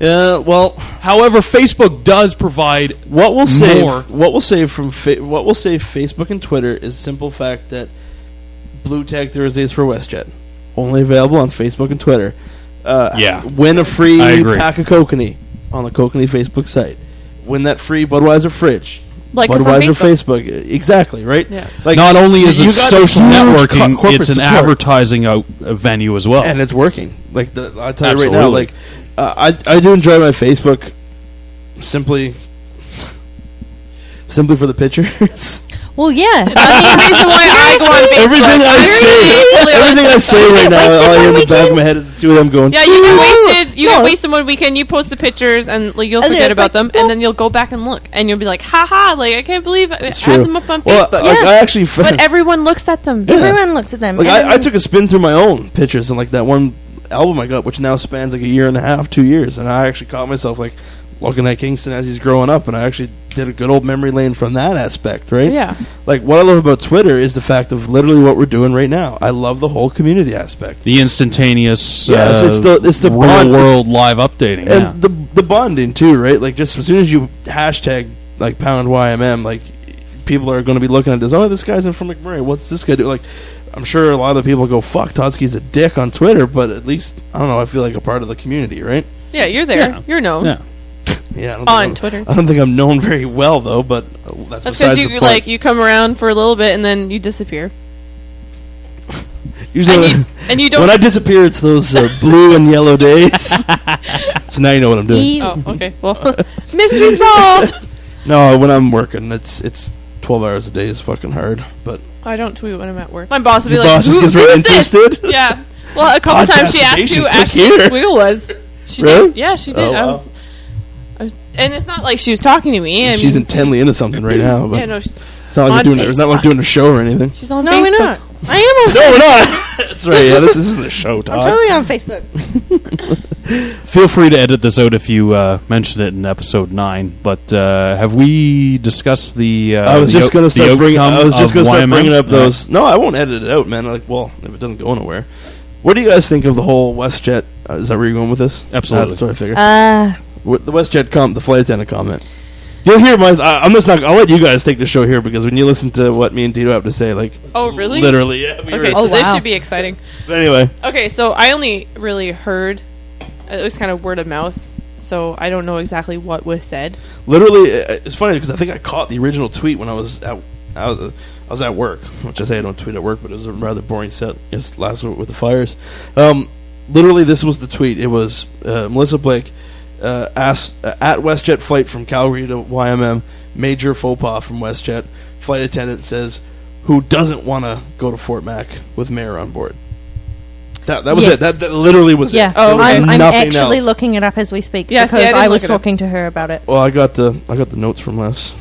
E: Uh, well,
H: However, Facebook does provide
E: what will save
H: More.
E: what will save from fa- what will save Facebook and Twitter is the simple fact that Blue Tag Thursdays for WestJet only available on Facebook and Twitter. Uh,
H: Yeah.
E: win a free
H: I agree.
E: pack of kokanee on the kokanee Facebook site. Win that free Budweiser fridge.
G: Like it's on
E: Budweiser Facebook. exactly right.
G: Yeah.
E: Like
H: not only is
E: you
H: it
E: got
H: social
E: huge
H: networking,
E: co- corporate
H: it's an
E: support
H: advertising out, uh, venue as well.
E: and it's working. Like the, I tell you right now,
H: Absolutely.
E: like uh, I I do enjoy my Facebook simply simply for the pictures.
I: Well, yeah.
G: That's the reason why I go on Facebook.
E: everything I say,
G: totally
E: everything I say right now,
I: wasted
E: all I
I: one
E: hear in the back
I: weekend.
E: of my head is the two of them going.
G: Yeah, you
I: No.
G: can waste it. You
I: No.
G: can waste them one weekend. You post the pictures, and like, you'll
I: And then
G: forget
I: it's
G: about
I: like,
G: them,
I: well-
G: and then you'll go back and look, and you'll be like, "Haha! Like I can't believe I I
E: It's true.
G: had them up on
E: Well,
G: Facebook."
E: like,
G: yeah.
E: I actually, f-
G: but everyone looks at them.
I: Everyone looks at them.
E: like
I: and
E: I, I
I: then-
E: took a spin through my own pictures and like that one album I got, which now spans like a year and a half, two years, and I actually caught myself like looking at Kingston as he's growing up, and I actually did a good old memory lane from that aspect, right?
G: Yeah.
E: Like what I love about Twitter is the fact of literally what we're doing right now. I love the whole community aspect.
H: the instantaneous,
E: Yes,
H: uh,
E: it's the- it's the
H: real
E: bond-
H: world live
E: and
H: updating. yeah.
E: the the bonding too, right? Like just as soon as you hashtag like pound YMM, like people are going to be looking at this. Oh, this guy's in from McMurray. What's this guy do? Like, I'm sure a lot of the people go, "Fuck, Totsky's a dick" on Twitter, but at least I don't know. I feel like a part of the community, right?
G: yeah, you're there.
H: Yeah.
G: You're known.
H: Yeah.
E: Yeah. I don't think
G: On
E: I'm-
G: Twitter.
E: I don't think I'm known very well though, but uh, that's,
G: That's
E: Uh, besides
G: because you
E: the point.
G: like you come around for a little bit and then you disappear, and
E: Usually,
G: you and you
E: when
G: don't.
E: I disappear, it's those uh, blue and yellow days. so now you know what I'm doing.
G: oh, okay. Well, mystery solved.
E: No, when I'm working, it's it's 12 hours a day is fucking hard, but.
G: I don't tweet when I'm at work. My boss would be
E: Your
G: like,
E: boss just
G: Who,
E: gets very
G: who's this?"
E: interested?
G: Yeah. Well, a couple times she asked
E: Podcastination,
G: who
E: click
G: Ashley
E: here.
G: Squeal was. She
E: Really?
G: did. Yeah, she did.
E: Oh,
G: I
E: wow.
G: was. I was, and it's not like she was talking to me. I
E: she's
G: mean,
E: intently into something right now, but
G: yeah, no, she's,
E: it's not like
G: on
E: we're doing, it's not like
G: Facebook.
E: we're doing a show or anything.
G: she's on
I: no,
G: Facebook.
I: we're not. I am on
E: No, we're not. That's right. Yeah, this, this isn't a show,
I: I'm
E: Todd.
I: totally on Facebook.
H: Feel free to edit this out if you uh, mention it in episode nine. But uh, have we discussed the? Uh,
E: I was
H: the
E: just
H: o-
E: gonna
H: the
E: start bringing. I
H: outcome
E: was just
H: of
E: gonna start
H: YMM?
E: bringing up
H: All right.
E: those. No, I won't edit it out, man. Like, well, if it doesn't go anywhere, what do you guys think of the whole WestJet? Uh, is that where you're going with this?
H: Absolutely.
E: That's what I figured.
I: Uh,
E: What- the WestJet com, the flight attendant comment. You'll hear my. I, I'm just not. I'll let you guys take the show here because when you listen to what me and Tito have to say, like,
G: Oh, really?
E: literally, yeah. We
G: Okay, Oh.
E: were,
G: so
I: Oh,
G: this
I: wow.
G: should be exciting.
E: but anyway,
G: Okay, so I only really heard. It was kind of word of mouth, so I don't know exactly what was said.
E: literally uh, it's funny because i think i caught the original tweet when i was at I was, uh, I was at work which i say i don't tweet at work but it was a rather boring set yes last week with the fires um, literally this was the tweet it was uh, melissa blake uh, asked uh, at westjet flight from calgary to ymm major faux pas from westjet flight attendant says who doesn't want to go to fort mac with mayor on board that, that was
I: Yes.
E: it. That, that literally was
I: yeah, Oh,
E: it. There was
I: I'm, I'm
E: nothing
I: actually
E: else.
I: looking it up as we speak
G: Yeah, see, I
I: because
G: didn't
I: I
G: look
I: was
G: it up.
I: talking to her about it.
E: Well, I got the I got the notes from last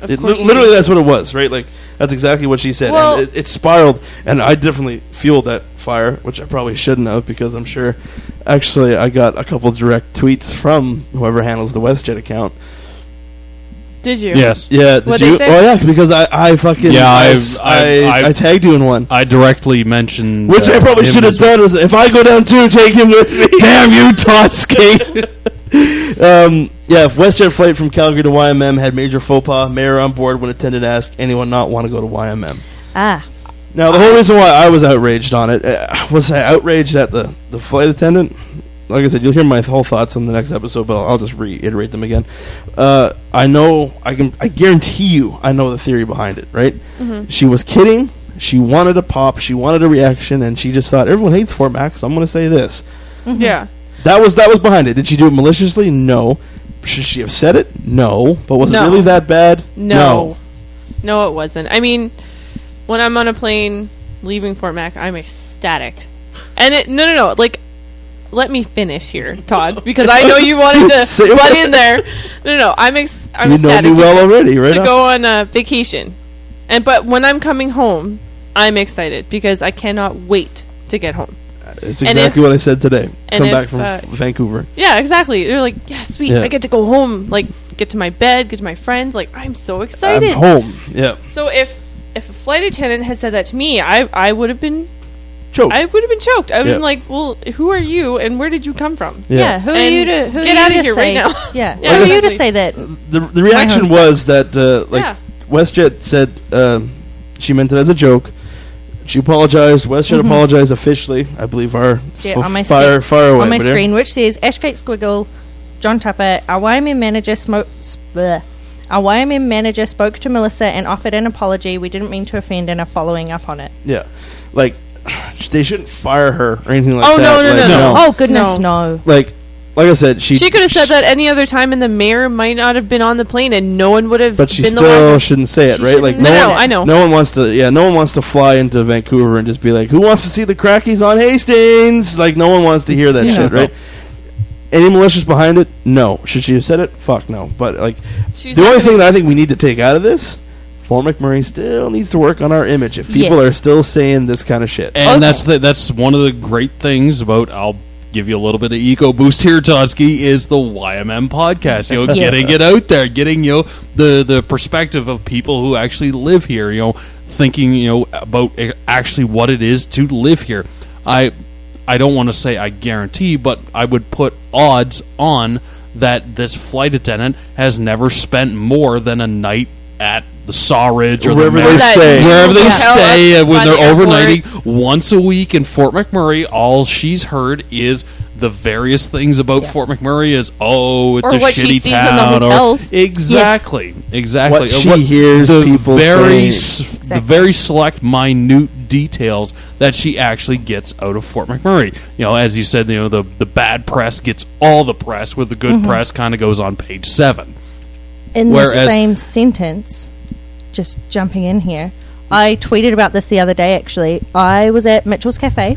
G: Of
E: It, li-
G: course he
E: literally,
G: did.
E: that's what it was, right? Like that's exactly what she said.
G: Well-
E: and it, it spiraled, and I definitely fueled that fire, which I probably shouldn't have because I'm sure. Actually, I got a couple direct tweets from whoever handles the WestJet account.
G: Did you?
E: Yeah. Did
G: What'd
E: you?
G: They
E: Oh
G: say?
E: yeah, because I, I fucking
H: yeah,
E: I
H: I've,
E: I,
H: I've,
E: I tagged you in one.
H: I directly mentioned,
E: which
H: uh,
E: I probably
H: him
E: should have
H: as-
E: done was if I go down too, take him with me. Damn you, Totsky. um, yeah, if WestJet flight from Calgary to YMM had major faux pas, mayor on board when attendant asked anyone not want to go to YMM.
I: Ah.
E: Now the whole reason why I was outraged on it uh, was I outraged at the the flight attendant. Like I said, you'll hear my whole thoughts on the next episode, but I'll, I'll just reiterate them again. Uh, I know I can. I guarantee you, I know the theory behind it. Right?
G: Mm-hmm.
K: Mhm.
E: She was kidding. She wanted a pop. She wanted a reaction, and she just thought everyone hates Fort Max. So I'm going to say this.
G: Yeah.
E: That was that was behind it. Did she do it maliciously? No. Should she have said it? No. But was
G: No.
E: it really that bad?
G: No. No, it wasn't. I mean, when I'm on a plane leaving Fort Mac, I'm ecstatic. And it no no no, like let me finish here, Todd, because I know you wanted
E: Say
G: to
E: what?
G: butt in there. No, no, no I'm ex- I'm
E: You know me
G: ecstatic to
E: well
G: go-
E: already, right
G: To
E: now.
G: go on a vacation, and but when I'm coming home, I'm excited because I cannot wait to get home.
E: It's
G: And
E: exactly
G: if-
E: what I said today.
G: and
E: Come
G: if,
E: back from
G: uh,
E: F- Vancouver.
G: Yeah, exactly. They're like, yeah, sweet.
E: Yeah.
G: I get to go home. Like, get to my bed, get to my friends. Like, I'm so excited.
E: I'm home. Yeah.
G: So if if a flight attendant had said that to me, I I would have been
E: choked.
G: I would have been choked. I would have
E: Yeah.
G: been like, well, who are you and where did you come from?
E: Yeah. Yeah,
I: who are
G: And
I: you to- who are
G: get
I: you
G: out
I: to
G: of here
I: say-
G: right now?
I: yeah. Who are you to say that?
E: The, the reaction
I: host
E: was that uh, like
G: Yeah.
E: WestJet said uh, she meant it as a joke. She apologized. WestJet
G: Mm-hmm.
I: Mhm.
E: apologized officially. I believe our
I: Yeah,
E: f-
I: on my
E: fire
I: screen,
E: fire away
I: on my
E: but yeah.
I: screen, which says Ashgate Squiggle, John Tupper, our YMM manager smoke. Bleh. Our YMM manager spoke to Melissa and offered an apology. We didn't mean to offend and are following up on it.
E: Yeah, like they shouldn't fire her or anything like
G: Oh,
E: that.
G: no, no,
E: like,
G: no, no.
I: Oh goodness, no.
E: Like, like I said, she
G: She, could have said that any other time, and the mayor might not have been on the plane, and no one would have.
E: But she
G: been the
E: still
G: last-
E: shouldn't say it,
G: She
E: right? Like
G: shouldn't- no, no,
E: one,
G: I know.
E: No one wants to. Yeah, no one wants to fly into Vancouver and just be like, "Who wants to see the crackies on Hastings?" Like, no one wants to hear that
K: Yeah.
E: shit, right? Any malicious behind it? No. Should she have said it? Fuck no. But like,
K: She's
E: the
K: not
E: only
K: gonna-
E: thing that I think we need to take out of this, Fort McMurray still needs to work on our image. If people
H: Yes.
E: are still saying this kind of shit,
H: And that's the, that's one of the great things about I'll give you a little bit of eco boost here, Toski, is the YMM podcast. You know,
K: Yes.
H: getting it out there, getting you know, the the perspective of people who actually live here. You know, thinking you know about a- actually what it is to live here. I I don't want to say I guarantee, but I would put odds on that this flight attendant has never spent more than a night at the Sawridge or
E: Wherever
H: the
E: they
H: Mar-
E: stay.
H: wherever they
E: Hotel up
H: stay uh, when
E: Oh, by
H: they're
E: the airport.
H: overnighting once a week in Fort McMurray, all she's heard is the various things about Fort McMurray is oh, it's
G: Or
H: a
G: what
H: shitty
G: she sees in the
H: town. or-
G: hotels.
H: exactly, exactly.
E: What
H: Uh,
E: she hears
H: the
E: people
H: very
E: saying.
H: s- the very select, minute details that she actually gets out of Fort McMurray. You know, as you said, you know the the bad press gets all the press, with the good
G: Mm-hmm.
I: Mhm.
H: press kind of goes on page seven.
I: in
H: Whereas-
I: the same sentence, just jumping in here, I tweeted about this the other day actually. I was at Mitchell's Cafe,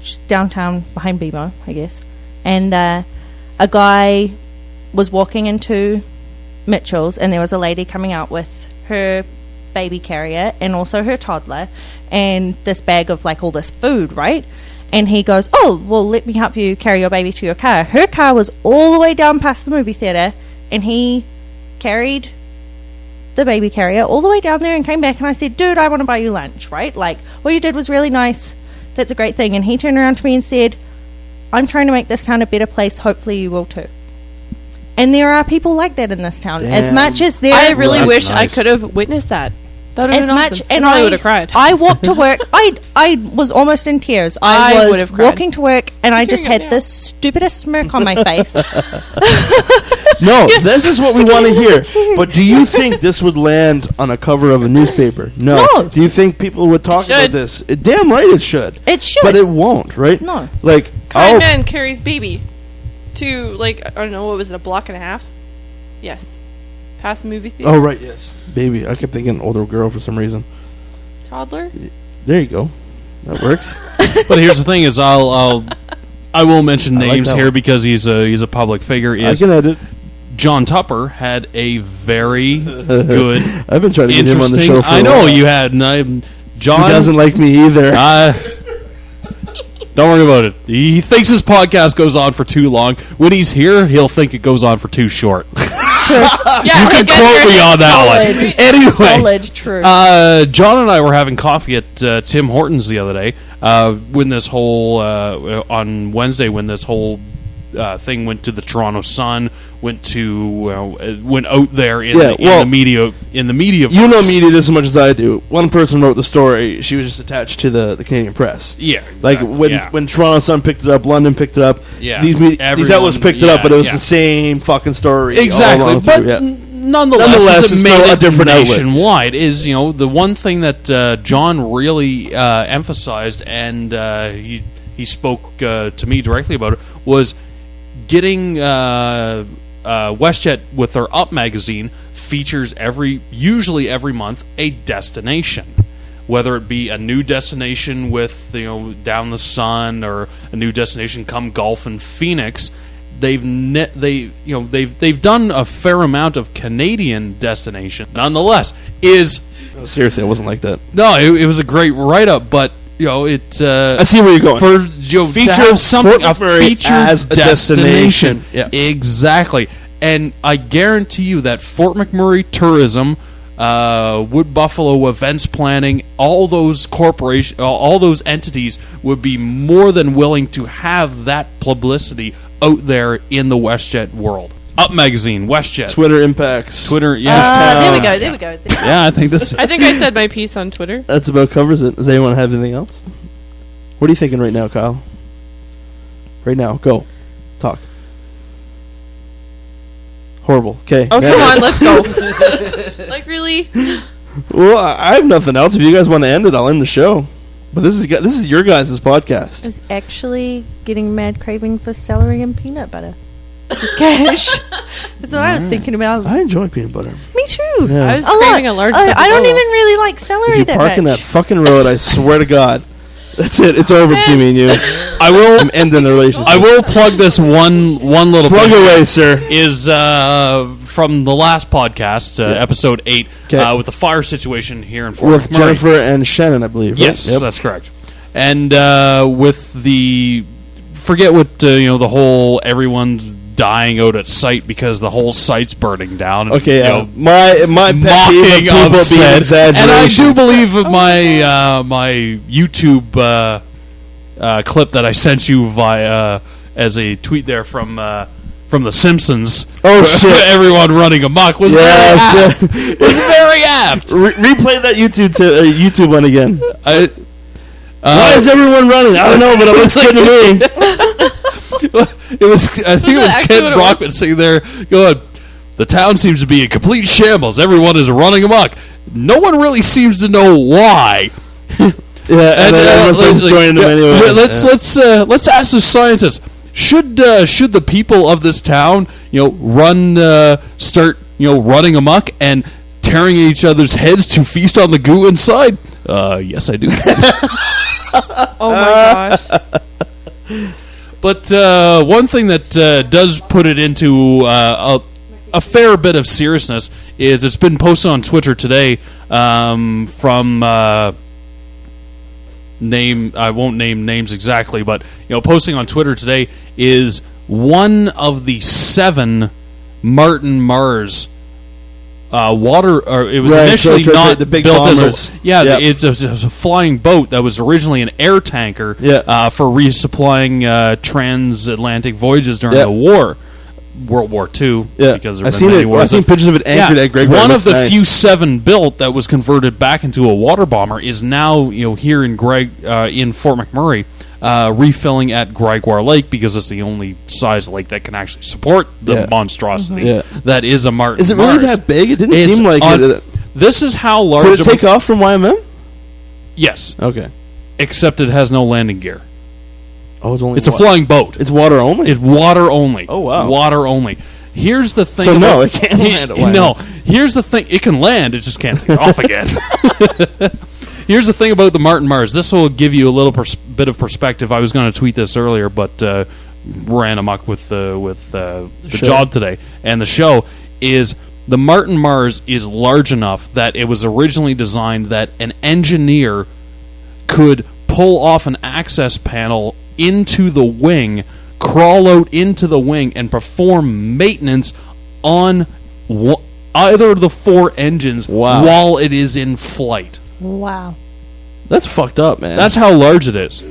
I: which is downtown behind BMO, I guess, and uh, a guy was walking into Mitchell's and there was a lady coming out with her baby carrier and also her toddler and this bag of like all this food, right? And he goes, Oh, well, let me help you carry your baby to your car. Her car was all the way down past the movie theater and he carried the baby carrier all the way down there and came back and I said, Dude, I want to buy you lunch, right? Like, what you did was really nice. That's a great thing. And he turned around to me and said, I'm trying to make this town a better place. Hopefully you will too. And there are people like that in this town. As
G: Damn.
I: much as there
G: I really wish I could have witnessed that. That would have
I: as
G: been
I: much
G: awesome.
I: and
G: I
I: I
G: would have cried.
I: I walked to work. I I was almost in tears. I,
G: I would
I: was
G: have cried.
I: walking to work and I just had this stupidest smirk on my face.
E: No, this is what we want to hear. But do you think this would land on a cover of a newspaper? No.
I: No.
E: Do you think people would talk
G: It
E: about
G: should.
E: this? It- damn right it should.
I: It should.
E: But it won't, right?
I: No.
E: Like,
G: Kind
E: I'll-
G: man carries baby to like I don't know what was it a block and a half? Yes, past the movie theater.
E: oh, right, yes. Baby, I kept thinking older girl for some reason.
G: Toddler.
E: There you go. That works.
H: but here's the thing: is I'll, I'll I will mention
E: I like
H: names
E: that
H: here
E: one.
H: because he's a he's a public figure. Is
E: I can edit.
H: John Tupper had a very good.
E: I've been trying to get him on the
H: interesting-
E: show for
H: I
E: a
H: know
E: while.
H: you had. And I, John
E: he doesn't like me either.
H: Uh, don't worry about it. He thinks his podcast goes on for too long. When he's here, he'll think it goes on for too short. you can quote me on that one. Anyway,
K: Solid, true.
H: Uh, John and I were having coffee at uh, Tim Hortons the other day uh, when this whole uh, on Wednesday when this whole uh, thing went to the Toronto Sun, went to uh, went out there in,
E: Yeah,
H: the, in
E: well,
H: the media in the media.
E: You know
H: voice.
E: media just as much as I do. One person wrote the story. She was just attached to the, the Canadian press.
H: Yeah,
E: like
H: exactly,
E: when
H: yeah.
E: when Toronto Sun picked it up, London picked it up.
H: Yeah,
E: these media, these outlets
H: everyone-
E: picked it
H: yeah,
E: up, but it was
H: yeah.
E: the same fucking story. all
H: Exactly,
E: along
H: but
E: through, yeah.
H: n- nonetheless,
E: Nonetheless,
H: it's
E: it's
H: made
E: still a
H: it
E: different outlet.
H: nationwide. Is you know the one thing that uh, John really uh, emphasized, and uh, he he spoke uh, to me directly about it was getting uh, uh, WestJet with their Up magazine features every usually every month a destination whether it be a new destination with you know down the sun or a new destination come golf in Phoenix they've ne- they you know they've they've done a fair amount of Canadian destination nonetheless is
E: seriously I wasn't like that
H: no it, it was a great write up but you know it uh,
E: I see where you're going.
H: for you know, to
E: Feature
H: have something
E: Fort
H: a
E: McMurray
H: featured
E: as a
H: destination,
E: destination. Yeah.
H: exactly and I guarantee you that Fort McMurray tourism uh, Wood Buffalo events planning all those corporation all- all those entities would be more than willing to have that publicity out there in the WestJet world up magazine WestJet
E: Twitter impacts
H: Twitter yeah
G: Ah,
E: Uh,
G: there we go, there we go, there we go.
H: yeah I think this
G: I think I said my piece on Twitter.
E: That's about covers it. Does anyone have anything else? What are you thinking right now, Kyle? Right now, go. Talk. Horrible. Okay.
G: Oh, come on, let's go. like, really?
E: Well, I I have nothing else. If you guys want to end it, I'll end the show. But this is this is your guys' podcast.
I: Is actually getting mad craving for celery and peanut butter. Just cash. That's what I was
E: Mm.
I: thinking about.
E: I enjoy peanut butter.
I: Me too.
E: Yeah. I was
G: craving a large
I: I,
G: double
I: I don't
G: bowl.
I: even really like celery
E: If you
I: that
E: park in
I: much.
E: that fucking road, I swear to God, that's it. It's over between me and you.
H: I will
E: I'm ending the relationship.
H: I will plug this one one little
E: Plug
H: thing.
E: away, sir.
H: Is uh, from the last podcast, uh, episode eight, uh, with the fire situation here in Fort
E: with
H: McMurray.
E: Jennifer and Shannon, I believe. right?
H: Yes,
E: Yep.
H: that's correct. And uh, with the forget what uh, you know the whole everyone's dying out at sight because the whole site's burning down. and,
E: Okay,
H: you
E: yeah.
H: know,
E: my my pet peeve
H: mocking
E: of people
H: of
E: being
H: said, and I
E: exaggeration.
H: do believe of my uh, my YouTube uh, uh, clip that I sent you via uh, as a tweet there from uh, from The Simpsons.
E: Oh, shit.
H: Everyone running amok was very apt.
E: Yes,
H: was very apt.
E: Re- replay that YouTube t- uh, YouTube one again.
H: I,
E: Why is everyone running? I don't know, but it looks good to me.
H: It was I think it
G: Isn't
H: was
G: that actually
H: Ken
G: what it
H: Brockman sitting there going, "The town seems to be in complete shambles. Everyone is running amok. No one really seems to know why."
E: Yeah, and, then everyone starts
H: like,
E: joining them
H: uh, yeah,
E: anyway.
H: let- Let's
E: Yeah.
H: let's uh, let's ask the scientists. Should uh, should the people of this town, you know, run uh, start you know running amok and tearing each other's heads to feast on the goo inside? Uh, yes, I do.
G: Oh my gosh.
H: But uh, one thing that uh, does put it into uh, a, a fair bit of seriousness is it's been posted on Twitter today um, from uh, name I won't name names exactly, but you know, posting on Twitter today is one of the seven Martin Mars. Uh, water, or it was
E: Right,
H: initially
E: right, right,
H: not
E: right, the big
H: built as
E: bombers.
H: a yeah.
E: Yep.
H: It's a, it's a flying boat that was originally an air tanker
E: Yeah.
H: uh, for resupplying uh, transatlantic voyages during
E: Yeah.
H: the war, World War II.
E: Yeah.
H: because there
E: I've
H: have
E: seen
H: been many
E: it-
H: wars.
E: I've seen pictures of it anchored at Great White.
H: One
E: It
H: of the
E: looks nice.
H: few seven built that was converted back into a water bomber is now you know here in Greg uh, in Fort McMurray. Uh, refilling at Gregoire Lake because it's the only size lake that can actually support the
E: Yeah.
H: monstrosity
E: Mhm. Yeah.
H: that is a Martin.
E: Is it really
H: Mars.
E: that big? It didn't
H: It's
E: seem like
H: un-
E: it. uh,
H: This is how large.
E: Could
H: a-
E: it take off from YMM?
H: Yes,
E: Okay.
H: except it has no landing gear.
E: Oh, it's only
H: It's a
E: wa-
H: flying boat.
E: It's water only.
H: It's water only.
E: Oh, wow.
H: water only. Here's the thing.
E: So, no,
H: about-
E: it can't land at
H: He-
E: Wyoming.
H: No, here's the thing. It can land. It just can't take off again. here's the thing about the Martin Mars. This will give you a little pers- bit of perspective. I was going to tweet this earlier, but uh, ran amok with the with uh, the
K: Show.
H: job today and the show is the Martin Mars is large enough that it was originally designed that an engineer could pull off an access panel into the wing, crawl out into the wing, and perform maintenance on w- either of the four engines while it is in flight.
I: Wow.
E: That's fucked up, man.
H: That's how large it is.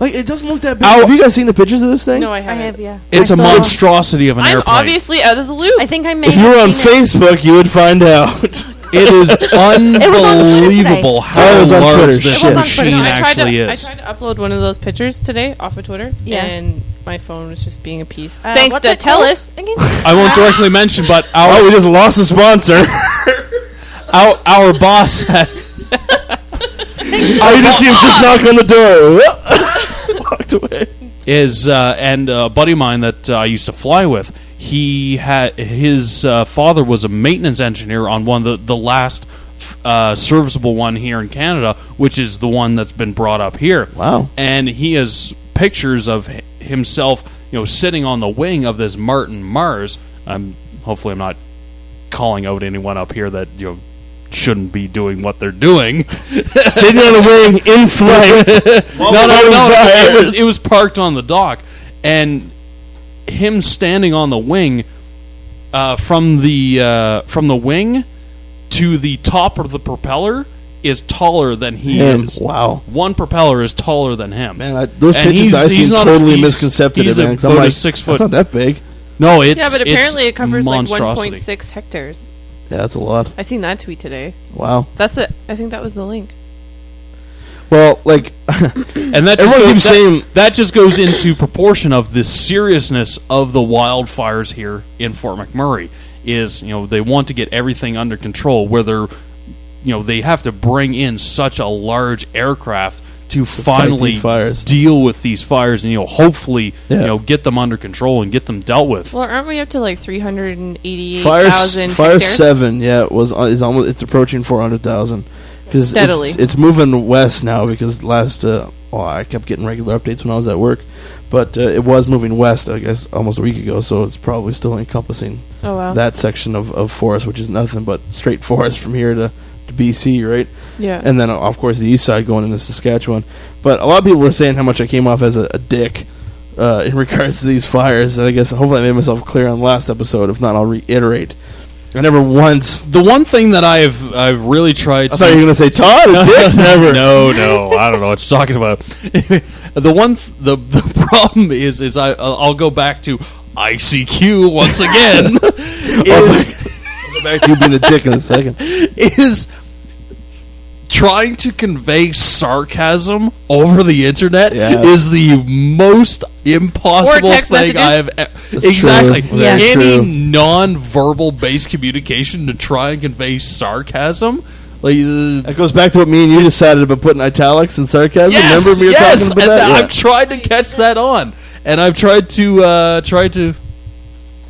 E: Like it doesn't look that big. Have you guys seen the pictures of this thing?
G: No, I haven't. I have, yeah.
H: It's a monstrosity of an
G: I'm
H: airplane.
G: obviously out of the loop. I think I may.
E: If you were on Facebook, you would find out.
H: It is
G: unbelievable
H: how large this
G: I
H: machine
G: tried,
H: actually
G: to,
H: is.
G: I tried to upload one of those pictures today off of Twitter,
J: Yeah.
G: and my phone was just being a piece.
J: Uh,
G: Thanks
J: what's
G: to
J: it called
G: Telus.
H: I won't directly mention, but our
E: Oh, we just lost a sponsor.
H: our, our boss. Had,
E: I just see him just knocking on the door. Walked away.
H: is uh, and a buddy of mine that uh, I used to fly with. He had his uh, father was a maintenance engineer on one of the the last uh, serviceable one here in Canada, which is the one that's been brought up here.
E: Wow.
H: And he has pictures of hi- himself, you know, sitting on the wing of this Martin Mars. I'm hopefully I'm not calling out anyone up here that you know shouldn't be doing what they're doing.
E: Sitting on a wing in flight.
H: no, no, no, no,
E: Fires.
H: It was it was parked on the dock, and him standing on the wing uh, from the uh, from the wing to the top of the propeller is taller than he
E: Him.
H: is.
E: Wow.
H: One propeller is taller than him. Man,
E: I, Those pictures I seen totally misconcepted
H: He's
E: it, man,
H: a,
E: 'cause I'm
H: about a
E: like,
H: six
E: That's
H: foot.
E: not that big.
H: No, it's
G: yeah, but
H: it's
G: apparently it covers like
H: monstrosity.
G: 1.6 hectares.
E: Yeah, that's a lot.
G: I seen that tweet today.
E: Wow.
G: That's the. I think that was the link.
E: Well, like,
H: and that just
E: everyone
H: goes,
E: keeps
H: that-
E: saying
H: that just goes into proportion of the seriousness of the wildfires here in Fort McMurray. Is you know they want to get everything under control, where they're you know they have to bring in such a large aircraft to
E: fight
H: finally
E: these fires.
H: deal with these fires, and you know hopefully
E: Yeah.
H: you know get them under control and get them dealt with.
G: Well, aren't we up to like 388,000
E: Fire s-
G: hectares?
E: Fire Seven, yeah, it was uh, is almost it's approaching four hundred thousand because
G: Steadily.
E: it's, it's moving west now because last uh, oh, I kept getting regular updates when I was at work, but uh, it was moving west I guess almost a week ago, so it's probably still encompassing
G: Oh, wow.
E: that section of, of forest, which is nothing but straight forest from here to, to BC, right?
G: Yeah.
E: and then uh, of course the east side going into Saskatchewan, but a lot of people were saying how much I came off as a, a dick. Uh, in regards to these fires, and I guess hopefully I made myself clear on the last episode. If not, I'll reiterate. I never once.
H: The one thing that I've I've really tried.
E: I thought you were
H: since-
E: gonna say, "Todd, a dick, never."
H: no, no, I don't know what you're talking about. the one th- the the problem is is I uh, I'll go back to ICQ once again. is,
E: I'll go back to you being a dick in a second.
H: Is trying to convey sarcasm over the internet
E: Yeah.
H: is the most impossible
E: Or text
H: thing
E: messages.
H: I have. e-
E: That's
H: exactly.
E: true. Yeah. Very
H: Any
E: true.
H: non-verbal based communication to try and convey sarcasm, like uh,
E: That goes back to what me and you decided about putting italics and sarcasm.
H: Yes,
E: Remember we were
H: yes,
E: talking
H: and
E: about that?
H: tha-
E: Yeah.
H: I've tried to catch that on, and I've tried to uh, try to.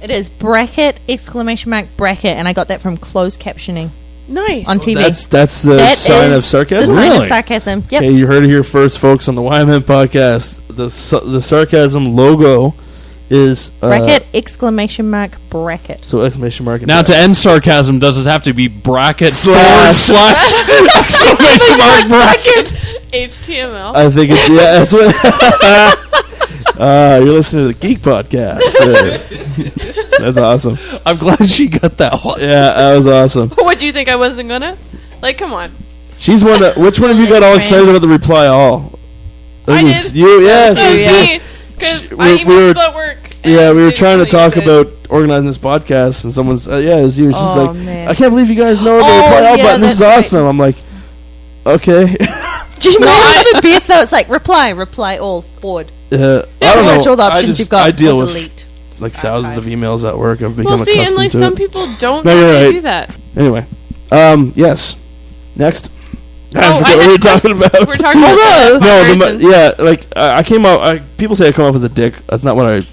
I: It is bracket exclamation mark bracket, and I got that from closed captioning.
G: Nice
I: on TV.
E: That's that's the
I: That
E: sign
I: is
E: of sarcasm. uh,
I: The sign of sarcasm. Yep.
E: Okay, you heard it here first, folks, on the Wyman podcast. The sa- the sarcasm logo is uh,
I: bracket exclamation mark bracket.
E: So exclamation mark. and
H: Now
E: bracket.
H: to end sarcasm, does it have to be bracket
E: Slash.
H: forward slash exclamation mark bracket?
G: HTML.
H: Uh,
E: I think it's yeah. That's what. uh, you're listening to the Geek Podcast. Yeah. that's awesome.
H: I'm glad she got that one.
E: Yeah, that was awesome.
G: what do you think I wasn't gonna? Like, come on.
E: She's one. That, which one of you got all excited about the reply all? I
G: did.
E: You, yes,
G: So
E: it was you.
G: me, 'cause I emailed people at work.
E: Yeah, we were
G: didn't
E: trying to
G: really
E: talk
G: use it.
E: about organizing this podcast, and someone's uh, yeah, it was you. She's
G: Oh,
E: like,
G: man.
E: I can't believe you guys know about
I: Oh,
E: the reply all
I: yeah,
E: button. This is
I: that's right.
E: awesome. I'm like, okay.
I: Do you know what the best though? It's like reply, reply all, forward.
E: Uh, I don't
I: Watch
E: know.
I: all the options
E: I just,
I: you've got
E: I deal
I: or
E: with
I: delete.
E: like thousands of emails at work. I've become
G: Well, see, and
E: accustomed
G: like
E: to
G: some
E: it.
G: people don't
E: No, you're
G: know how to
E: right.
G: do that.
E: Anyway, um, yes. Next. I forgot
G: Oh, I
E: what
G: had
E: we
G: a
E: were talking
G: question.
E: about.
G: We were talking about the
E: no,
G: fires
E: the, mu- yeah, like I, I came out. I, people say I come off as a dick. That's not what I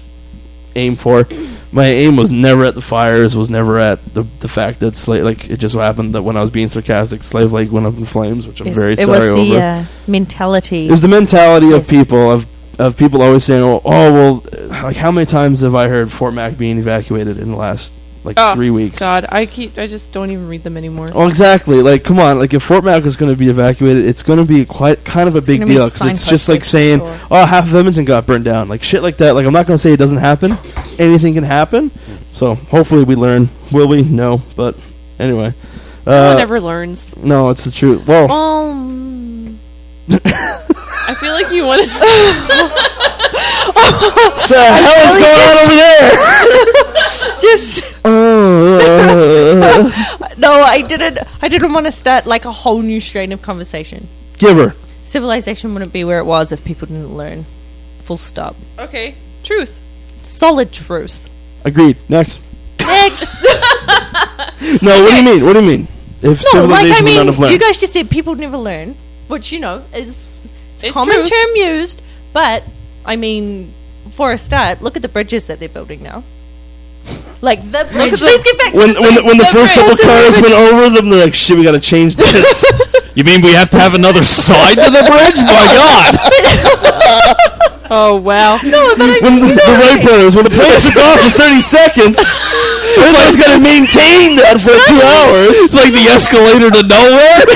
E: aim for. My aim was never at the fires. Was never at the the fact that slave like it just so happened that when I was being sarcastic, Slave Lake went up in flames, which I'm very
I: it
E: sorry
G: uh,
I: was the
E: over.
I: uh, mentality.
E: It was the mentality of people of of people always saying, "Oh, oh, well, like how many times have I heard Fort Mac being evacuated in the last like
G: Oh,
E: three weeks?"
G: God, I keep. I just don't even read them anymore.
E: Oh, exactly. Like, come on. Like, if Fort Mac is going to be evacuated, it's going to be quite kind of a big
G: gonna be
E: deal because it's
G: signposted
E: just like saying,
G: for sure.
E: "Oh, half of Edmonton got burned down." Like shit, like that. Like, I'm not going to say it doesn't happen. Anything can happen. So hopefully we learn. Will we? No. But anyway,
G: No
E: uh,
G: one ever learns.
E: No, it's the truth. Well,
G: Um, I feel like you want to.
E: what the hell is going on over
I: there? just
E: oh, uh,
I: no, I didn't. I didn't want to start like a whole new strain of conversation.
E: give her.
I: Civilization wouldn't be where it was if people didn't learn. Full stop.
G: okay, truth.
I: Solid truth.
E: Agreed. Next.
I: Next.
E: No, what do you mean? What do you mean? If
I: no,
E: civilization
I: like I
E: would not
I: mean,
E: have learned.
I: you guys just said people never learn, which you know is it's a
G: It's
I: common
G: true.
I: term used. But I mean, for a start, look at the bridges that they're building now. Like the bridge. Please get back to
E: when
I: the
E: when,
I: bridge,
E: when the first couple
I: bridge, the
E: cars
I: bridge.
E: went over them, they're like, "Shit, we got to change this."
H: You mean we have to have another side to the bridge? My God!
G: Oh wow.
I: No, but I
E: when the, the right brothers, when the plane took off for 30 seconds, it's like it's gonna maintain that for two hours.
H: It's like the escalator to nowhere.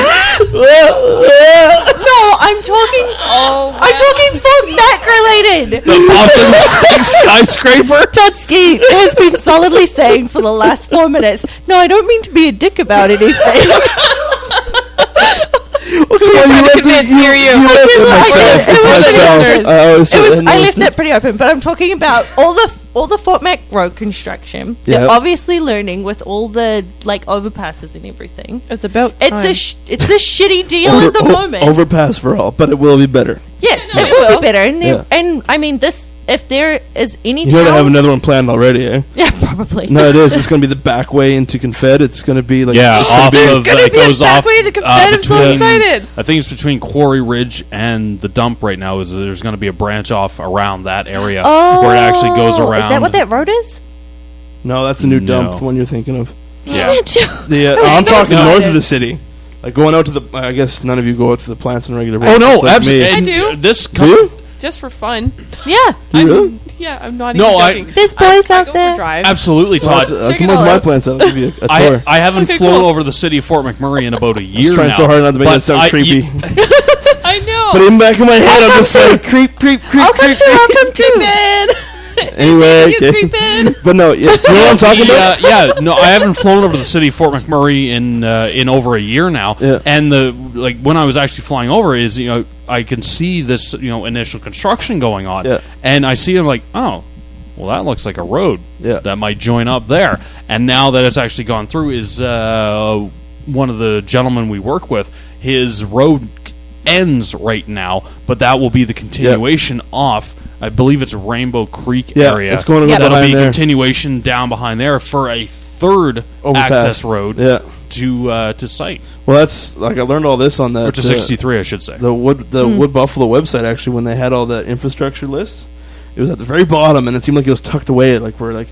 I: No, I'm talking.
G: Oh
I: I'm talking Fort Mac related.
H: The Pompton skyscraper.
I: Totsky has been solidly saying for the last four minutes. No, I don't mean to be a dick about anything.
E: Well, you left it, you, you left it myself.
I: It
E: It's
I: was-
E: myself.
I: it was-
E: I always
I: it
E: do
I: was,
E: that.
I: I left that pretty open, but I'm talking about all the all the Fort Mac road construction. They're
E: Yep.
I: obviously learning with all the like overpasses and everything.
G: It's about.
I: It's a
G: time.
I: sh- it's a shitty deal at the
E: o-
I: moment.
E: Overpass for all, but it will be better.
I: yes,
G: No,
I: it
G: it
I: will
G: will.
I: be better. And, there
E: Yeah.
I: and I mean, this if there is any
E: You know they
I: town-
E: have another one planned already, eh?
I: yeah, probably
E: No, it is. It's going to be the back way into Confed. It's going to be like
H: Yeah,
E: it's
H: off
E: gonna be-
H: of
G: gonna
H: that
G: be a
H: goes
G: back
H: off. uh,
G: way to Confed. I'm so excited.
H: I think it's between Quarry Ridge and the dump right now. Is there's going to be a branch off around that area where it actually goes
I: Oh,
H: around?
I: Is that what that road is?
E: No, that's a new dump.
H: No.
E: The one you're thinking of.
H: Yeah.
E: The uh,
I: was
E: I'm
I: so
E: talking
I: excited.
E: north of the city. Like going out to the. I guess none of you go out to the plants on a regular.
H: Oh
E: basis
H: no,
E: like
H: absolutely.
E: me.
G: I do.
H: This
E: Do
H: com-
E: you?
G: just for fun.
I: Yeah,
E: Do you really?
G: Yeah, I'm not
H: No, I-
G: even joking.
I: there's boys
G: I
I: out
G: go
I: there.
G: for drives.
H: absolutely,
E: Well,
H: Todd.
E: that's- I
G: check
E: can
G: it
E: most
G: all
E: my
G: out.
E: plans out. I'll give you a tour.
H: I, I haven't
G: Okay,
H: flown
G: cool.
H: over the city of Fort McMurray in about a year
E: was trying
H: now,
E: so hard not to make
H: but
E: that sound
H: I-
E: creepy.
H: you-
G: I know.
E: but in the back of my head, I'm just like creep, creep, creep,
I: I'll come
E: creep.
I: too. I'll come too.
E: Anyway,
G: You
E: okay.
G: creep in.
E: but no, yeah, you know what I'm talking
H: yeah,
E: about.
H: yeah, no, I haven't flown over to the city of Fort McMurray in uh, in over a year now.
E: Yeah.
H: And the like when I was actually flying over is you know I can see this you know initial construction going on,
E: Yeah.
H: and I see it, I'm like oh. Well, that looks like a road
E: Yeah.
H: that might join up there. And now that it's actually gone through, is uh, one of the gentlemen we work with. His road ends right now, but that will be the continuation off. I believe it's Rainbow Creek
E: Yeah,
H: area.
E: it's going a little
H: That'll
E: behind
H: be
E: there.
H: continuation down behind there for a third
E: Overpass.
H: access road
E: Oh, Yeah.
H: to uh, to site
E: Well, that's like I learned all this on uh, the
H: or to
E: the-
H: sixty three, I should say.
E: the wood the
I: Hmm.
E: wood buffalo website actually when they had all the infrastructure lists it was at the very bottom and it seemed like it was tucked away like we're like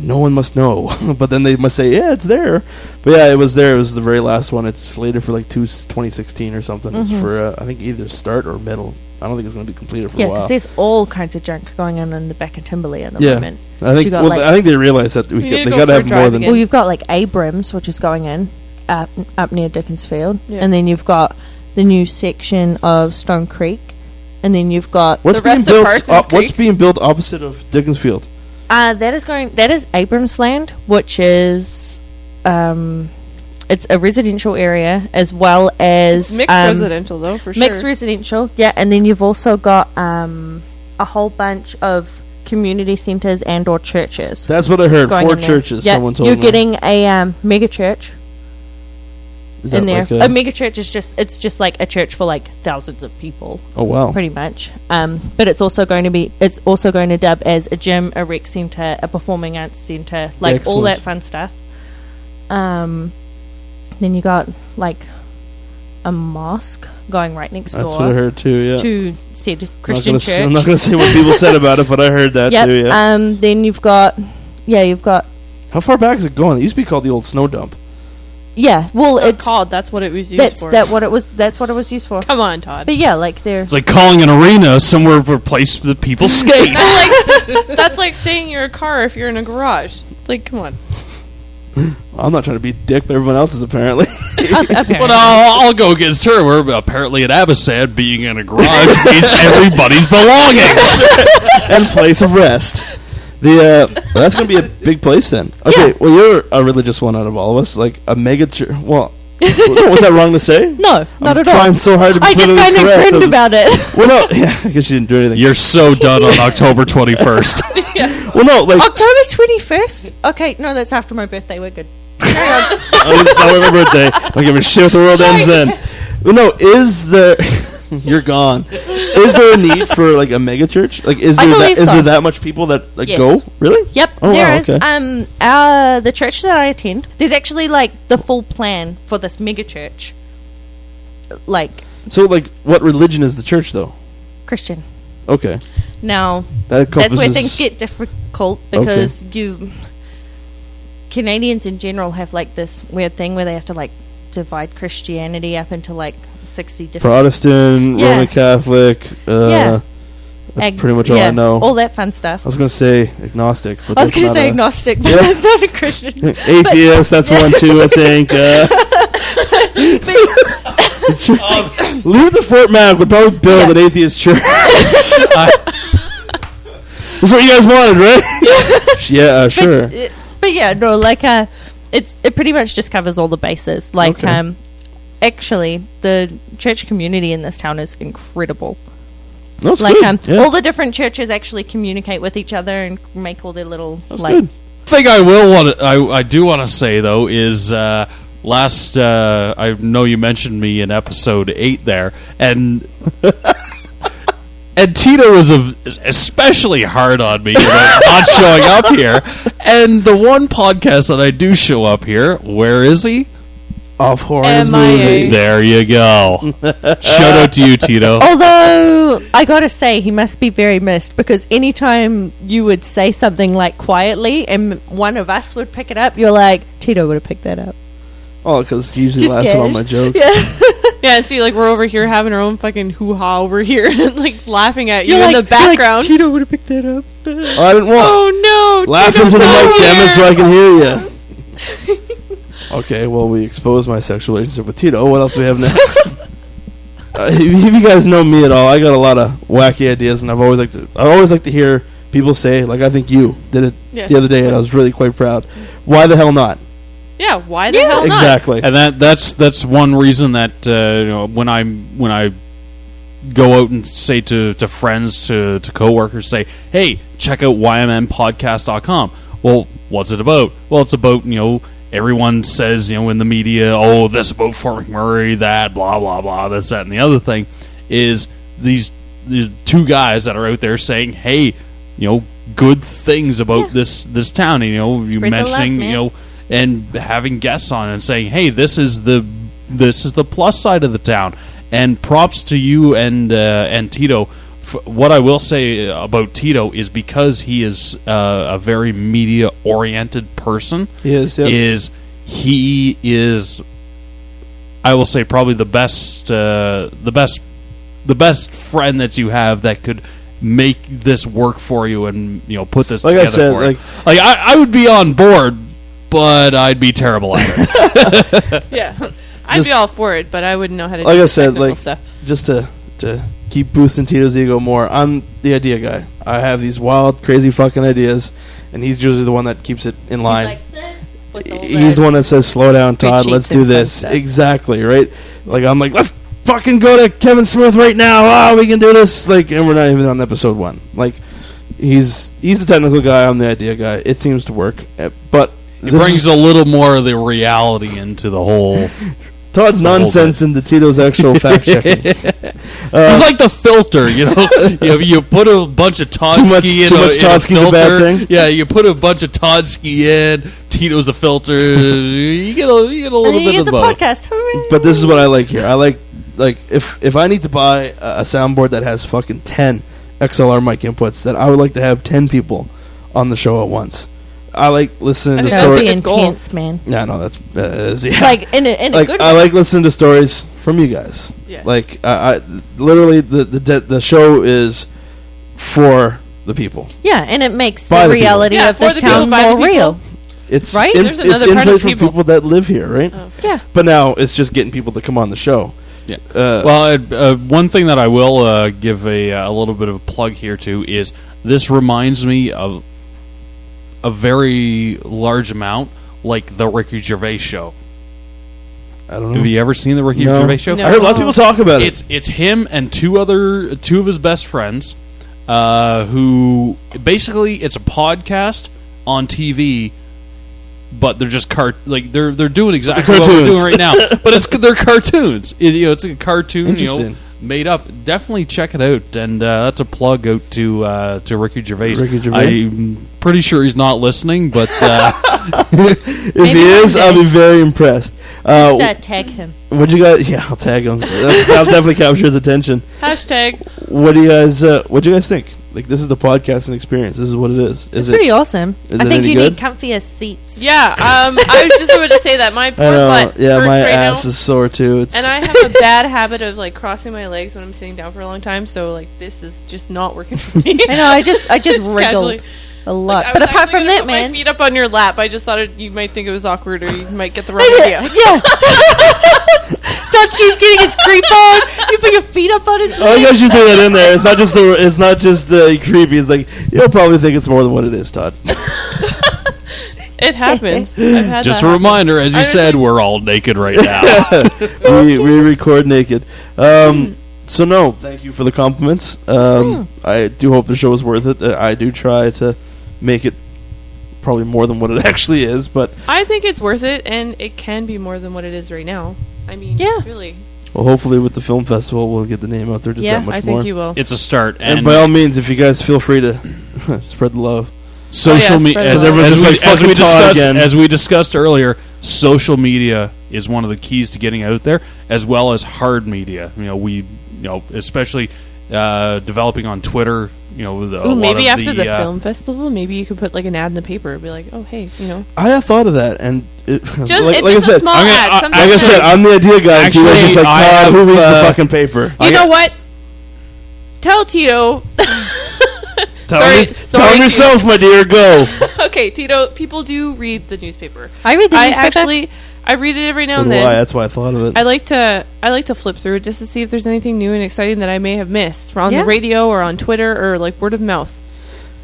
E: no one must know but then they must say yeah it's there but yeah it was there it was the very last one it's slated for like two, 2016 or something
I: Mm-hmm.
E: it's for uh, i think either start or middle i don't think it's going to be completed for
I: Yeah,
E: a while
I: because there's all kinds of junk going on in the back of Timberley at the
E: yeah
I: moment.
E: i think
I: You got,
E: well,
I: like-
E: i think they realized that we
G: You
E: got,
G: need
E: they
G: to go
E: got to
G: for a
E: have more
G: drive
E: than
G: again.
I: Well, you've got like Abrams, which is going in up, up near Dickens Field,
G: Yeah.
I: and then you've got the new section of Stone Creek, and then you've got
E: what's
G: The
E: being
G: rest of
E: built
G: Parsons
E: op- what's
G: Creek?
E: being built opposite of dickens field
I: uh, that is going that is Abrams Land, which is um, it's a residential area as well as
G: Mixed
I: um,
G: residential though, for sure.
I: mixed residential, yeah, and then you've also got um, a whole bunch of community centres and or churches.
E: that's what i heard
I: going
E: four
I: in there.
E: churches
I: Yeah,
E: someone told
I: you're
E: me
I: getting a um, mega church
E: Is that
I: in there.
E: like
I: a,
E: a-
I: mega church is just it's just like a church for like thousands of people,
E: oh wow
I: pretty much. Um, but it's also going to be it's also going to dub as a gym, a rec center, a performing arts center, like
E: Excellent.
I: all that fun stuff. Um, then you got like a mosque going right next
E: that's
I: door
E: what i heard too yeah
I: to said
E: I'm
I: Christian
E: not gonna
I: church.
E: Say, I'm not going to say what people said about it, but I heard that
I: yep.
E: too. Yeah.
I: Um, then you've got yeah, you've got
E: How far back is it going? It used to be called the old snow dump.
I: yeah, well,
G: Not
I: it's
G: called. That's what it was used
I: that's
G: for.
I: that what it was. That's what it was used for. Come
G: on, Todd.
I: But yeah, like they're
H: It's like calling an arena somewhere for a place that people skate.
G: That's like, that's like saying you're a car if you're in a garage. Like, come on.
E: I'm not trying to be a dick, but everyone else is apparently.
H: But I'll, I'll go against her. Where apparently at Abbassad, being in a garage means everybody's belongings.
E: and place of rest. The uh, well, that's going to be a big place then. Okay, well you're a religious one out of all of us, like a mega church. Well, was that wrong to say?
I: No, not
E: I'm
I: at all.
E: Trying so hard to be
I: I just
E: politically
I: kind of
E: correct.
I: grinned
E: I'm-
I: about it.
E: Well, no, yeah, I guess you didn't do anything.
H: You're so done on October 21st.
E: Well, no, like
I: October twenty first. Okay, no, that's after my birthday. We're good.
E: oh, it's not my birthday. I don't give a shit if the world ends then. Well, no, is there? you're gone. Is there a need for like a mega church? Like, is
I: I
E: there that,
I: believe
E: is
I: so.
E: there that much people that like
I: Yes.
E: go? Really?
I: Yep,
E: Oh,
I: there
E: wow,
I: is.
E: okay.
I: Um, our the church that I attend. There's actually like the full plan for this mega church, like
E: So, like, what religion is the church though?
I: Christian.
E: Okay.
I: Now
E: That
I: that's where
E: encompasses-
I: things get difficult because you Canadians in general have like this weird thing where they have to like divide Christianity up into like sixty different
E: Protestant,
I: Yeah.
E: Roman Catholic. Uh,
I: Yeah.
E: That's
I: Ag-
E: pretty much all
I: yeah,
E: I know.
I: All that fun stuff.
E: I was going to say agnostic. But
I: I was
E: that's
I: going to
E: not
I: say
E: a-
I: agnostic, but
E: Yeah.
I: that's not a Christian. But-
E: Atheist, that's one too, I think. Uh, leave the Fort Mac. We'd probably build an atheist church. That's what you guys wanted, right? yeah, uh, sure.
I: But, but yeah, no, like uh, it's it pretty much just covers all the bases. Like
E: Okay.
I: um, actually, the church community in this town is incredible.
E: That's
I: like
E: good,
I: um,
E: yeah.
I: all the different churches actually communicate with each other and make all their little like
E: good.
H: thing I will want to, I, I do want to say though is uh, last uh, I know you mentioned me in episode eight there and and Tito was a, especially hard on me about not showing up here and the one podcast that I do show up here where is he
E: Off Horns
G: MIA.
E: movie.
H: there you go shout out to you Tito
I: Although I gotta say, he must be very missed because anytime you would say something like quietly, and one of us would pick it up, you're like Tito would have picked that up.
E: Oh, because usually
I: Just
E: lasts all
I: kidding.
E: my jokes.
G: Yeah, see, like we're over here having our own fucking hoo ha over here, and like laughing at you
I: You're
G: in
I: like-
G: the
I: you're like,
G: background.
I: Tito would have picked that up.
E: Oh, I didn't want
G: oh no!
E: laugh
G: Tito's
E: into the
G: over
E: mic, damn it,
G: here.
E: so I can hear you. Okay, well, we exposed my sexual relationship with Tito. What else do we have next? uh, if if you guys know me at all, I got a lot of wacky ideas, and I've always like to. I always like to hear people say, like, I think you did it
G: Yes.
E: the other day, and I was really quite proud. Why the hell not?
G: Yeah, why the hell not?
E: exactly.
H: And that that's that's one reason that uh, you know, when I when I go out and say to, to friends to to coworkers say, "Hey, check out ymmnpodcast.com." Well, what's it about? Well, it's about, you know, everyone says, you know, in the media, "Oh, this about Fort McMurray, that blah blah blah, this that and the other thing is these, these two guys that are out there saying, "Hey, you know, good things about this this town." And, you know, you
G: Spread the love,
H: mentioning,
G: man.
H: you know, and having guests on and saying, "Hey, this is the this is the plus side of the town." And props to you and uh, and Tito. F- what I will say about Tito is because he is uh, a very media oriented person.
E: He is, yep.
H: Is he is I will say probably the best uh, the best the best friend that you have that could make this work for you and you know put this
E: Like I
H: together
E: said,
H: for you.
E: like-
H: like I, I would be on board but I'd be terrible at it.
G: Yeah, I'd
E: Just-
G: be all for it, but I wouldn't know how to.
E: like
G: do
E: I said,
G: technical
E: like
G: stuff.
E: just to to keep boosting Tito's ego more. I'm the idea guy. I have these wild, crazy fucking ideas, and he's usually the one that keeps it in line.
I: Like this. With all
E: he's the one that says, "Slow down, Todd.
I: spreadsheets
E: Let's
I: and
E: do
I: fun
E: this."
I: stuff.
E: Exactly right. Like I'm like, let's fucking go to Kevin Smith right now. Ah, we can do this. Like, and we're not even on episode one. Like, he's he's the technical guy. I'm the idea guy. It seems to work, Eh, but
H: It
E: this
H: brings
E: is-
H: a little more of the reality into the whole.
E: Uh, Todd's
H: the whole
E: nonsense into Tito's actual fact checking.
H: it's like the filter, you know. you, you put a bunch of Todsky
E: much-
H: in
E: too
H: a,
E: much
H: in a
E: Todski's a bad
H: filter.
E: thing?
H: Yeah, you put a bunch of Todsky in. Tito's the filter. you get a you get a
I: And
H: little
I: then you
H: bit
I: get
H: of
I: the
H: both.
I: podcast. Hooray.
E: But this is what I like here. I like like if if I need to buy a a soundboard that has fucking ten XLR mic inputs, then I would like to have ten people on the show at once. I like listening
I: I
E: to
I: think that'd
E: stories.
I: be intense, man.
E: No, no, that's uh, is- yeah.
I: Like, in a- in a
E: Like,
I: good
E: I
I: way.
E: like listening to stories from you guys.
I: Yeah.
E: Like I, I literally the the de- the show is for the people.
I: Yeah, and it makes
E: By
I: the
E: the people.
I: reality
G: Yeah,
I: of
G: for
I: this
G: the people,
I: town
G: by the
I: more
G: people.
I: real.
E: It's
I: Right?
E: in-
I: There's
E: it's
I: another part of
E: influenced from
I: people.
E: people that live here, right?
I: Yeah.
E: But now it's just getting people to come on the show.
H: Yeah. well, I, uh, one thing that I will uh, give a, a little bit of a plug here to is this reminds me of a very large amount like the Ricky Gervais show.
E: I don't
H: Have you ever seen the Ricky
E: Hmm. No.
H: Gervais show?
E: No. I heard lots of people talk about it.
H: It's it's him and two other two of his best friends uh, who basically it's a podcast on TV but they're just cart like they're they're doing exactly what we're
E: cartoons.
H: doing right now. But it's they're cartoons. It- you know, it's a cartoon you know,
E: Interesting.
H: made up. Definitely check it out. And uh, that's a plug out to uh, to Ricky Gervais.
E: Ricky Gervais?
H: I'm pretty sure he's not listening, but uh,
E: If he is, I'll be very impressed. Uh,
I: Just, uh, tag him.
E: What you guys? Yeah, I'll tag him. That- That'll definitely capture his attention.
G: Hashtag.
E: What do you guys? Uh, what do you guys think? Like this is the podcasting experience. This is what it is. Is
I: It's
E: it
I: pretty awesome.
E: Is
I: I
E: it
I: think
E: any
I: you
E: good?
I: need comfier seats.
G: Yeah, um, I was just about to say that my
E: I
G: poor
E: don't know.
G: butt
E: Yeah,
G: hurts
E: my
G: right
E: ass
G: now,
E: is sore too. It's
G: and I have a bad habit of like crossing my legs when I'm sitting down for a long time. So like this is just not working for me.
I: I know. I just I just
G: casually.
I: wriggled a lot.
G: I
I: but
G: was
I: apart
G: actually
I: from
G: gonna
I: that,
G: put
I: man,
G: my feet up on your lap. I just thought it, you might think it was awkward, or you might get the wrong idea.
I: yeah. yeah. Dunsky's getting his creep on. You put your feet up on his.
E: Oh, you guys should throw that in there. It's not just the. It's not just uh, creepy. It's like you'll probably think it's more than what it is, Todd.
G: It happens. I've had
H: just
G: that
H: a
G: happen.
H: reminder, as you
G: I was
H: said, we're all naked right now.
E: we we record naked.
G: Hmm.
E: Um, so no, thank you for the compliments. Um, I do hope the show was worth it. Uh, I do try to make it probably more than what it actually is, but
G: I think it's worth it, and it can be more than what it is right now. I mean, yeah, really.
E: well, hopefully with the film festival we'll get the name out there just
G: Yeah,
E: that much
G: I think
E: more.
G: you will.
H: It's a start,
E: And,
H: and-
E: by all means, if you guys feel free to spread the love.
H: social
G: Oh, yeah,
H: media
G: spread
H: as,
G: the word.
H: as
E: Everyone's
H: we,
E: just like,
H: as we
E: "Fucking Todd
H: discussed
E: again."
H: as we discussed earlier social media is one of the keys to getting out there as well as hard media you know we you know especially uh, developing on twitter you know with a
G: Ooh,
H: lot
G: maybe
H: of
G: after the,
H: uh,
G: film festival, maybe you could put like an ad in the paper, and be like, "Oh, hey, you know."
E: I have thought of that, and it,
G: Just-
E: like, like
G: it's just
E: I
G: a
E: said,
G: small I'm gonna- ad. I-
E: like
G: Sometimes
E: I
G: it's-
E: said, I'm the idea guy. Actually,
H: Actually,
E: just like,
H: I
E: "God,
H: have,
E: who reads
H: uh,
E: the fucking paper?
G: You know what? Tell Tito.
E: Tell,
G: sorry,
E: me-
G: sorry,
E: tell
G: Tito.
E: yourself, my dear. Go.
G: okay, Tito. People do read the newspaper.
I: I read the
G: I
I: newspaper.
G: actually, I read it every now
E: So
G: and
E: do
G: then.
E: I. That's why I thought of it.
G: I like to I like to flip through it just to see if there's anything new and exciting that I may have missed on
I: Yeah.
G: the radio or on Twitter or like word of mouth.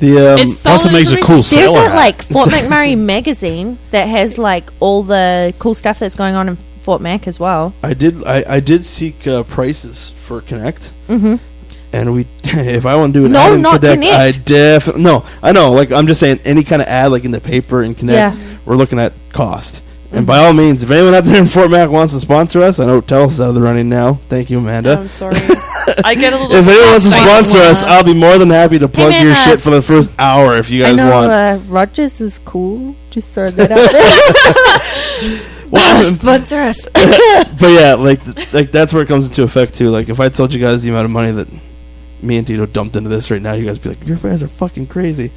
E: The um,
G: It's solid information.
I: There's that like Fort McMurray magazine that has like all the cool stuff that's going on in Fort Mac as well.
E: I did. I, I did seek uh, prices for Connect,
I: Mm-hmm.
E: and we. if I want to do an
I: No,
E: ad in
I: not
E: Connect,
I: Connect.
E: I definitely no. I know. Like I'm just saying, any kind of ad, like in the paper in Connect,
I: Yeah. Mm-hmm.
E: we're looking at cost. And by all means, if anyone out there in Fort Mac wants to sponsor us, I know Tellus is out of the running now. Thank you, Amanda.
G: I'm sorry. I get a little.
E: Oh, if anyone wants to
G: excited.
E: sponsor us, I'll be more than happy to plug
I: man,
E: your
I: uh,
E: shit for the first hour if you
I: I
E: guys
I: know
E: want.
I: uh, Rogers is cool. Just throw that out there. sponsor us.
E: but yeah, like th- like that's where it comes into effect too. Like if I told you guys the amount of money that me and Tito dumped into this right now, you guys would be like, "Your fans are fucking crazy."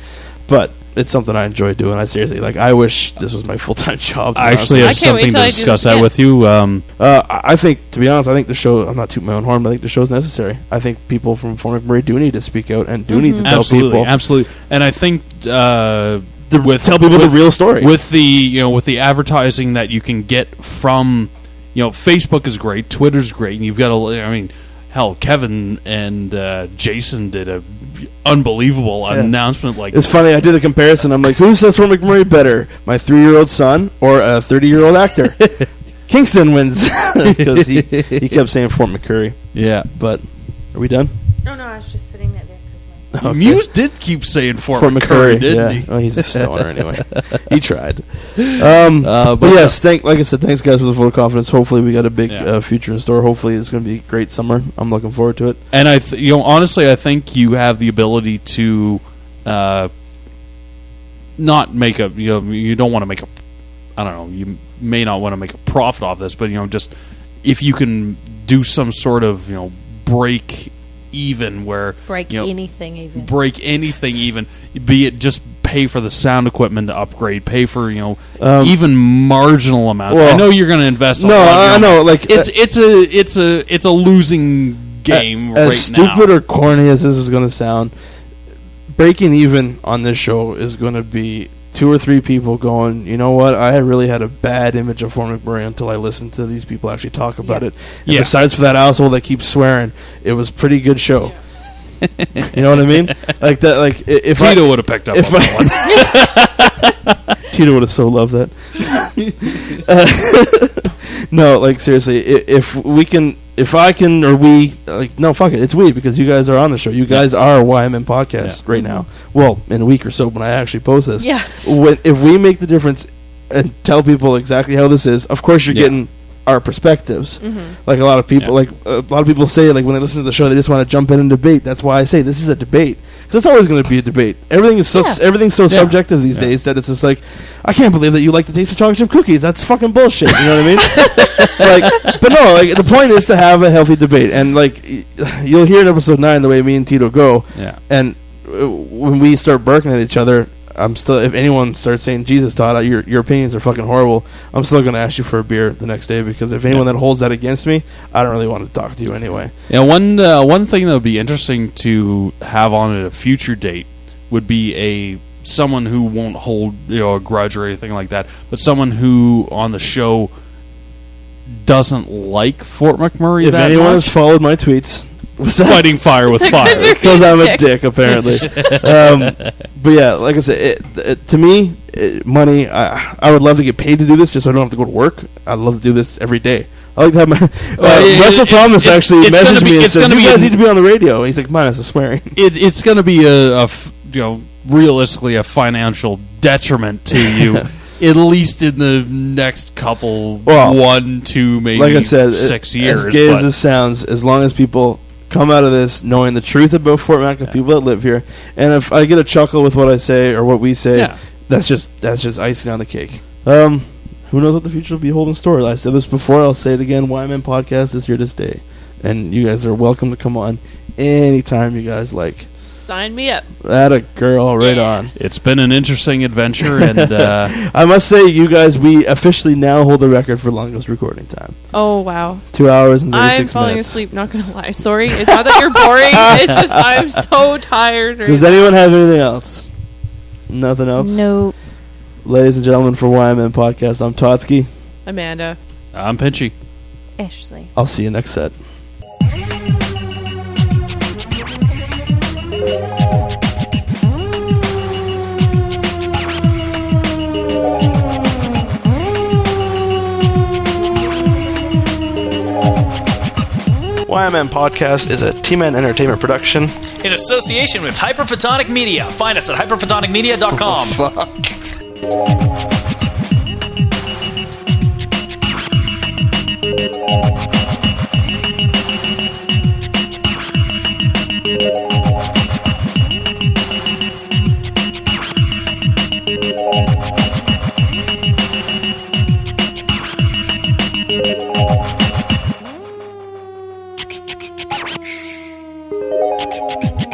E: But it's something I enjoy doing. I seriously like. I wish this was my full time job. to be
H: i actually
E: honest
H: have
G: I can't wait
H: something
G: till
H: to
G: I do
H: discuss
G: this.
H: that with you um,
E: with you. Uh, I I think, to be honest, I think the show. I'm not tooting my own horn, but I think the show's necessary. I think people from Fort McMurray do need to speak out and do need to tell
H: absolutely,
E: people.
H: absolutely. And I think uh, with
E: tell people the
H: with-
E: real story.
H: with the you know with the advertising that you can get from you know Facebook is great, Twitter's great, and you've got a I mean hell, Kevin and uh, Jason did a unbelievable
E: Yeah.
H: announcement like
E: It's funny. I did a comparison. I'm like, who says Fort McMurray better, my three year old son or a 30 year old actor? Kingston wins because he, he kept saying Fort McMurray.
H: Yeah.
E: But are we done?
I: No, no, I was just sitting there.
H: Muse did keep saying Fort,
E: Fort
H: McCurry,
E: McMurray,
H: didn't
E: yeah.
H: he?
E: Oh, he's a stoner anyway. he tried. Um,
H: Uh,
E: but,
H: but-
E: yes, thank like I said, thanks guys for the full confidence. Hopefully, we got a big
H: Yeah.
E: uh, future in store. Hopefully, it's going to be a great summer. I'm looking forward to it.
H: And I, th- you know, honestly, I think you have the ability to uh, not make a. You know, you don't want to make a. I don't know. You may not want to make a profit off this, but you know, just if you can do some sort of you know break even where
I: Break
H: you know,
I: anything even.
H: break anything even be it just pay for the sound equipment to upgrade, pay for you know
E: Um,
H: even marginal amounts. I
E: well,
H: know you're going to invest. a
E: no,
H: lot,
E: I-
H: you
E: I know, like,
H: it's
E: uh,
H: it's a it's a it's a losing game
E: as
H: right now.
E: stupid or corny as this is going to sound, breaking even on this show is going to be two or three people going, you know what? I really had a bad image of Fort McMurray until I listened to these people actually talk about it. And
H: Yeah.
E: besides for that asshole that keeps swearing, it was pretty good show. you know what I mean? Like that. Like i- if I-
H: Tito would have picked up
E: if
H: on
E: I- Tito would have so loved that. Uh, no, like seriously, i- if we can, if I can, or we, like, no, fuck it, it's we because you guys are on the show. You guys are a YMN podcast right now. Well, in a week or so when I actually post this,
K: Yeah.
E: When, if we make the difference and tell people exactly how this is, of course you're
K: Yeah.
E: getting our perspectives.
K: Mhm.
E: Like a lot of people, like a lot of people say, like when they listen to the show, they just want to jump in and debate. That's why I say this is a debate because it's always going to be a debate. Everything is so everything's so subjective these days that it's just like I can't believe that you like the taste of chocolate chip cookies. That's fucking bullshit. You know what I mean? like, but no, like the point is to have a healthy debate, and like y- you'll hear in episode nine the way me and Tito go.
H: Yeah.
E: And uh, when we start barking at each other, I'm still. If anyone starts saying Jesus, Todd, uh, your your opinions are fucking horrible. I'm still going to ask you for a beer the next day because if anyone
H: Yeah.
E: that holds that against me, I don't really want to talk to you anyway.
H: Yeah, one uh, one thing that would be interesting to have on at a future date would be a someone who won't hold you know a grudge or anything like that, but someone who on the show doesn't like Fort McMurray.
E: If
H: that
E: anyone
H: much.
E: has followed my tweets, was that
H: Fighting fire with fire.
E: because I'm a dick apparently. um, but yeah, like I said, it, it, to me, it, money. I, I would love to get paid to do this, just so I don't have to go to work. I'd love to do this every day. I like to have my
H: Well,
E: uh,
H: it-
E: Russell
H: it's-
E: Thomas
H: it's-
E: actually
H: it's gonna
E: messaged
H: be-
E: me and
H: it's
E: said,
H: gonna
E: "You
H: be
E: guys
H: an-
E: need to be on the radio." He's like, "Minus the swearing."
H: it, it's going to be a, a f- you know realistically a financial detriment to you. At least in the next couple,
E: Well,
H: one, two, maybe
E: like I said,
H: six
E: it-
H: years.
E: As gay
H: but-
E: as this sounds, as long as people come out of this knowing the truth about Fort Mac and people that live here, and if I get a chuckle with what I say or what we say,
H: Yeah.
E: that's just that's just icing on the cake. Um, who knows what the future will be holding store? I said this before. I'll say it again. Wyman Podcast is here to stay, and you guys are welcome to come on anytime you guys like.
G: Sign me up.
E: That a girl, right on.
H: It's been an interesting adventure, and uh,
E: I must say, you guys, we officially now hold the record for longest recording time.
G: Oh wow.
E: Two hours and
G: I'm
E: 36
G: falling
E: minutes.
G: asleep. Not gonna lie. Sorry. It's not that you're boring. it's just I'm so tired. right
E: Does
G: now.
E: anyone have anything else? Nothing else?
I: No.
E: Ladies and gentlemen, for YMN Podcast, I'm Totsky.
G: Amanda?
H: I'm Pinchy.
I: Ashley.
E: I'll see you next set.
D: YMN Podcast is a T-Man Entertainment production.
L: In association with Hyperphotonic Media. Find us at hyperphotonicmedia.com.
F: Fuck.